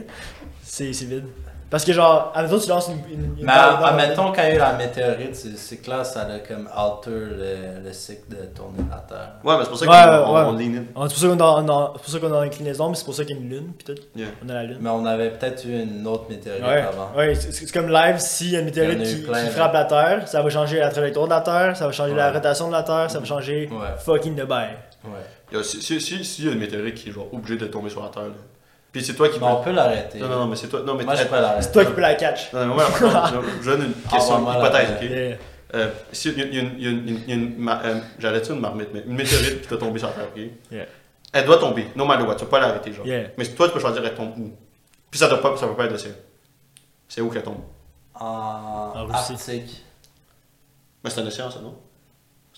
[SPEAKER 3] C'est c'est vide. Parce que genre, admettons, tu lances une. une, une
[SPEAKER 2] Mais
[SPEAKER 3] balle dans le vide.
[SPEAKER 2] admettons, quand il y a eu la météorite, c'est c'est clair, ça a comme alter le, le cycle de tournée de la Terre.
[SPEAKER 1] Ouais, mais c'est pour ça qu'on
[SPEAKER 3] Ouais, ouais,
[SPEAKER 1] on- on
[SPEAKER 3] ouais.
[SPEAKER 1] lean in.
[SPEAKER 3] Ah, C'est pour ça qu'on a, on a- c'est pour ça qu'on a l'inclinaison, mais c'est pour ça qu'il y a une lune, pis tout.
[SPEAKER 1] Yeah.
[SPEAKER 3] On a la lune.
[SPEAKER 2] Mais on avait peut-être eu une autre météorite
[SPEAKER 3] Ouais,
[SPEAKER 2] avant.
[SPEAKER 3] ouais c'est c'est comme live, s'il y a une météorite
[SPEAKER 2] Il y en a eu
[SPEAKER 3] qui,
[SPEAKER 2] plein,
[SPEAKER 3] qui
[SPEAKER 2] là.
[SPEAKER 3] frappe la Terre, ça va changer la trajectoire de la Terre, ça va changer la
[SPEAKER 2] Ouais. Mm.
[SPEAKER 3] rotation de la Terre, ça va changer
[SPEAKER 2] Ouais.
[SPEAKER 3] fucking de bail.
[SPEAKER 2] Ouais.
[SPEAKER 1] Il y a- Si si- si- s'il y a une météorite qui est genre obligée de tomber sur la Terre, là. Puis c'est toi qui.
[SPEAKER 2] Mais on peut l'arrêter.
[SPEAKER 1] Non, non, non, mais c'est toi. Non, mais
[SPEAKER 2] Moi, je
[SPEAKER 1] t'as-
[SPEAKER 2] peux l'arrêter.
[SPEAKER 3] C'est toi qui peux la catch.
[SPEAKER 1] Non, mais moi, attends, je- je donne une question
[SPEAKER 2] Envoie-moi la-
[SPEAKER 1] hypothèse, ok?
[SPEAKER 3] Yeah.
[SPEAKER 1] Euh, si il y a- il y a une- il y a une- il y a une ma- euh, j'allais dire une marmite, mais une météorite qui t'a tombé sur la Terre, ok?
[SPEAKER 3] Yeah.
[SPEAKER 1] Elle doit tomber, no matter what, tu peux pas l'arrêter, genre.
[SPEAKER 3] Yeah.
[SPEAKER 1] Mais toi, tu peux choisir, elle tombe où? Puis ça ne peut, ça peut pas être l'océan. C'est où qu'elle tombe
[SPEAKER 2] En
[SPEAKER 3] En Russie.
[SPEAKER 2] Arctique.
[SPEAKER 1] Mais c'est un océan, ça, non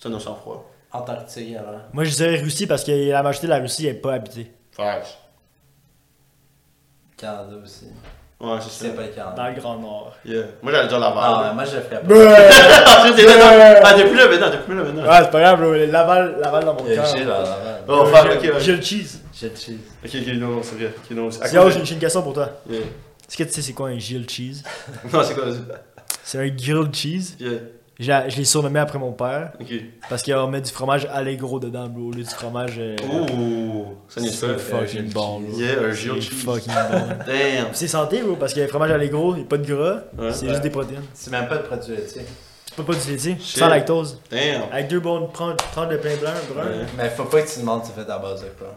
[SPEAKER 1] C'est un océan froid.
[SPEAKER 2] Antarctique, alors.
[SPEAKER 3] Moi, je dirais Russie parce que la majorité de la Russie n'est pas habitée.
[SPEAKER 1] Facts.
[SPEAKER 2] Canada aussi.
[SPEAKER 1] Ouais, c'est
[SPEAKER 2] C'est
[SPEAKER 1] ça.
[SPEAKER 2] pas le Canada.
[SPEAKER 3] Dans le Grand Nord.
[SPEAKER 1] Yeah. Moi, j'allais dire
[SPEAKER 2] Ah, ouais,
[SPEAKER 1] Laval.
[SPEAKER 2] moi je le ferais pas.
[SPEAKER 3] ah,
[SPEAKER 1] Ah, c'est- c'est-
[SPEAKER 3] Ouais.
[SPEAKER 1] ah, depuis là maintenant, depuis là maintenant.
[SPEAKER 3] c'est pas grave, bro. Laval, Laval dans mon
[SPEAKER 2] Il y a
[SPEAKER 3] cœur.
[SPEAKER 2] Gilles à Laval.
[SPEAKER 1] Oh,
[SPEAKER 3] Euh,
[SPEAKER 1] fuck,
[SPEAKER 3] j'ai-
[SPEAKER 1] ok, ouais.
[SPEAKER 3] J'ai le cheese.
[SPEAKER 2] J'ai de cheese.
[SPEAKER 1] Ok, ok, non, c'est vrai. Ok, non, c'est- à
[SPEAKER 3] Yo,
[SPEAKER 1] cause
[SPEAKER 3] j'ai
[SPEAKER 1] de-
[SPEAKER 3] j'ai une question pour toi.
[SPEAKER 1] Yeah.
[SPEAKER 3] Est-ce que tu sais c'est quoi un grilled cheese?
[SPEAKER 1] Non, c'est quoi là
[SPEAKER 3] C'est un grilled cheese.
[SPEAKER 1] Yeah.
[SPEAKER 3] J'ai- Je l'ai surnommé après mon père
[SPEAKER 1] Ok.
[SPEAKER 3] parce qu'on met du fromage allégro dedans, bro. Au lieu du fromage. euh,
[SPEAKER 1] Ouh, ça n'est pas.
[SPEAKER 3] c'est fucking bon, bro.
[SPEAKER 1] Yeah, un
[SPEAKER 3] C'est
[SPEAKER 1] Gio cheese.
[SPEAKER 3] fucking bon.
[SPEAKER 1] Damn.
[SPEAKER 3] C'est santé, bro, parce que le fromage allégro, il n'y a pas de gras,
[SPEAKER 1] Ouais.
[SPEAKER 3] c'est
[SPEAKER 2] Ouais.
[SPEAKER 3] juste des protéines.
[SPEAKER 2] C'est même pas de produit laitier.
[SPEAKER 3] Tu peux pas du laitier,
[SPEAKER 1] Shit.
[SPEAKER 3] sans lactose.
[SPEAKER 1] Damn.
[SPEAKER 3] Avec deux bons, prendre, prendre le pain blanc, brun.
[SPEAKER 1] Ouais.
[SPEAKER 2] Mais faut pas que tu demandes si c'est fait à base de quoi.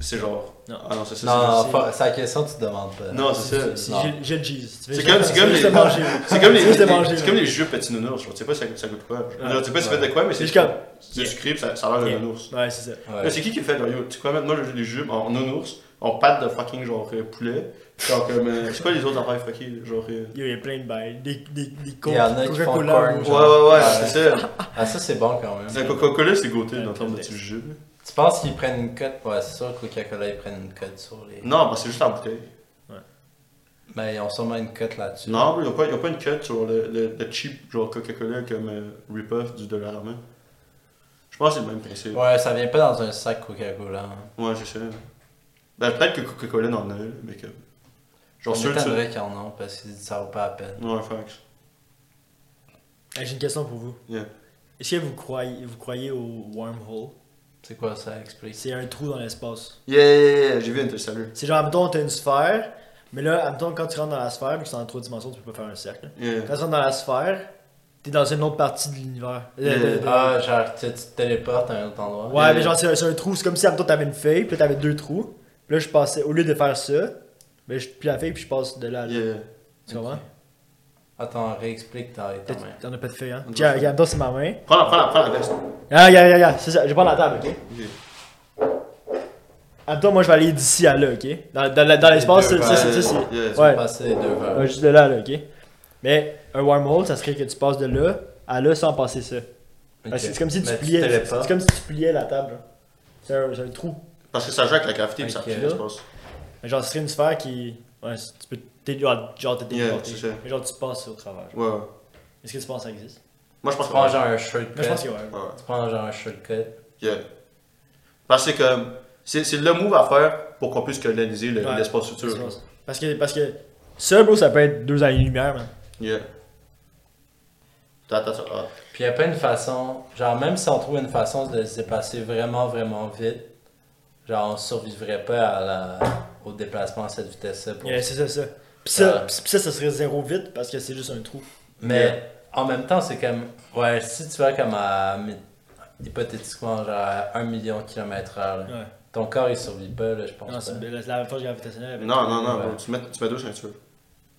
[SPEAKER 1] C'est genre.
[SPEAKER 3] Non.
[SPEAKER 1] Ah non, c'est ça.
[SPEAKER 2] Non,
[SPEAKER 3] c'est-
[SPEAKER 2] fa- c'est la question que tu demandes pas.
[SPEAKER 1] c'est- Non, c'est ça.
[SPEAKER 3] C'est
[SPEAKER 2] Non.
[SPEAKER 3] grilled- grilled cheese. Tu veux
[SPEAKER 1] C'est
[SPEAKER 3] juste-
[SPEAKER 1] comme- c'est comme
[SPEAKER 3] juste
[SPEAKER 1] les-
[SPEAKER 3] le manger.
[SPEAKER 1] C'est comme les,
[SPEAKER 3] C'est juste
[SPEAKER 1] les-
[SPEAKER 3] de manger,
[SPEAKER 1] c'est
[SPEAKER 3] là.
[SPEAKER 1] comme les jus petit nounours, je sais pas ça, ça goûte quoi. Je ne sais pas si c'est fait de quoi, mais c'est
[SPEAKER 3] C'est comme-
[SPEAKER 1] c'est sucré, puis ça, ça a l'air de
[SPEAKER 3] Yeah.
[SPEAKER 1] nounours.
[SPEAKER 3] Ouais, c'est ça.
[SPEAKER 1] Mais
[SPEAKER 2] Ouais.
[SPEAKER 1] c'est qui qui fait genre, yo, tu sais quoi, maintenant j'ai des jus en nounours, en pâte de fucking genre euh, poulet, genre comme, euh, je sais pas les autres affaires fuckées, genre. euh,
[SPEAKER 3] Il y a plein de bails. Des, des, des
[SPEAKER 2] Il y en a qui font
[SPEAKER 3] Coca-Cola,
[SPEAKER 2] corn.
[SPEAKER 3] bro.
[SPEAKER 1] Ouais, ouais, ouais,
[SPEAKER 2] Ouais.
[SPEAKER 1] c'est ça.
[SPEAKER 2] Ah, ça c'est bon quand même.
[SPEAKER 1] C'est un Coca-Cola, c'est goûté dans
[SPEAKER 3] Ouais,
[SPEAKER 1] termes de
[SPEAKER 3] c'est-
[SPEAKER 1] petit jus.
[SPEAKER 2] Tu penses qu'ils prennent une cote Ouais, c'est sûr que Coca-Cola ils prennent une cote sur les.
[SPEAKER 1] Non, parce que c'est juste en bouteille.
[SPEAKER 2] Mais ils ont sûrement une cote là-dessus.
[SPEAKER 1] Non, mais ils n'ont pas, ils ont pas une cut sur le, le, le cheap genre Coca-Cola comme euh, rip-off du Dollarama. Je pense que c'est le même principe. Ouais,
[SPEAKER 2] Ouais, ça vient pas dans un sac Coca-Cola. hein.
[SPEAKER 1] c'est ça. Ben, peut-être que Coca-Cola en a, là, mais comme. Genre
[SPEAKER 2] Je
[SPEAKER 1] sûr que ça. Ouais,
[SPEAKER 2] m'étonnerais qu'ils en ont parce que ça vaut pas la peine.
[SPEAKER 1] facts.
[SPEAKER 3] Ah, J'ai une question pour vous.
[SPEAKER 1] Yeah.
[SPEAKER 3] Est-ce que vous croyez, vous croyez au wormhole
[SPEAKER 2] C'est quoi ça explique
[SPEAKER 3] C'est un trou dans l'espace.
[SPEAKER 1] Yeah, yeah, yeah, j'ai vu un salut.
[SPEAKER 3] C'est genre, admettons, t'as une sphère, mais là, admettons, quand tu rentres dans la sphère, vu que c'est en trois dimensions, tu peux pas faire un cercle.
[SPEAKER 1] Yeah.
[SPEAKER 3] Quand tu rentres dans la sphère, t'es dans une autre partie de l'univers. Euh,
[SPEAKER 1] Yeah.
[SPEAKER 3] de- de-
[SPEAKER 2] Ah, genre tu tu te téléportes à un autre endroit.
[SPEAKER 3] Ouais, mais genre, c'est c'est un trou, c'est comme si, admettons, t'avais une feuille, puis là, t'avais deux trous. Puis là, je passais, au lieu de faire ça, mais je plie la feuille, puis je passe de là à là.
[SPEAKER 1] Yeah.
[SPEAKER 3] Tu comprends?
[SPEAKER 2] Attends, réexplique ta ta
[SPEAKER 3] T'as-
[SPEAKER 2] main.
[SPEAKER 3] T'en as pas de feuille, hein?
[SPEAKER 1] On
[SPEAKER 3] Tiens,
[SPEAKER 1] doit-
[SPEAKER 3] regarde, admettons, c'est ma main.
[SPEAKER 1] Prends la, prends la, prends la veste.
[SPEAKER 3] Ah, regarde, regarde, regarde, c'est ça, je vais prendre la table, ok?
[SPEAKER 1] Ok.
[SPEAKER 3] Admettons, moi, je vais aller d'ici à là, ok? Dans, dans, la- dans l'espace,
[SPEAKER 2] deux,
[SPEAKER 3] c'est- ça, c'est. ça, c'est-
[SPEAKER 1] Yeah.
[SPEAKER 3] Ouais.
[SPEAKER 2] Passer les deux vers.
[SPEAKER 3] Ouais, juste de là, là, ok? Mais un wormhole, ça serait que tu passes de là à là sans passer ça.
[SPEAKER 2] Ok.
[SPEAKER 3] Ouais, Ah, C'est c'est comme si tu
[SPEAKER 2] Mais
[SPEAKER 3] pliais.
[SPEAKER 2] te
[SPEAKER 3] c'est-
[SPEAKER 2] téléportes.
[SPEAKER 3] C'est comme si tu pliais la table. là. C'est un, c'est un trou.
[SPEAKER 1] Parce que ça joue avec la gravité, puis ça
[SPEAKER 2] Ok.
[SPEAKER 1] fait l'espace.
[SPEAKER 3] Mais genre, ce serait une sphère qui. Ouais, c- tu peux. T'es, genre, genre, t'es
[SPEAKER 1] Yeah,
[SPEAKER 3] téléporté.
[SPEAKER 1] c'est ça.
[SPEAKER 3] Mais genre, tu passes au travers. genre.
[SPEAKER 1] Ouais. ouais.
[SPEAKER 3] Est-ce que tu penses que ça existe
[SPEAKER 1] Moi, je pense
[SPEAKER 2] Tu prends
[SPEAKER 1] que.
[SPEAKER 2] genre un
[SPEAKER 3] Moi, je pense que
[SPEAKER 2] shortcut.
[SPEAKER 3] ouais.
[SPEAKER 1] Ouais.
[SPEAKER 2] Tu prends genre un shortcut.
[SPEAKER 1] Yeah. Parce que comme, c'est c'est le move à faire pour qu'on puisse coloniser le-
[SPEAKER 3] Ouais.
[SPEAKER 1] l'espace
[SPEAKER 3] Je
[SPEAKER 1] futur.
[SPEAKER 3] pense. Parce que, parce que. Ça, bro, ça peut être deux années-lumière, man.
[SPEAKER 1] Yeah. Attends, ah, attends, attends.
[SPEAKER 2] Puis il n'y a pas une façon, genre même si on trouve une façon de se déplacer vraiment, vraiment vite, genre on survivrait pas à la- au déplacement à cette vitesse-là. pour-
[SPEAKER 3] Yeah, c'est ça, ça. Pis ça,
[SPEAKER 2] Ouais.
[SPEAKER 3] pis- pis ça, ça serait zéro vite parce que c'est juste un trou.
[SPEAKER 2] Mais
[SPEAKER 1] Yeah.
[SPEAKER 2] en même temps, c'est comme, ouais, si tu vas comme à, mi- hypothétiquement, genre à 1 million de kilomètres heure, là,
[SPEAKER 3] Ouais.
[SPEAKER 2] ton corps il survit pas, là, je pense.
[SPEAKER 3] Non,
[SPEAKER 2] pas.
[SPEAKER 3] c'est la, la force gravitationnelle. avec-
[SPEAKER 1] Non, non, non,
[SPEAKER 2] Ouais.
[SPEAKER 1] bro, tu, mets, tu mets deux ceintures.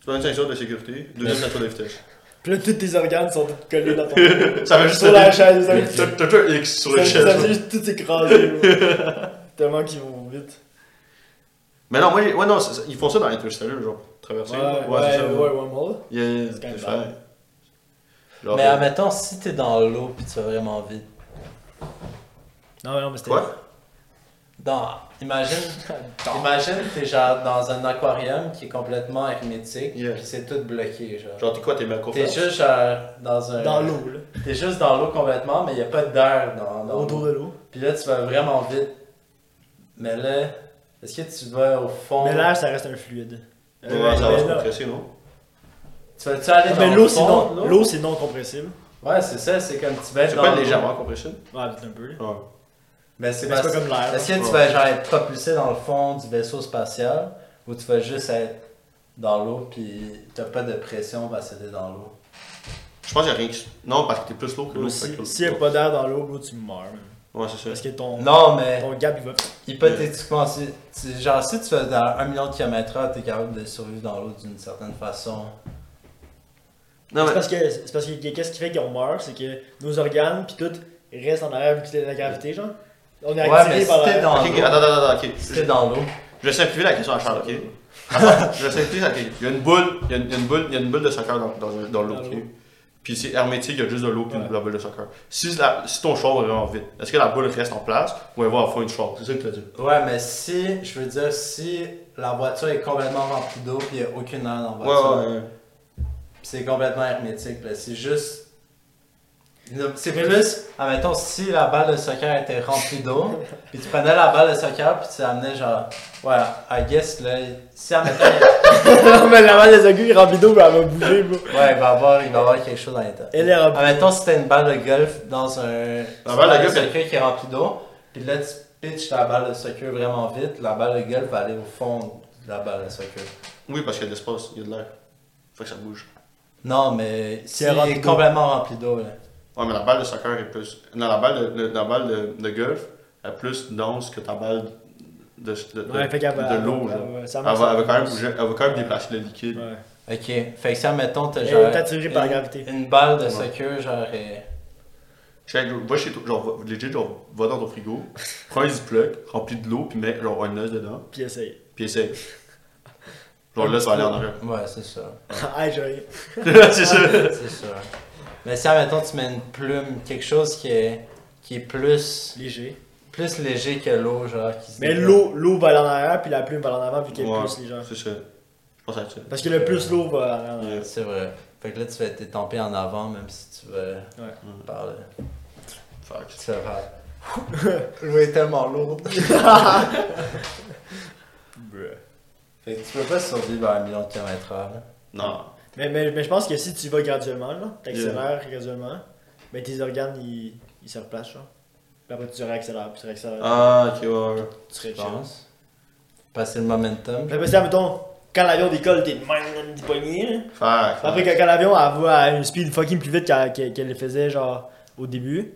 [SPEAKER 1] Tu mets une ceinture de sécurité, deux
[SPEAKER 2] Mais-
[SPEAKER 1] ceintures de vitesse.
[SPEAKER 3] Pis là, tous tes organes sont tous collés dans ton.
[SPEAKER 1] Ça va juste
[SPEAKER 3] sur la
[SPEAKER 1] t'aider.
[SPEAKER 3] chaise. hein. ça-
[SPEAKER 2] Mais-
[SPEAKER 1] T'as t'as un X sur le
[SPEAKER 3] Ça ça
[SPEAKER 1] chest.
[SPEAKER 3] fait juste tout écraser, bro. Tellement qu'ils vont vite.
[SPEAKER 1] Mais non, moi, j'ai- ouais, non, c'est- c'est- ils font ça dans Interstellar, genre, traverser.
[SPEAKER 3] Ouais,
[SPEAKER 1] là.
[SPEAKER 3] ouais, ouais,
[SPEAKER 1] c'est ça.
[SPEAKER 3] wormhole.
[SPEAKER 1] Yeah,
[SPEAKER 3] C'est quand
[SPEAKER 1] c'est
[SPEAKER 3] même
[SPEAKER 1] faire.
[SPEAKER 3] bad.
[SPEAKER 1] Genre,
[SPEAKER 2] Mais
[SPEAKER 1] euh,
[SPEAKER 2] admettons, si t'es dans l'eau puis tu vas vraiment vite,
[SPEAKER 3] Non, non, mais c'était.
[SPEAKER 1] Quoi?
[SPEAKER 2] dans, imagine Imagine que t'es genre dans un aquarium qui est complètement hermétique,
[SPEAKER 1] Yeah.
[SPEAKER 2] puis c'est tout bloqué, genre.
[SPEAKER 1] Genre, t'es quoi, t'es mal
[SPEAKER 2] T'es juste genre dans un.
[SPEAKER 3] Dans l'eau, là.
[SPEAKER 2] T'es juste dans l'eau complètement, mais y a pas d'air dans, dans
[SPEAKER 3] Autour
[SPEAKER 2] l'eau.
[SPEAKER 3] de l'eau.
[SPEAKER 2] Puis là, tu vas vraiment vite. Mais là, est-ce que tu vas au fond
[SPEAKER 3] Mais l'air, ça reste un fluide.
[SPEAKER 1] Ouais,
[SPEAKER 3] Euh,
[SPEAKER 1] ça va
[SPEAKER 3] mais
[SPEAKER 1] se
[SPEAKER 3] là-
[SPEAKER 1] compresser, non?
[SPEAKER 2] Tu vas-tu aller dans
[SPEAKER 3] Ah, Mais
[SPEAKER 2] le
[SPEAKER 3] l'eau, c'est
[SPEAKER 2] fond de
[SPEAKER 3] non, l'eau, c'est non compressible.
[SPEAKER 2] Ouais, c'est ça, c'est comme tu vas être
[SPEAKER 1] C'est
[SPEAKER 2] dans.
[SPEAKER 1] pas
[SPEAKER 2] l'eau.
[SPEAKER 1] légèrement compressé?
[SPEAKER 3] Ouais, peut-être un peu. là.
[SPEAKER 1] Ouais.
[SPEAKER 2] Mais c'est
[SPEAKER 3] Mais c'est
[SPEAKER 2] parce-
[SPEAKER 3] pas comme l'air.
[SPEAKER 2] Est-ce que
[SPEAKER 1] Ouais.
[SPEAKER 2] tu vas genre être propulsé dans le fond du vaisseau spatial ou tu vas juste être dans l'eau puis t'as pas de pression parce que t'es dans l'eau?
[SPEAKER 1] Je pense qu'il y a rien qui. Non, parce que t'es plus lourd que l'eau. fait que-
[SPEAKER 3] Si- S'il n'y a pas d'air dans l'eau, bro, tu meurs. man.
[SPEAKER 1] Ouais, c'est
[SPEAKER 3] Parce
[SPEAKER 1] ça.
[SPEAKER 3] que ton,
[SPEAKER 2] Non, mais
[SPEAKER 3] ton gap, il va.
[SPEAKER 2] hypothétiquement, si, si- genre si tu fais dans un million de kilomètres heure, t'es capable de survivre dans l'eau d'une certaine façon.
[SPEAKER 1] Non,
[SPEAKER 3] C'est
[SPEAKER 1] mais.
[SPEAKER 3] parce que, c'est parce que qu'est-ce qui fait qu'on meurt, c'est que nos organes, puis tout, restent en arrière vu que c'est la gravité, genre. On est
[SPEAKER 2] Ouais, mais
[SPEAKER 3] activé
[SPEAKER 2] si
[SPEAKER 3] par
[SPEAKER 2] t'es
[SPEAKER 3] la.
[SPEAKER 2] dans
[SPEAKER 1] Ok, ok,
[SPEAKER 2] l'eau,
[SPEAKER 1] attends, attends, attends, ok.
[SPEAKER 2] si t'es dans l'eau,
[SPEAKER 1] Je vais simplifier la question à Charles, ok? Attends, je vais s'expliquer ça. Il y a une boule, il y a une, il y a une boule, il y a une boule de soccer dans, dans, dans l'eau.
[SPEAKER 3] Dans
[SPEAKER 1] ok?
[SPEAKER 3] l'eau.
[SPEAKER 1] Puis c'est hermétique, il y a juste de l'eau puis
[SPEAKER 3] Ouais.
[SPEAKER 1] la boule de soccer. Si, la- si ton char va vraiment vite, est-ce que la boule reste en place ou elle va avoir une char? C'est ça que tu as dit.
[SPEAKER 2] Ouais, mais si, je veux dire, si la voiture est complètement remplie d'eau puis il n'y a aucune air dans
[SPEAKER 1] Ouais,
[SPEAKER 2] la voiture,
[SPEAKER 1] ouais, ouais.
[SPEAKER 2] puis c'est complètement hermétique, là, c'est juste. C'est plus, admettons, si la balle de soccer était remplie d'eau, puis tu prenais la balle de soccer, puis tu l'amenais genre. Ouais, I guess, là, si admettons. il-
[SPEAKER 3] non, mais la balle des aiguilles remplie d'eau, elle va bouger, bro.
[SPEAKER 2] Ouais, il va y avoir, il va y avoir quelque chose à l'intérieur.
[SPEAKER 3] Elle est remplie.
[SPEAKER 2] Admettons, si t'as une balle de golf dans un.
[SPEAKER 1] La balle de golf,
[SPEAKER 2] un soccer qui est remplie d'eau, puis là, tu pitches la balle de soccer vraiment vite, la balle de golf va aller au fond de la balle de soccer.
[SPEAKER 1] Oui, parce qu'il y a de l'espace, il y a de l'air. Fait que ça bouge.
[SPEAKER 2] Non, mais
[SPEAKER 3] Si
[SPEAKER 2] si
[SPEAKER 3] elle
[SPEAKER 2] elle
[SPEAKER 3] rentre
[SPEAKER 2] est
[SPEAKER 3] d'eau.
[SPEAKER 2] complètement remplie d'eau, là.
[SPEAKER 1] Ouais, mais la balle de soccer est plus. Non, la balle de, de- la balle de, de golf elle est plus dense que ta balle de, de, de,
[SPEAKER 3] Ouais, fait qu'elle va.
[SPEAKER 1] de l'eau. là.
[SPEAKER 3] elle va- ça
[SPEAKER 1] Elle
[SPEAKER 3] va-
[SPEAKER 1] va, elle va quand même bouger- elle va quand même déplacer le liquide.
[SPEAKER 3] Ouais.
[SPEAKER 2] Ok, fait que ça, mettons, t'as
[SPEAKER 3] Elle
[SPEAKER 2] genre.
[SPEAKER 3] est attirée par la
[SPEAKER 2] une-
[SPEAKER 3] gravité.
[SPEAKER 2] Une balle de
[SPEAKER 1] Ouais.
[SPEAKER 2] soccer, genre. et-
[SPEAKER 1] Check, va chez toi, genre, va- legit, genre, va dans ton frigo, prends un ziploc, remplis de l'eau, puis mets genre un œuf dedans,
[SPEAKER 3] Puis essaye.
[SPEAKER 1] puis essaye. Genre là, ça va aller en arrière.
[SPEAKER 2] Ouais, c'est ça.
[SPEAKER 3] Ah, j'ai
[SPEAKER 1] c'est ça.
[SPEAKER 2] c'est ça. Mais si, mettons, tu mets une plume, quelque chose qui est, qui est plus,
[SPEAKER 3] Léger.
[SPEAKER 2] plus léger que l'eau, genre. Qui se
[SPEAKER 3] Mais
[SPEAKER 2] développe.
[SPEAKER 3] l'eau, l'eau va aller en arrière, puis la plume va aller en avant, vu qu'elle
[SPEAKER 1] Ouais,
[SPEAKER 3] pousse les gens.
[SPEAKER 1] C'est ça. Je pense à ça.
[SPEAKER 3] Parce que le plus l'eau va aller en
[SPEAKER 1] Yeah.
[SPEAKER 3] arrière.
[SPEAKER 2] C'est vrai. Fait que là, tu vas être tempé en avant, même si tu veux. Par le...
[SPEAKER 1] Fuck.
[SPEAKER 2] Tu vas faire. l'eau est tellement lourde.
[SPEAKER 3] Bruh.
[SPEAKER 2] Fait que tu peux pas survivre à un million de kilomètres heure, là.
[SPEAKER 1] Non.
[SPEAKER 3] Mais, mais, mais je pense que si tu y vas graduellement, là, t'accélères graduellement, mais tes organes, ils, ils se replacent, genre. Puis après, tu réaccélères, puis tu réaccélères,
[SPEAKER 1] Ah, ok, ouais, ouais.
[SPEAKER 3] tu serais
[SPEAKER 2] Je
[SPEAKER 3] chill.
[SPEAKER 2] pense. Passer le momentum.
[SPEAKER 3] Mais après, si, admettons, quand l'avion décolle, t'es de même dans poignet, là.
[SPEAKER 1] Fuck.
[SPEAKER 3] Après, quand, quand l'avion, elle va à une speed fucking plus vite qu'elle qu'elle- qu'elle le faisait, genre, au début,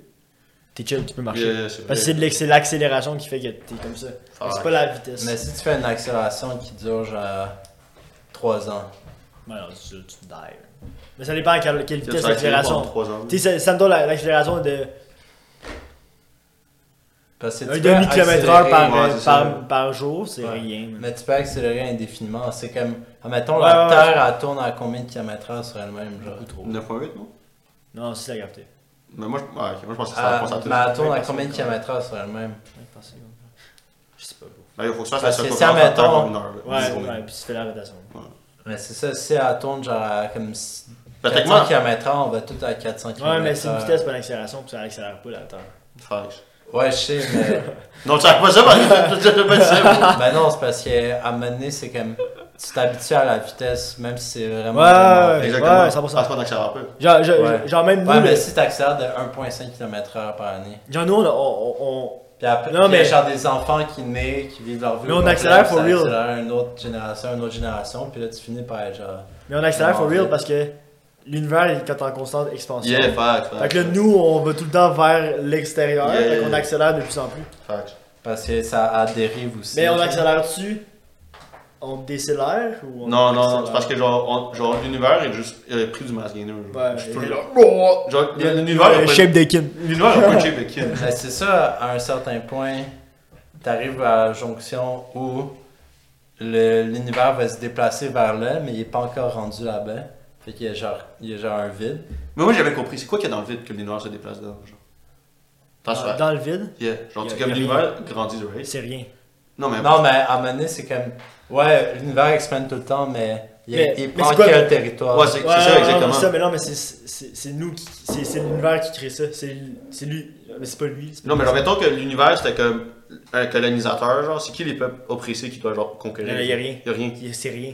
[SPEAKER 3] t'es chill, tu peux marcher.
[SPEAKER 1] Yeah, c'est
[SPEAKER 3] Parce que c'est de l'ex- c'est l'accélération qui fait que t'es comme ça.
[SPEAKER 1] Fuck.
[SPEAKER 3] C'est pas la vitesse.
[SPEAKER 2] Mais si tu fais une accélération qui dure genre 3 ans,
[SPEAKER 3] Ouais, non, tu, tu die. là. Mais ça dépend à quelle, quelle vitesse
[SPEAKER 1] Ça a été pendant
[SPEAKER 3] l'accélération.
[SPEAKER 1] trois ans.
[SPEAKER 3] Tu sais, ça- ça me donne la- l'accélération de
[SPEAKER 2] parce que tu
[SPEAKER 3] un
[SPEAKER 2] peux
[SPEAKER 3] demi kilomètre heure
[SPEAKER 2] accélérer-
[SPEAKER 3] par,
[SPEAKER 1] ouais,
[SPEAKER 3] euh,
[SPEAKER 1] c'est ça.
[SPEAKER 3] par, par jour, c'est
[SPEAKER 2] Ouais.
[SPEAKER 3] rien. là.
[SPEAKER 2] Mais tu peux accélérer indéfiniment. C'est comme. Admettons,
[SPEAKER 3] Ouais,
[SPEAKER 2] la
[SPEAKER 3] ouais,
[SPEAKER 2] Terre, elle tourne à combien de kilomètres heure sur elle-même genre?
[SPEAKER 3] Beaucoup trop.
[SPEAKER 1] 9.8, non
[SPEAKER 3] Non, c'est la gravité.
[SPEAKER 1] Mais moi, je, ouais, ok, moi, je pensais que ça
[SPEAKER 2] Ah,
[SPEAKER 3] Euh,
[SPEAKER 1] pense à tout.
[SPEAKER 2] mais elle tourne à
[SPEAKER 3] Ouais,
[SPEAKER 2] combien de
[SPEAKER 3] ouais.
[SPEAKER 2] kilomètres heure sur elle-même
[SPEAKER 3] Ouais, par seconde. Je sais pas. bro.
[SPEAKER 1] Là, Ben, il faut que ça
[SPEAKER 2] Parce
[SPEAKER 1] fasse
[SPEAKER 2] que
[SPEAKER 1] la
[SPEAKER 2] si,
[SPEAKER 1] circonférence de la Terre
[SPEAKER 2] admettons-
[SPEAKER 1] en une heure. là, une
[SPEAKER 3] Ouais,
[SPEAKER 1] journée.
[SPEAKER 3] ouais, puis tu fais la rotation.
[SPEAKER 2] Mais c'est ça, si elle tourne genre à comme si-
[SPEAKER 1] Fait
[SPEAKER 2] 400
[SPEAKER 1] Ben, techniquement-
[SPEAKER 2] km heure, on va tout à 400 km
[SPEAKER 3] Ouais, mais c'est une vitesse, pas une accélération, puis ça accélère pas la terre.
[SPEAKER 1] Fuck.
[SPEAKER 2] Ouais, je sais, mais.
[SPEAKER 1] Non, tu sais pas ça, parce que tu sais pas ça.
[SPEAKER 2] ben non, c'est parce qu'à un moment donné, c'est comme. Tu t'habitues à la vitesse, même si c'est vraiment.
[SPEAKER 3] Ouais,
[SPEAKER 2] vraiment
[SPEAKER 3] ouais,
[SPEAKER 2] fait.
[SPEAKER 1] Exactement.
[SPEAKER 3] Ouais, 100%.
[SPEAKER 1] Parce qu'on accélère un peu.
[SPEAKER 3] Genre, je-
[SPEAKER 2] Ouais.
[SPEAKER 3] genre même nous,
[SPEAKER 2] Ouais, mais
[SPEAKER 3] là,
[SPEAKER 2] si t'accélères de 1,5 km heure par année.
[SPEAKER 3] genre nous, on, on,
[SPEAKER 2] Puis après,
[SPEAKER 3] Non,
[SPEAKER 2] non,
[SPEAKER 3] mais-
[SPEAKER 2] mais... genre des enfants qui naissent, qui vivent leur vie.
[SPEAKER 3] Mais
[SPEAKER 2] au
[SPEAKER 3] on
[SPEAKER 2] complet,
[SPEAKER 3] accélère
[SPEAKER 2] puis
[SPEAKER 3] for
[SPEAKER 2] ça
[SPEAKER 3] real.
[SPEAKER 2] accélère une autre génération, une autre génération, puis là tu finis par être genre.
[SPEAKER 3] on- mais on accélère for
[SPEAKER 2] Non,
[SPEAKER 3] real
[SPEAKER 2] mais-
[SPEAKER 3] parce que l'univers est quand en constante expansion.
[SPEAKER 1] Yeah, fuck, fuck.
[SPEAKER 3] Fait que là, nous, on va tout le temps vers l'extérieur,
[SPEAKER 1] Yeah.
[SPEAKER 3] fait qu'on accélère de plus en plus.
[SPEAKER 1] Fuck.
[SPEAKER 2] Parce que ça a dérive aussi.
[SPEAKER 3] Mais on accélère-tu On décélère ou on
[SPEAKER 1] Non, non, non,
[SPEAKER 3] accélère?
[SPEAKER 1] c'est parce que genre, on- genre l'univers est juste euh, pris du mass gainer. Genre,
[SPEAKER 3] Ouais,
[SPEAKER 1] Je suis
[SPEAKER 3] et-
[SPEAKER 1] tout le temps- Genre, l'univers
[SPEAKER 3] Le
[SPEAKER 1] est pas-
[SPEAKER 3] shape des kin.
[SPEAKER 1] l'univers est pas cheap et kin.
[SPEAKER 2] Mais Ben, c'est ça, à un certain point, t'arrives à la jonction où le- l'univers va se déplacer vers là, mais il est pas encore rendu là-bas. Fait qu'il y a genre, il y a genre un vide.
[SPEAKER 1] Mais moi j'avais compris, c'est quoi qu'il y a dans le vide que l'univers se déplace dedans genre T'as
[SPEAKER 3] Ah, Dans,
[SPEAKER 1] ça.
[SPEAKER 3] dans le vide,
[SPEAKER 1] Yeah. Genre,
[SPEAKER 3] y a-
[SPEAKER 1] tu
[SPEAKER 3] y
[SPEAKER 1] comme
[SPEAKER 3] a
[SPEAKER 1] l'univers grandit de race.
[SPEAKER 3] c'est rien.
[SPEAKER 1] Non, mais.
[SPEAKER 2] Non, mais à un moment donné, c'est comme. Ouais, l'univers expande tout le temps, mais il,
[SPEAKER 3] Mais-
[SPEAKER 2] il
[SPEAKER 3] mais
[SPEAKER 2] prend
[SPEAKER 3] c'est quoi
[SPEAKER 2] quel
[SPEAKER 3] le-
[SPEAKER 2] territoire
[SPEAKER 1] Ouais, c'est
[SPEAKER 3] Ouais,
[SPEAKER 1] ça,
[SPEAKER 3] non,
[SPEAKER 1] exactement.
[SPEAKER 3] non, mais ça, mais non, mais c'est- c'est c'est nous qui. C'est c'est l'univers qui crée ça. C'est c'est lui. Mais c'est pas lui. c'est pas
[SPEAKER 1] Non, mais
[SPEAKER 3] lui.
[SPEAKER 1] genre, mettons que l'univers c'était comme un colonisateur, genre, c'est qui les peuples oppressés qui doivent genre conquérir
[SPEAKER 3] Non, y a rien.
[SPEAKER 1] Y'a rien.
[SPEAKER 3] Il- C'est rien.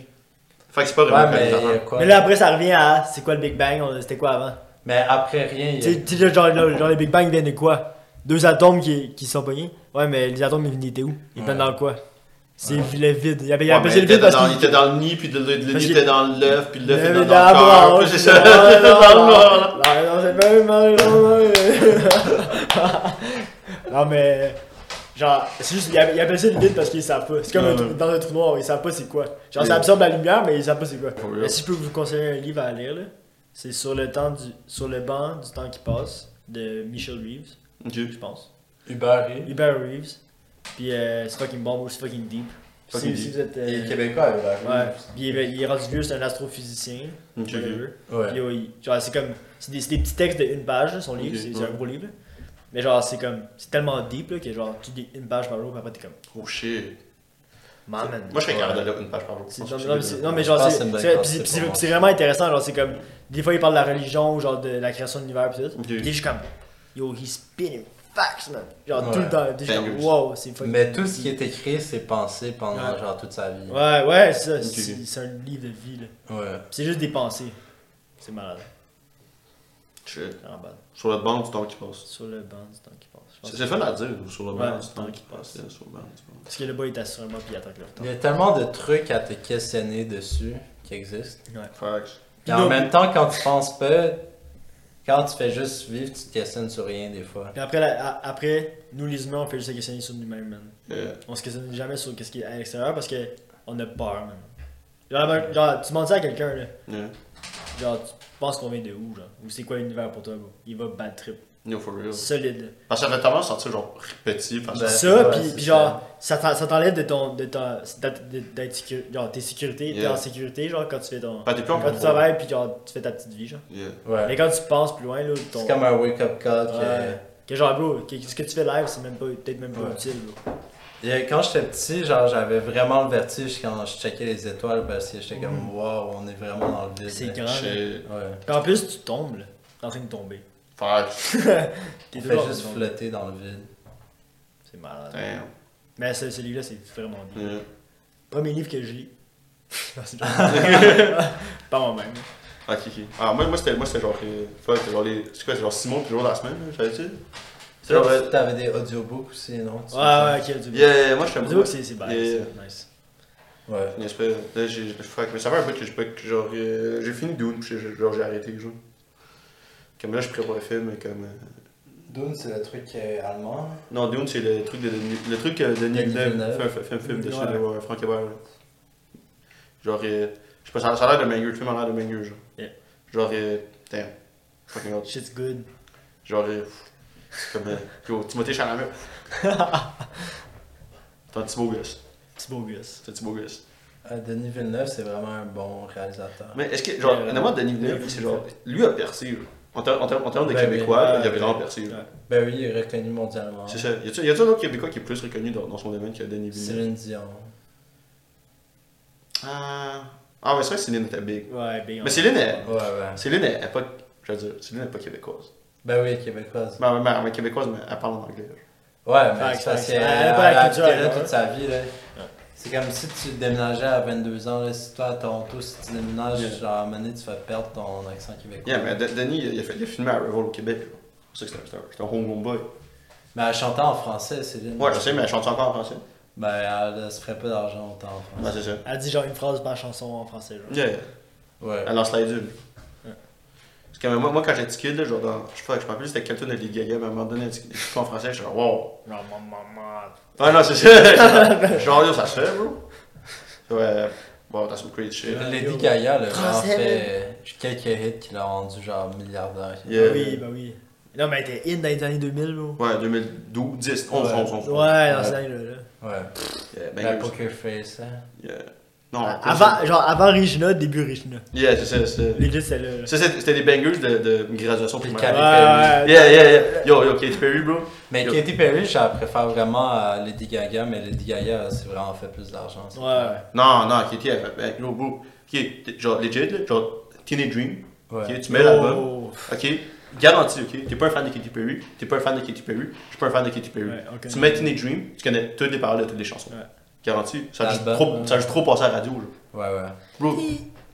[SPEAKER 1] Fait que c'est pas
[SPEAKER 2] Ouais,
[SPEAKER 1] vraiment
[SPEAKER 2] mais
[SPEAKER 1] un
[SPEAKER 2] il y a
[SPEAKER 1] colonisateur.
[SPEAKER 2] quoi
[SPEAKER 3] Mais là, après, ça revient à c'est quoi le Big Bang on- C'était quoi avant
[SPEAKER 2] Mais après rien, il y a-
[SPEAKER 3] Tu sais, là, genre, là, genre, le Big Bang vient de quoi Deux atomes qui, qui se sont pognés Ouais, mais les atomes, ils venaient où Ils
[SPEAKER 2] Ouais.
[SPEAKER 3] venaient dans quoi C'est
[SPEAKER 2] Ouais.
[SPEAKER 3] le vide. Il y avait, il y
[SPEAKER 1] Ouais,
[SPEAKER 3] avait
[SPEAKER 1] mais
[SPEAKER 3] c'est
[SPEAKER 1] il
[SPEAKER 3] le
[SPEAKER 1] était
[SPEAKER 3] vide parce
[SPEAKER 1] dans-
[SPEAKER 3] qu'il-
[SPEAKER 1] il était dans le nid, puis le le- le
[SPEAKER 3] Parce
[SPEAKER 1] nid
[SPEAKER 3] qu'il-
[SPEAKER 1] était dans l'œuf, puis
[SPEAKER 3] Le
[SPEAKER 1] l'œuf était dans le
[SPEAKER 3] la
[SPEAKER 1] corps.
[SPEAKER 3] branche,
[SPEAKER 1] puis c'est ça.
[SPEAKER 3] la-
[SPEAKER 1] Dans le corps, là.
[SPEAKER 3] Non, c'est pas humain, non, non. Non, mais. Genre, c'est juste, ils app- ils appellent ça le vide parce qu'ils savent pas. C'est comme un trou- dans un trou noir, ils savent pas c'est quoi. Genre, ça
[SPEAKER 1] Yeah.
[SPEAKER 3] absorbe la lumière, mais ils savent pas c'est quoi.
[SPEAKER 1] For real.
[SPEAKER 3] Mais si je peux vous conseiller un livre à lire, là, c'est sur le temps du. Sur le banc du temps qui passe de Michel Reeves,
[SPEAKER 1] Ok.
[SPEAKER 3] je pense.
[SPEAKER 2] Uber Eats.
[SPEAKER 3] Hubert Reeves. Puis euh, c'est fucking bon, c'est fucking deep.
[SPEAKER 1] Ok,
[SPEAKER 3] Si,
[SPEAKER 1] il-
[SPEAKER 3] si vous êtes. euh,
[SPEAKER 2] Il est québécois, avec la
[SPEAKER 3] ouais. Puis il est, il est rendu vieux, c'est un astrophysicien.
[SPEAKER 1] Ok, ok.
[SPEAKER 3] whatever.
[SPEAKER 2] Ouais.
[SPEAKER 3] Puis, ouais, il- genre, c'est comme. C'est des, c'est des petits textes de une page, là, son livre,
[SPEAKER 1] Ok,
[SPEAKER 3] c'est c'est
[SPEAKER 1] ouais.
[SPEAKER 3] un gros livre. là. Mais genre, c'est comme. C'est tellement deep là, que genre, tu dis une page par jour, puis après t'es comme.
[SPEAKER 1] Oh shit.
[SPEAKER 3] Man, man.
[SPEAKER 1] Moi, je serais capable d'aller une page par jour.
[SPEAKER 3] C'est-
[SPEAKER 1] Je pense
[SPEAKER 3] non,
[SPEAKER 1] que
[SPEAKER 3] non, mais
[SPEAKER 1] je
[SPEAKER 3] c'est-
[SPEAKER 1] suis
[SPEAKER 3] non, mais
[SPEAKER 2] Je
[SPEAKER 3] genre,
[SPEAKER 2] pense
[SPEAKER 3] c'est-
[SPEAKER 2] que c'est une bonne
[SPEAKER 3] c'est
[SPEAKER 2] cause,
[SPEAKER 3] puis-
[SPEAKER 2] c'est
[SPEAKER 3] puis c'est-
[SPEAKER 2] pour moi.
[SPEAKER 3] c'est vraiment intéressant. Genre, c'est comme. Des fois, il parle de la religion, ou genre de la création de l'univers, pis tout.
[SPEAKER 1] Ok.
[SPEAKER 3] Puis Il est juste comme. Yo, he spinning facts, man. Genre,
[SPEAKER 2] Ouais.
[SPEAKER 3] tout le temps. T'es juste comme,
[SPEAKER 1] Bangers.
[SPEAKER 3] wow, c'est fucking.
[SPEAKER 2] Mais tout ce qui est écrit, c'est pensé pendant
[SPEAKER 3] Ouais.
[SPEAKER 2] genre toute sa vie.
[SPEAKER 3] Ouais, ouais, c'est ça.
[SPEAKER 1] Ok.
[SPEAKER 3] C'est c'est un livre de vie, là.
[SPEAKER 2] Ouais.
[SPEAKER 3] C'est juste des pensées. C'est malade.
[SPEAKER 1] Shit.
[SPEAKER 3] En bas.
[SPEAKER 1] Sur le banc du temps qui passe.
[SPEAKER 3] Sur le banc, c'est tant qu'il passe. Je pense
[SPEAKER 1] C'est
[SPEAKER 3] que-
[SPEAKER 1] c'est fun à dire, sur le banc
[SPEAKER 3] Ouais.
[SPEAKER 1] du temps qui passe. là, Sur le banc du temps.
[SPEAKER 3] Parce que le boy est assis sur un banc, puis il attend que le
[SPEAKER 2] Il
[SPEAKER 3] temps.
[SPEAKER 2] y a tellement de trucs à te questionner dessus qui existent.
[SPEAKER 1] Facts.
[SPEAKER 2] Puis en
[SPEAKER 3] Non,
[SPEAKER 2] même temps, quand tu penses pas, quand tu fais juste vivre, tu te questionnes sur rien des fois.
[SPEAKER 3] Puis après, la- a- après, nous les humains, on fait juste se questionner sur nous-mêmes, man.
[SPEAKER 1] Euh,
[SPEAKER 3] On se questionne jamais sur qu'est-ce qui est à l'extérieur parce que on a peur, man. Genre, ben, genre, tu demandes ça à quelqu'un, là.
[SPEAKER 1] yeah.
[SPEAKER 3] Genre, tu penses qu'on vient de où, genre Ou c'est quoi l'univers pour toi, bro Il va bad trip.
[SPEAKER 1] No, for real.
[SPEAKER 3] Solide.
[SPEAKER 1] Parce que ça fait tendance à sentir genre petit. Parce que
[SPEAKER 2] Ben,
[SPEAKER 3] ça,
[SPEAKER 2] ouais,
[SPEAKER 3] puis
[SPEAKER 2] c'est
[SPEAKER 3] puis genre, ça, t'en- ça t'enlève de ton. de ta. d'être- d'être sécu- genre, t'es sécurité, t'es
[SPEAKER 1] Yeah.
[SPEAKER 3] en sécurité, genre, quand tu fais ton.
[SPEAKER 1] Pas des plus en
[SPEAKER 3] Quand tu
[SPEAKER 1] contrôle.
[SPEAKER 3] travailles, puis genre, tu fais ta petite vie, genre.
[SPEAKER 1] Yeah.
[SPEAKER 2] Ouais.
[SPEAKER 3] Mais quand tu penses plus loin, là, ton.
[SPEAKER 2] C'est comme un wake-up call. que-
[SPEAKER 3] Ouais. Que genre, bro, que- ce que tu fais live, c'est même pas, peut-être même pas
[SPEAKER 2] Ouais.
[SPEAKER 3] utile, bro.
[SPEAKER 2] Et Quand j'étais petit, genre j'avais vraiment le vertige quand je checkais les étoiles parce que j'étais comme wow, on est vraiment dans le vide.
[SPEAKER 3] Mm. C'est
[SPEAKER 2] là.
[SPEAKER 3] grand. là.
[SPEAKER 1] Shit.
[SPEAKER 2] Ouais.
[SPEAKER 3] Puis en plus, tu tombes, là. T'es en train de tomber.
[SPEAKER 1] Facts.
[SPEAKER 2] On
[SPEAKER 3] T'es
[SPEAKER 2] fait
[SPEAKER 3] toujours
[SPEAKER 2] juste
[SPEAKER 3] en train de tomber.
[SPEAKER 2] flotter dans le vide.
[SPEAKER 3] C'est malade.
[SPEAKER 1] Damn.
[SPEAKER 3] Mais ce, ce livre-là, c'est vraiment bien.
[SPEAKER 1] Yeah.
[SPEAKER 3] Premier livre que je lis. Non, c'est genre- pas moi-même.
[SPEAKER 1] Ok, ok. Alors, moi, moi c'était moi, c'était genre. euh, fuck, c'était genre les. C'est quoi, c'est genre Simon puis le jour de la semaine, là, j'avais dit? C'est genre. euh,
[SPEAKER 2] T'avais des audiobooks aussi, non Tu
[SPEAKER 3] Ouais, ouais, ok, du
[SPEAKER 1] Yeah, moi, je suis un
[SPEAKER 3] Du
[SPEAKER 1] peu.
[SPEAKER 3] coup, c'est c'est bad,
[SPEAKER 1] Yeah.
[SPEAKER 3] c'est nice.
[SPEAKER 2] Ouais.
[SPEAKER 1] N'est-ce pas? Là, j'ai. Fuck, mais ça fait un peu que j'ai pas. que Genre, euh, j'ai fini Dune, puis j'ai- genre, j'ai arrêté, genre. Comme là, je prépare un film, mais comme. euh,
[SPEAKER 2] Dune, c'est le truc euh, allemand.
[SPEAKER 1] Non, Dune, c'est le truc de. Le truc de Denis
[SPEAKER 2] Denis Villeneuve.
[SPEAKER 1] Villeneuve. Fait un fait un film dessus,
[SPEAKER 3] Ouais.
[SPEAKER 1] de euh, Franck Hébert, là. Genre, euh, je sais pas, ça ça a l'air de Mangue, le film a l'air de Mangue, genre.
[SPEAKER 3] Yeah.
[SPEAKER 1] Genre, euh, damn. Fucking hell.
[SPEAKER 3] Shit's good.
[SPEAKER 1] Genre, euh, pff, c'est comme euh, yo, Timothée Chalamet. T'es un petit beau gosse.
[SPEAKER 3] Petit beau gosse.
[SPEAKER 1] T'es un petit beau gosse.
[SPEAKER 2] Euh, Denis Villeneuve, c'est vraiment un bon réalisateur.
[SPEAKER 1] Mais est-ce que, genre,
[SPEAKER 3] Euh,
[SPEAKER 1] honnêtement, Denis Villeneuve,
[SPEAKER 3] oui,
[SPEAKER 1] c'est genre, lui a percé. là. En ter- en ter- en termes de
[SPEAKER 2] Ben oui.
[SPEAKER 1] Québécois,
[SPEAKER 3] Ouais,
[SPEAKER 1] il a vraiment
[SPEAKER 3] ouais.
[SPEAKER 1] percé. là.
[SPEAKER 3] Ouais.
[SPEAKER 2] Ben oui, il est reconnu mondialement.
[SPEAKER 1] C'est ça. Y a-tu y a-tu un autre Québécois qui est plus reconnu dans, dans son domaine que Denis Villeneuve
[SPEAKER 2] Céline Dion.
[SPEAKER 1] Ah, ah ouais, c'est vrai que Céline était big.
[SPEAKER 3] Ouais, bien.
[SPEAKER 1] Mais Céline est.
[SPEAKER 2] Ouais, ouais.
[SPEAKER 1] Céline est est pas. Je veux dire, Céline est pas québécoise.
[SPEAKER 2] Ben oui, québécoise.
[SPEAKER 1] Mais elle elle est québécoise, mais elle parle en anglais. là.
[SPEAKER 2] Ouais, mais
[SPEAKER 3] Ouais,
[SPEAKER 2] c'est parce
[SPEAKER 3] c'est-
[SPEAKER 2] qu'elle
[SPEAKER 3] elle a pas
[SPEAKER 2] a
[SPEAKER 3] la
[SPEAKER 2] habité
[SPEAKER 3] culture,
[SPEAKER 2] là
[SPEAKER 3] ouais.
[SPEAKER 2] toute sa vie. là. C'est comme si tu déménageais à 22 ans, là, si toi à Toronto, si tu déménages,
[SPEAKER 1] Yeah.
[SPEAKER 2] genre à un moment donné, tu vas perdre ton accent québécois.
[SPEAKER 1] Yeah, mais De- Denis, il a, fait, il a filmé à Revel au Québec. là. C'est ça que c'est un, c'est un homegrown boy.
[SPEAKER 2] Mais elle chantait en français, Céline.
[SPEAKER 1] Ouais, je sais, mais elle chante encore en français.
[SPEAKER 2] Ben, elle se ferait pas d'argent autant en
[SPEAKER 1] Ouais,
[SPEAKER 2] français.
[SPEAKER 1] c'est ça.
[SPEAKER 3] Elle dit genre une phrase par chanson en français, genre.
[SPEAKER 1] Yeah,
[SPEAKER 2] Ouais.
[SPEAKER 1] elle lance la dune.
[SPEAKER 3] Ouais.
[SPEAKER 1] Parce que moi, moi quand j'étais kid, là, genre dans, je sais pas, je me rappelle c'était quelqu'un de Lady Gaga, mais à un moment donné, elle dit- elle chante en français, j'étais genre wow.
[SPEAKER 3] Genre, maman, maman.
[SPEAKER 1] Ah non, c'est ça. genre yo, ça se fait, bro. Ouais, bon, t'as some crazy shit.
[SPEAKER 2] Lady Gaga, le en
[SPEAKER 3] Français,
[SPEAKER 2] fait quelques hits qui l'ont rendu genre milliardaire.
[SPEAKER 1] Yeah.
[SPEAKER 3] Oui, bah oui. Non, mais elle était in dans les années 2000, bro.
[SPEAKER 1] Ouais, 2012, 10, 11,
[SPEAKER 2] Ouais.
[SPEAKER 1] 11, 11.
[SPEAKER 3] Ouais,
[SPEAKER 1] 11.
[SPEAKER 3] dans ces années-là. là.
[SPEAKER 2] Ouais.
[SPEAKER 1] Yeah,
[SPEAKER 2] La
[SPEAKER 1] bangers.
[SPEAKER 2] Poker Face, hein.
[SPEAKER 1] Yeah. Non, plus,
[SPEAKER 3] Ah, Avant, genre, avant Regina, début Regina.
[SPEAKER 1] c'est- Yeah, c'est ça, c'est
[SPEAKER 3] Les deux, c'est là. là.
[SPEAKER 1] ça. c'était- C'était des bangers de, de graduation
[SPEAKER 2] Puis
[SPEAKER 1] primaire.
[SPEAKER 2] Katy
[SPEAKER 3] Ouais,
[SPEAKER 1] Yeah, yeah, yeah. Yo, yo, Katy Perry, bro.
[SPEAKER 2] Mais
[SPEAKER 1] Yo.
[SPEAKER 2] Katy Perry, je la préfère vraiment à Lady Gaga, mais Lady Gaga, c'est vraiment fait plus d'argent. c'est
[SPEAKER 3] Ouais.
[SPEAKER 1] Non, non, Katy, elle fait. Ben, yo, bro. Ok, t- genre, legit, là, genre, Teenage Dream.
[SPEAKER 2] Ouais.
[SPEAKER 1] Ok, tu mets l'album.
[SPEAKER 3] Oh.
[SPEAKER 1] Ok, garanti, ok. T'es pas un fan de Katy Perry, t'es pas un fan de Katy Perry, je suis pas un fan de Katy Perry.
[SPEAKER 3] Ouais, ok.
[SPEAKER 1] Tu mets Teenage Dream, tu connais toutes les paroles de toutes les chansons.
[SPEAKER 3] Ouais.
[SPEAKER 1] Garanti, ça a, juste
[SPEAKER 2] L'album,
[SPEAKER 1] trop,
[SPEAKER 2] ouais.
[SPEAKER 1] ça a juste trop passé à la radio. Là.
[SPEAKER 2] Ouais, ouais.
[SPEAKER 1] Bro.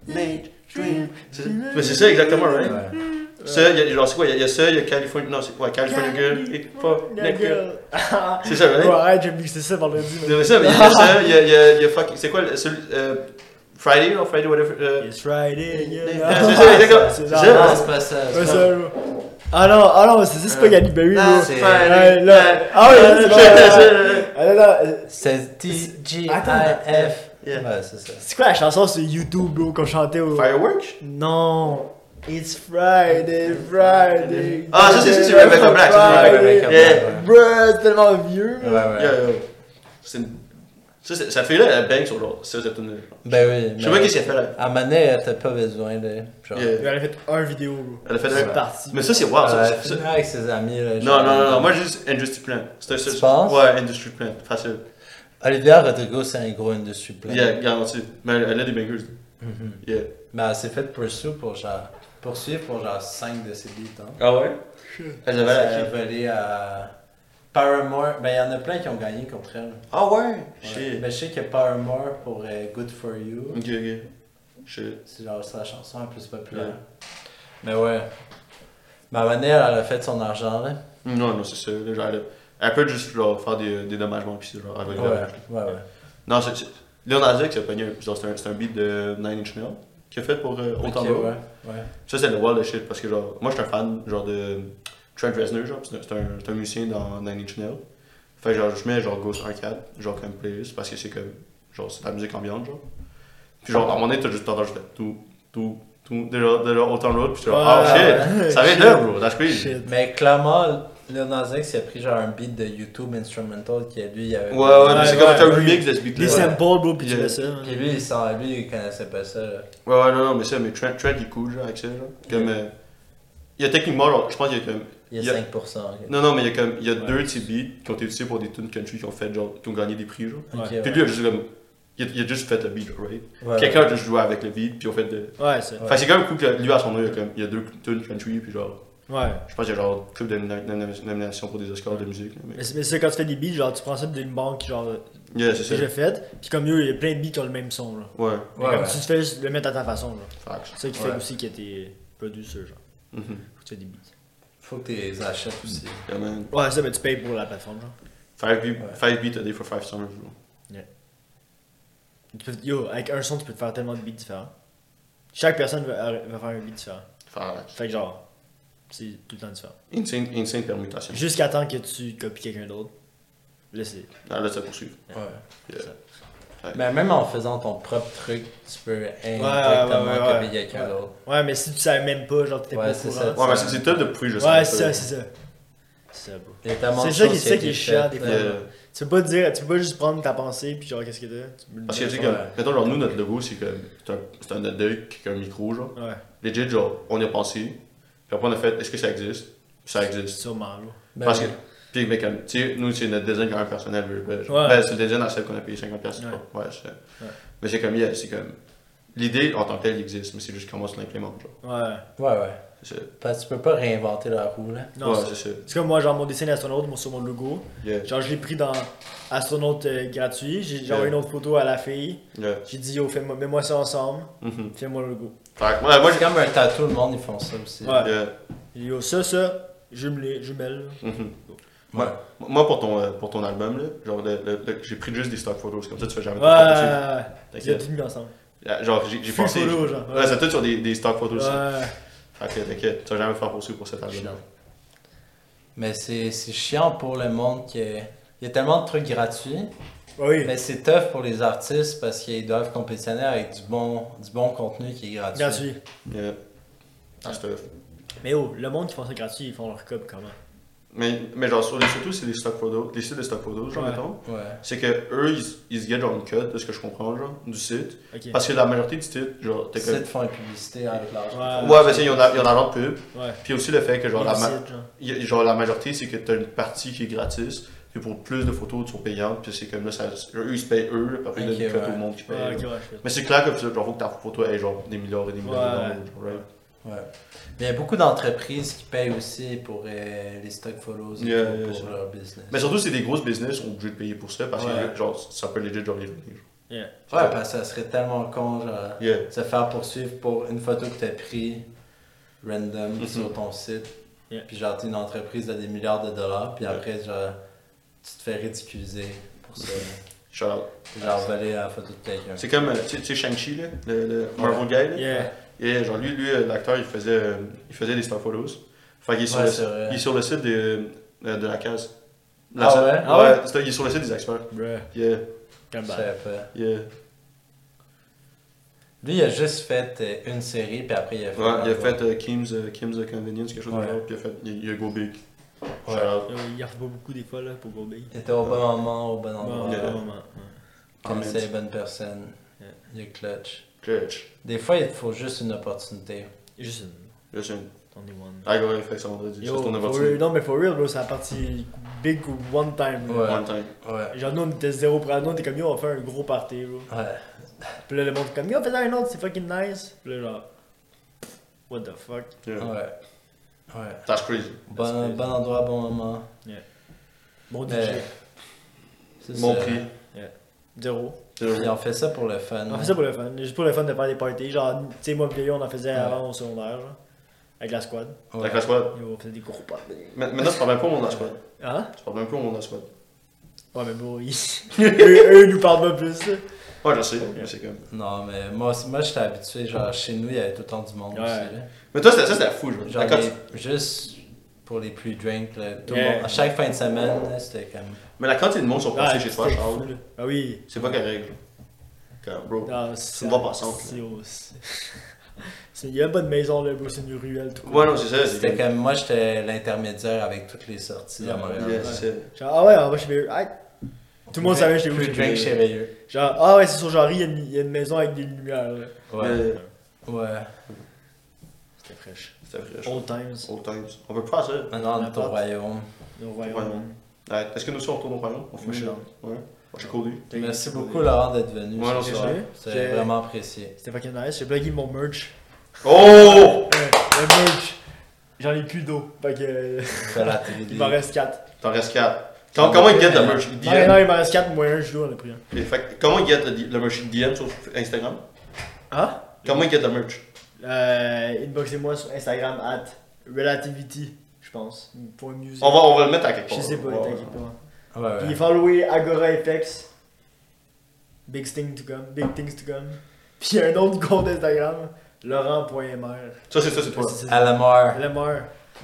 [SPEAKER 1] Teenage Dream. C'est- Mais c'est ça exactement, right?
[SPEAKER 2] Ouais.
[SPEAKER 1] Ça, y a, genre, c'est quoi? Il y, a ça, il y a California. Non, c'est quoi? California Girl. et fuck
[SPEAKER 3] La
[SPEAKER 1] that girl.
[SPEAKER 3] gueule. Ah,
[SPEAKER 1] C'est ça,
[SPEAKER 3] Ouais,
[SPEAKER 1] right?
[SPEAKER 3] arrête, j'ai mixé ça vendredi.
[SPEAKER 1] C'est
[SPEAKER 3] mais-
[SPEAKER 1] ça, mais il y a ça, il y a, il y a, il y a fuck. C'est quoi? le- celui- euh, Friday, non? Friday, whatever. euh,
[SPEAKER 3] It's Friday,
[SPEAKER 1] Ah,
[SPEAKER 3] yeah.
[SPEAKER 1] c'est ça, d'accord.
[SPEAKER 3] C'est
[SPEAKER 1] C'est
[SPEAKER 3] ça.
[SPEAKER 1] ça.
[SPEAKER 2] Non, c'est pas ça.
[SPEAKER 3] Ouais,
[SPEAKER 2] c'est
[SPEAKER 3] ça, là. Ah non, ah non, c'est ça, c'est pas
[SPEAKER 2] Euh,
[SPEAKER 3] Yannick Berry,
[SPEAKER 2] non,
[SPEAKER 1] Ah,
[SPEAKER 3] là.
[SPEAKER 2] c'est-
[SPEAKER 3] Ouais, là. Ah oui, là, c'est
[SPEAKER 1] C'est-
[SPEAKER 3] bon, là,
[SPEAKER 1] c'est-
[SPEAKER 3] là. Ah, là, là, euh,
[SPEAKER 2] pas- C'est T-G-I-F.
[SPEAKER 1] Attends. Yeah.
[SPEAKER 2] Ouais, c'est ça.
[SPEAKER 3] C'est quoi la chanson sur YouTube, bro, qu'on chantait au.
[SPEAKER 1] Fireworks?
[SPEAKER 3] Non. It's Friday, Friday.
[SPEAKER 1] Ah, ça, c'est- c'est- c'est Rebecca Black, ça, c'est
[SPEAKER 2] Rebecca Black,
[SPEAKER 3] Friday. Bro, c'est tellement vieux.
[SPEAKER 2] Ouais,
[SPEAKER 3] là.
[SPEAKER 2] ouais.
[SPEAKER 1] Yeah, yeah. C'est une- Ça, c'est- ça fait là, elle bang sur l'autre. Ça, c'est une.
[SPEAKER 2] Ben oui.
[SPEAKER 1] Je sais
[SPEAKER 2] mais
[SPEAKER 1] pas qu'est-ce qu'elle fait là.
[SPEAKER 2] À Manet, elle t'a pas besoin de. Genre. euh,
[SPEAKER 1] Yeah.
[SPEAKER 3] Il a fait un vidéo, gros.
[SPEAKER 1] Elle a fait
[SPEAKER 3] C'est
[SPEAKER 1] un-
[SPEAKER 3] parti.
[SPEAKER 1] Mais ça, c'est wow. ça-
[SPEAKER 2] Elle a
[SPEAKER 1] ça-
[SPEAKER 2] fini avec ses amis. Là,
[SPEAKER 1] Non,
[SPEAKER 2] genre.
[SPEAKER 1] non, non, non, moi, juste Industry Plan. C'est un
[SPEAKER 2] Tu penses?
[SPEAKER 1] Ouais, Industry Plan. Facile.
[SPEAKER 2] Olivia Rodrigo, c'est un gros industry plan.
[SPEAKER 1] Yeah, garanti. Mais elle elle a des bangers.
[SPEAKER 2] Mhm.
[SPEAKER 1] Yeah.
[SPEAKER 2] Mais elle s'est faite poursuivre pour genre. Poursuivre pour genre 5 de ses beats. Hein.
[SPEAKER 1] Ah ouais? Elle avait
[SPEAKER 2] Elle
[SPEAKER 1] la
[SPEAKER 2] a
[SPEAKER 1] kick.
[SPEAKER 2] volé à. Paramore. Ben, il y en a plein qui ont gagné contre elle.
[SPEAKER 1] Ah ouais?
[SPEAKER 2] Ouais.
[SPEAKER 1] Shit.
[SPEAKER 2] Mais je sais que Paramore pour euh, Good For You,
[SPEAKER 1] Ok, ok. Shit.
[SPEAKER 2] c'est genre sa chanson la plus populaire. Mais
[SPEAKER 1] Ben,
[SPEAKER 2] ouais. Ma manière, elle a fait son argent, là.
[SPEAKER 1] Non, non, c'est ça. là, Genre, elle, elle peut juste genre, faire des des dommagements pis c'est genre, elle va
[SPEAKER 2] Ouais,
[SPEAKER 1] les
[SPEAKER 2] ouais,
[SPEAKER 1] dommager.
[SPEAKER 2] ouais.
[SPEAKER 1] Non, c'est. c'est- Leonardo Jack, c'est pogné. genre, C'est un, c'est un beat de Nine Inch Nails qu'il a fait pour euh, Autant
[SPEAKER 2] Ok,
[SPEAKER 1] d'eau.
[SPEAKER 2] ouais, ouais.
[SPEAKER 1] Ça, c'est le wall de shit parce que, genre, moi, je suis un fan, genre, de Trent Reznor, genre, pis c'est un- c'est un, c'est un musicien dans Nine Inch Nails. Fait que, genre, je mets, genre, Ghost Arcade, genre, comme playlist parce que c'est comme, genre, c'est de la musique ambiante, genre. Puis, genre, à un moment donné, t'as juste t'entends juste tout, tout, tout, déjà, déjà Autumn Road, pis t'es genre, oh shit,
[SPEAKER 3] Ouais.
[SPEAKER 1] ça vient de là, bro, that's crazy.
[SPEAKER 3] Shit.
[SPEAKER 2] Ah, Mais clairement, Leonard Zex, il a pris genre un beat de YouTube Instrumental qui, lui, il avait.
[SPEAKER 1] Ouais, ouais, mais
[SPEAKER 3] Ouais,
[SPEAKER 1] c'est comme
[SPEAKER 3] ouais,
[SPEAKER 1] un
[SPEAKER 3] ouais.
[SPEAKER 1] remix de ce beat-là.
[SPEAKER 3] Les samples, bro, pis
[SPEAKER 1] Puis,
[SPEAKER 3] tu
[SPEAKER 1] euh,
[SPEAKER 3] fais ça. hein.
[SPEAKER 2] Puis lui, il s'en- lui, il connaissait pas ça, là.
[SPEAKER 1] Ouais, ouais, non, non, mais ça, mais Trent, Trent, il est cool, genre, avec ça, genre. Comme, euh, il y a techniquement, genre, je pense qu'il y a comme,
[SPEAKER 2] Il y
[SPEAKER 1] Il y
[SPEAKER 2] a
[SPEAKER 1] a-
[SPEAKER 2] 5%. ok.
[SPEAKER 1] non, non, mais il y a comme, il y a
[SPEAKER 2] Ouais.
[SPEAKER 1] deux petits beats qui ont été utilisés pour des tunes country qui ont fait, genre, qui ont gagné des prix, genre.
[SPEAKER 2] Ok,
[SPEAKER 3] Ouais.
[SPEAKER 2] ouais.
[SPEAKER 1] Puis lui, il a juste comme. Il a, il a juste fait le beat, right?
[SPEAKER 2] Ouais,
[SPEAKER 1] Quelqu'un a juste joué avec le beat, puis on fait de.
[SPEAKER 3] Ouais, c'est.
[SPEAKER 2] Ouais.
[SPEAKER 1] Fait que c'est quand même cool que lui, à son nom, il y a, comme, il y a deux tunes country, puis genre.
[SPEAKER 3] Ouais.
[SPEAKER 1] Je pense qu'il y a genre plus de nom- nom- nominations pour des Oscars de musique. là,
[SPEAKER 3] Mais
[SPEAKER 1] Mais...
[SPEAKER 3] c'est mais c'est quand tu fais des beats, genre, tu prends ça d'une banque, genre,
[SPEAKER 1] Yeah, c'est
[SPEAKER 3] que
[SPEAKER 1] ça.
[SPEAKER 3] j'ai faite, pis comme eux, il y a plein de beats qui ont le même son, là.
[SPEAKER 1] Ouais,
[SPEAKER 3] Mais
[SPEAKER 2] Ouais,
[SPEAKER 3] comme
[SPEAKER 2] ouais.
[SPEAKER 3] si tu fais juste le mettre à ta façon, là.
[SPEAKER 1] facts.
[SPEAKER 3] C'est ça qui
[SPEAKER 2] Ouais.
[SPEAKER 3] fait aussi que t'es producer, genre.
[SPEAKER 1] Mhm.
[SPEAKER 3] Faut que tu fais des beats.
[SPEAKER 2] Faut que tu les achètes aussi.
[SPEAKER 1] Yeah, man.
[SPEAKER 3] Ouais, ça, mais tu payes pour la plateforme, genre.
[SPEAKER 1] Five, beat-
[SPEAKER 2] Ouais.
[SPEAKER 1] five beats a day for five summers, bro.
[SPEAKER 3] Tu peux- yo, avec un son, tu peux te faire tellement de beats différents. Chaque personne va, va faire un beat différent.
[SPEAKER 1] Facts.
[SPEAKER 3] Fait que genre, c'est tout le temps différent.
[SPEAKER 1] Insane, insane permutation.
[SPEAKER 3] Jusqu'à temps que tu copies quelqu'un d'autre. Là, c'est.
[SPEAKER 1] Ah, là, ça poursuit.
[SPEAKER 2] Ouais.
[SPEAKER 1] Yeah.
[SPEAKER 2] Mais même en faisant ton propre truc, tu peux
[SPEAKER 3] ouais, ouais,
[SPEAKER 2] indirectement
[SPEAKER 3] ouais.
[SPEAKER 2] copier quelqu'un
[SPEAKER 3] Ouais.
[SPEAKER 2] d'autre.
[SPEAKER 3] Ouais, mais si tu savais même pas, genre, t'étais
[SPEAKER 2] Ouais,
[SPEAKER 3] pas au
[SPEAKER 2] c'est
[SPEAKER 3] courant.
[SPEAKER 2] ça.
[SPEAKER 1] Ouais, mais c'est c'est top de pouvoir juste.
[SPEAKER 3] Ouais, c'est ça, c'est ça. C'est ça, bro.
[SPEAKER 2] Il y a tellement
[SPEAKER 3] C'est
[SPEAKER 2] de
[SPEAKER 3] ça qui-
[SPEAKER 2] choses
[SPEAKER 3] c'est ça
[SPEAKER 2] a
[SPEAKER 3] qui
[SPEAKER 2] été
[SPEAKER 3] est chiant,
[SPEAKER 2] faites,
[SPEAKER 3] des
[SPEAKER 2] là.
[SPEAKER 1] Yeah.
[SPEAKER 3] Tu peux pas dire, tu peux pas juste prendre ta pensée, puis genre, qu'est-ce que t'as. Tu peux le
[SPEAKER 1] Parce que, tu
[SPEAKER 3] dire,
[SPEAKER 1] sais,
[SPEAKER 2] Ouais.
[SPEAKER 1] comme, mettons, genre, nous, notre logo, c'est comme. c'est un- C'est un hot dog qui a un micro, genre.
[SPEAKER 3] genre. Ouais,
[SPEAKER 1] Legit, genre, on y a pensé. Puis après, on a fait, est-ce que ça existe? Puis ça existe.
[SPEAKER 3] sûrement, là.
[SPEAKER 2] Ben
[SPEAKER 1] Parce que,
[SPEAKER 2] oui.
[SPEAKER 1] puis, mais comme, tu sais, nous, c'est notre design quand même personnel. euh, Ben,
[SPEAKER 3] Ouais.
[SPEAKER 1] ben, c'est le design à celle qu'on a payé 50$. c'est
[SPEAKER 3] Ouais.
[SPEAKER 1] pas- Ouais, c'est ça.
[SPEAKER 3] Ouais.
[SPEAKER 1] Mais c'est comme, yeah, c'est comme. L'idée en tant que telle existe, mais c'est juste comment on l'implémente, genre.
[SPEAKER 3] Ouais.
[SPEAKER 2] Ouais, ouais.
[SPEAKER 1] C'est ça.
[SPEAKER 2] Parce que tu peux pas réinventer la roue, là.
[SPEAKER 3] Non,
[SPEAKER 1] ouais,
[SPEAKER 3] c'est-
[SPEAKER 1] c'est ça.
[SPEAKER 3] c'est comme moi, genre, mon dessin d'astronaute, mon- sur mon logo.
[SPEAKER 1] Yeah.
[SPEAKER 3] Genre, je l'ai pris dans Astronaute euh, gratuit. J'ai j'ai
[SPEAKER 1] Yeah.
[SPEAKER 3] envoyé une autre photo à la fille.
[SPEAKER 1] Yeah.
[SPEAKER 3] J'ai dit, yo, fais-moi- mets-moi ça ensemble.
[SPEAKER 1] Mhm.
[SPEAKER 3] Fais-moi le logo.
[SPEAKER 1] Fait que, ouais, moi,
[SPEAKER 2] C'est comme un tatou, le monde, ils font ça aussi.
[SPEAKER 3] Ouais.
[SPEAKER 1] j'ai- yeah.
[SPEAKER 3] J'ai dit, yo, ça, ça, jumelé, jumelle.
[SPEAKER 1] Mhm.
[SPEAKER 2] Ouais.
[SPEAKER 1] Ouais. Moi, pour ton, euh, pour ton album, là, genre, le- le- le- j'ai pris juste des stock photos, comme ça, tu fais jamais
[SPEAKER 3] Ouais,
[SPEAKER 1] de photos
[SPEAKER 3] ouais,
[SPEAKER 1] dessus.
[SPEAKER 3] ils ont
[SPEAKER 1] T'inquiète.
[SPEAKER 3] tout mis ensemble.
[SPEAKER 1] Yeah, Genre, euh, j'ai j'ai
[SPEAKER 3] Full
[SPEAKER 1] pensé.
[SPEAKER 3] photo, genre.
[SPEAKER 1] Ouais, c'est tout sur des, des stock photos aussi.
[SPEAKER 3] Ouais.
[SPEAKER 1] Fait que t'inquiète, tu vas jamais faire poursuivre pour cet album-là.
[SPEAKER 2] Mais c'est c'est chiant pour le monde que. Il y a tellement de trucs gratuits,
[SPEAKER 3] Oui.
[SPEAKER 2] mais c'est tough pour les artistes parce qu'ils doivent compétitionner avec du bon, du bon contenu qui est gratuit.
[SPEAKER 3] Gratuit.
[SPEAKER 1] Yeah. That's tough.
[SPEAKER 3] Mais oh, le monde qui font ça gratuit, ils font leur cop comment
[SPEAKER 1] Mais, mais genre, sur les, surtout, c'est les stock photos, les sites de stock photos, genre,
[SPEAKER 3] Ouais.
[SPEAKER 1] mettons.
[SPEAKER 2] Ouais.
[SPEAKER 1] C'est que eux, ils, ils se guettent genre une code, de ce que je comprends, genre, du site.
[SPEAKER 3] Ok.
[SPEAKER 1] Parce que la majorité du titre, genre, t'es
[SPEAKER 2] Les
[SPEAKER 1] comme.
[SPEAKER 2] sites font la publicité avec l'argent.
[SPEAKER 3] Ah, Ouais.
[SPEAKER 1] Ouais, ben, tu sais, ils ont de l'argent de pub.
[SPEAKER 3] Ouais.
[SPEAKER 1] Puis aussi le fait que, genre, la, ma-
[SPEAKER 3] Illicite, genre.
[SPEAKER 1] il y a- genre, la majorité, c'est que t'as une partie qui est gratis. Puis pour plus de photos, tu sont payantes. Puis c'est comme là, ça, eux, ils se payent eux, là, puis après, ils
[SPEAKER 2] Ok,
[SPEAKER 1] donnent une code
[SPEAKER 2] ouais.
[SPEAKER 1] au monde qui paye.
[SPEAKER 3] Ouais,
[SPEAKER 1] là.
[SPEAKER 3] ok, ouais, je fais ça.
[SPEAKER 1] Mais c'est clair que, genre, faut que ta photo ait, genre, des milliards et des milliards de
[SPEAKER 3] Ouais.
[SPEAKER 1] dollars, genre, right?
[SPEAKER 2] Ouais. Mais il y a beaucoup d'entreprises qui payent aussi pour euh, les stock follows et
[SPEAKER 1] Yeah,
[SPEAKER 2] tout,
[SPEAKER 1] yeah,
[SPEAKER 2] pour
[SPEAKER 1] sure.
[SPEAKER 2] leur business.
[SPEAKER 1] Mais surtout, c'est des grosses business qui sont obligés de payer pour ça parce
[SPEAKER 3] Ouais.
[SPEAKER 1] que genre, ça peut legit genre les revenus.
[SPEAKER 3] Yeah.
[SPEAKER 2] Ouais, parce que ça serait tellement con, genre.
[SPEAKER 1] Yeah.
[SPEAKER 2] se faire poursuivre pour une photo que t'as pris random
[SPEAKER 1] Mhm.
[SPEAKER 2] sur ton site.
[SPEAKER 3] Yeah.
[SPEAKER 2] Puis genre, t'es une entreprise de des milliards de dollars, puis
[SPEAKER 1] Yeah.
[SPEAKER 2] après, genre, tu te fais ridiculiser pour ça.
[SPEAKER 1] Shout out.
[SPEAKER 2] genre, voler la photo de quelqu'un.
[SPEAKER 1] Mm-hmm. C'est comme, euh, tu sais- tu sais, Shang-Chi, là, le, le Marvel guy, là.
[SPEAKER 3] Yeah.
[SPEAKER 1] Et genre, lui, lui euh, l'acteur, il faisait, euh, il faisait des Star Photos. Fait qu'il est, sur
[SPEAKER 2] Ouais,
[SPEAKER 1] le-
[SPEAKER 2] c'est vrai.
[SPEAKER 1] il est sur le site de, euh, de la case.
[SPEAKER 2] Ah ouais? Ah
[SPEAKER 1] ouais,
[SPEAKER 2] ouais?
[SPEAKER 1] c'est- il est sur le site des experts.
[SPEAKER 3] Bruh.
[SPEAKER 1] Yeah,
[SPEAKER 3] Come
[SPEAKER 2] Je
[SPEAKER 3] back.
[SPEAKER 2] savais pas.
[SPEAKER 1] yeah.
[SPEAKER 2] Lui, il a juste fait euh, une série, puis après, il a fait.
[SPEAKER 1] Ouais, il a fait euh, Kim's, euh, Kim's Convenience, quelque chose comme
[SPEAKER 2] Ouais.
[SPEAKER 1] ça. Puis il a fait, il, il a Go Big.
[SPEAKER 2] Ouais.
[SPEAKER 1] Shout out.
[SPEAKER 3] Yo, Ils refont pas beaucoup des fois là pour Go Big.
[SPEAKER 2] Il était au bon moment, au bon endroit.
[SPEAKER 3] Bon,
[SPEAKER 1] yeah.
[SPEAKER 3] bon moment.
[SPEAKER 1] Comments.
[SPEAKER 2] C'est les bonnes personnes.
[SPEAKER 3] Yeah.
[SPEAKER 2] Il est clutch.
[SPEAKER 1] Clutch.
[SPEAKER 2] Des fois, il te faut juste une opportunité.
[SPEAKER 3] Juste une.
[SPEAKER 1] Là, j'ai une.
[SPEAKER 3] Only one.
[SPEAKER 1] Ah, gros réflexion vendredi.
[SPEAKER 3] Yo,
[SPEAKER 1] C'est ton
[SPEAKER 3] for real-
[SPEAKER 1] opportunité.
[SPEAKER 3] non mais for real bro, c'est la partie big ou one time. là.
[SPEAKER 2] Ouais.
[SPEAKER 1] One time.
[SPEAKER 2] Ouais.
[SPEAKER 3] Genre nous on était zéro pour nous, on était comme yo, on fait un gros party bro.
[SPEAKER 2] Ouais.
[SPEAKER 3] Puis là le monde est comme yo, fais un autre, c'est fucking nice. Puis là genre, what the fuck.
[SPEAKER 1] Yeah.
[SPEAKER 2] Ouais. Ouais.
[SPEAKER 1] That's crazy.
[SPEAKER 2] Bon, bon endroit, bon moment.
[SPEAKER 3] Bon
[SPEAKER 1] Euh,
[SPEAKER 3] DJ,
[SPEAKER 2] Mais- C'est
[SPEAKER 1] Mon
[SPEAKER 2] ça.
[SPEAKER 1] prix.
[SPEAKER 3] zéro.
[SPEAKER 2] Puis on fait ça pour le fun.
[SPEAKER 3] On fait ça pour le fun, juste pour le fun de faire des parties. Genre, tu sais, moi, Vieillot, on en faisait
[SPEAKER 2] Ouais.
[SPEAKER 3] avant au secondaire, genre, avec la squad.
[SPEAKER 1] T'as
[SPEAKER 2] Ouais.
[SPEAKER 1] que la squad.
[SPEAKER 3] Yo, on faisait des gros parties.
[SPEAKER 1] Ma- Maintenant, je parle même pas au monde de la squad.
[SPEAKER 3] Hein?
[SPEAKER 1] Je parle même pas au monde de la squad.
[SPEAKER 3] Ouais, mais bon, ils... eux, eux, ils nous parlent pas plus, là.
[SPEAKER 1] Ouais, je sais, mais c'est comme.
[SPEAKER 2] Non, mais moi, moi j'étais habitué, genre chez nous, il y avait tout le temps du monde
[SPEAKER 3] Ouais.
[SPEAKER 2] aussi. là.
[SPEAKER 1] Mais toi, c'était- ça, c'était fou, je veux dire.
[SPEAKER 2] Genre,
[SPEAKER 1] Quand tu-
[SPEAKER 2] les- juste pour les pre-drinks, là, tout
[SPEAKER 3] Yeah.
[SPEAKER 2] le monde. À chaque fin de semaine, là, c'était comme.
[SPEAKER 1] Mais la quantité de monde sont passés
[SPEAKER 3] Ouais,
[SPEAKER 1] chez toi,
[SPEAKER 3] c'était
[SPEAKER 1] Charles,
[SPEAKER 3] fou, là. Ah oui.
[SPEAKER 1] c'est pas correct. là. Comme, bro.
[SPEAKER 3] Non,
[SPEAKER 1] C'est une bonne passante,
[SPEAKER 3] C'est au- c'est- c'est- Il y a pas de maison, là, bro, c'est une ruelle, tout.
[SPEAKER 1] Ouais, non, c'est ça. c'est
[SPEAKER 2] C'était comme. Moi, j'étais l'intermédiaire avec toutes les sorties à
[SPEAKER 3] Ouais.
[SPEAKER 2] Montréal.
[SPEAKER 1] Yeah, c'est ça.
[SPEAKER 3] Genre, ah ouais, on va chez Vieillot. Ah, Tout le monde savait chez où
[SPEAKER 2] Plus
[SPEAKER 3] chez
[SPEAKER 2] drink chez
[SPEAKER 3] Vieillot.
[SPEAKER 2] Rayeux.
[SPEAKER 3] Genre, ah ouais, c'est sur Jarry, il y a une- il y, a une maison avec des lumières, là.
[SPEAKER 2] Ouais.
[SPEAKER 1] Mais
[SPEAKER 2] Ouais.
[SPEAKER 3] C'était fraîche.
[SPEAKER 1] C'était fraîche.
[SPEAKER 3] Old times.
[SPEAKER 1] Old times. On peut pas faire
[SPEAKER 2] Maintenant, on est au
[SPEAKER 3] N'importe.
[SPEAKER 2] royaume.
[SPEAKER 3] Nos
[SPEAKER 1] Ouais.
[SPEAKER 3] royaumes.
[SPEAKER 1] ça. Ouais, Est-ce que nous aussi on retourne au royaume On
[SPEAKER 3] Moi,
[SPEAKER 1] finit
[SPEAKER 3] je suis
[SPEAKER 1] là. Ouais. On chez Cody.
[SPEAKER 3] T'as-
[SPEAKER 2] Merci beaucoup, Laurent, d'être venu.
[SPEAKER 1] Ouais, non,
[SPEAKER 2] ce
[SPEAKER 1] c'est
[SPEAKER 2] soir.
[SPEAKER 3] sûr.
[SPEAKER 2] C'est
[SPEAKER 3] J'ai-
[SPEAKER 2] vraiment apprécié.
[SPEAKER 3] C'était fucking nice. J'ai plugué mon merch.
[SPEAKER 1] Oh
[SPEAKER 3] Euh, le merch. J'en ai plus d'eau. Fait que. euh,
[SPEAKER 2] Fais la télé.
[SPEAKER 3] il m'en reste 4.
[SPEAKER 1] T'en restes 4. Comment ils get le merch
[SPEAKER 3] Non, non,
[SPEAKER 1] DM
[SPEAKER 3] il m'en reste 4, moins 1, je dois, on a pris un.
[SPEAKER 1] Et fait que Comment ils get le le merch DM sur Instagram
[SPEAKER 3] Hein?
[SPEAKER 1] Comment ils get le merch
[SPEAKER 3] Euh, inboxez-moi sur Instagram, at relativity, je pense. Point music.
[SPEAKER 1] on va, on va le mettre à quelque part.
[SPEAKER 3] Je sais pas,
[SPEAKER 1] Ouais,
[SPEAKER 3] t'inquiète
[SPEAKER 1] ouais.
[SPEAKER 3] pas.
[SPEAKER 2] Ouais, ouais.
[SPEAKER 3] Puis followez Agora FX. Big things to come. Big things to come. Puis il y a un autre compte Instagram, laurent.mr.
[SPEAKER 1] Ça, Ah, c'est ça, c'est toi. Ah.
[SPEAKER 3] C'est-
[SPEAKER 2] À
[SPEAKER 3] c'est-
[SPEAKER 2] la mort.
[SPEAKER 3] Lemar.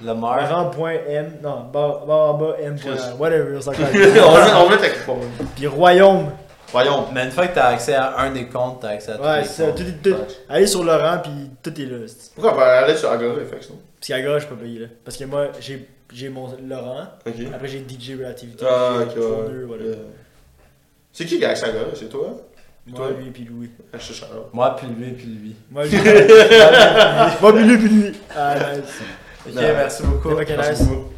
[SPEAKER 2] La mort.
[SPEAKER 3] Laurent.m. Non, barre barre en bas, m.
[SPEAKER 1] Chris.
[SPEAKER 3] Whatever, on s'en
[SPEAKER 1] on, va le mettre- on va le mettre à quelque part.
[SPEAKER 3] Puis Royaume.
[SPEAKER 1] Voyons.
[SPEAKER 2] Mais une fois que t'as accès à un des comptes,
[SPEAKER 1] Ah,
[SPEAKER 2] t'as accès à tous
[SPEAKER 3] Ouais,
[SPEAKER 2] les
[SPEAKER 3] c'est ça.
[SPEAKER 2] comptes.
[SPEAKER 3] Tout, est- tout- Allez sur Laurent, puis tout est là. c'est-
[SPEAKER 1] Pourquoi on va aller sur Agora FX, non
[SPEAKER 3] Parce qu'à gauche, je peux payer là. Parce que moi, j'ai, j'ai mon Laurent,
[SPEAKER 1] Ok.
[SPEAKER 3] après j'ai DJ Relativity.
[SPEAKER 1] Ah,
[SPEAKER 3] j'ai
[SPEAKER 1] ok,
[SPEAKER 3] Fourneux,
[SPEAKER 1] ouais.
[SPEAKER 3] voilà.
[SPEAKER 1] Euh, C'est qui qui a accès à Agora C'est toi
[SPEAKER 3] Moi,
[SPEAKER 1] Toi?
[SPEAKER 3] lui, puis Louis.
[SPEAKER 1] Ah, Je suis Charles.
[SPEAKER 2] Moi, puis lui, puis lui.
[SPEAKER 3] Moi, lui. Moi, puis lui, puis lui. Ah, nice.
[SPEAKER 2] Ok,
[SPEAKER 1] Non.
[SPEAKER 2] merci beaucoup.
[SPEAKER 3] C'était fucking nice.
[SPEAKER 1] beaucoup.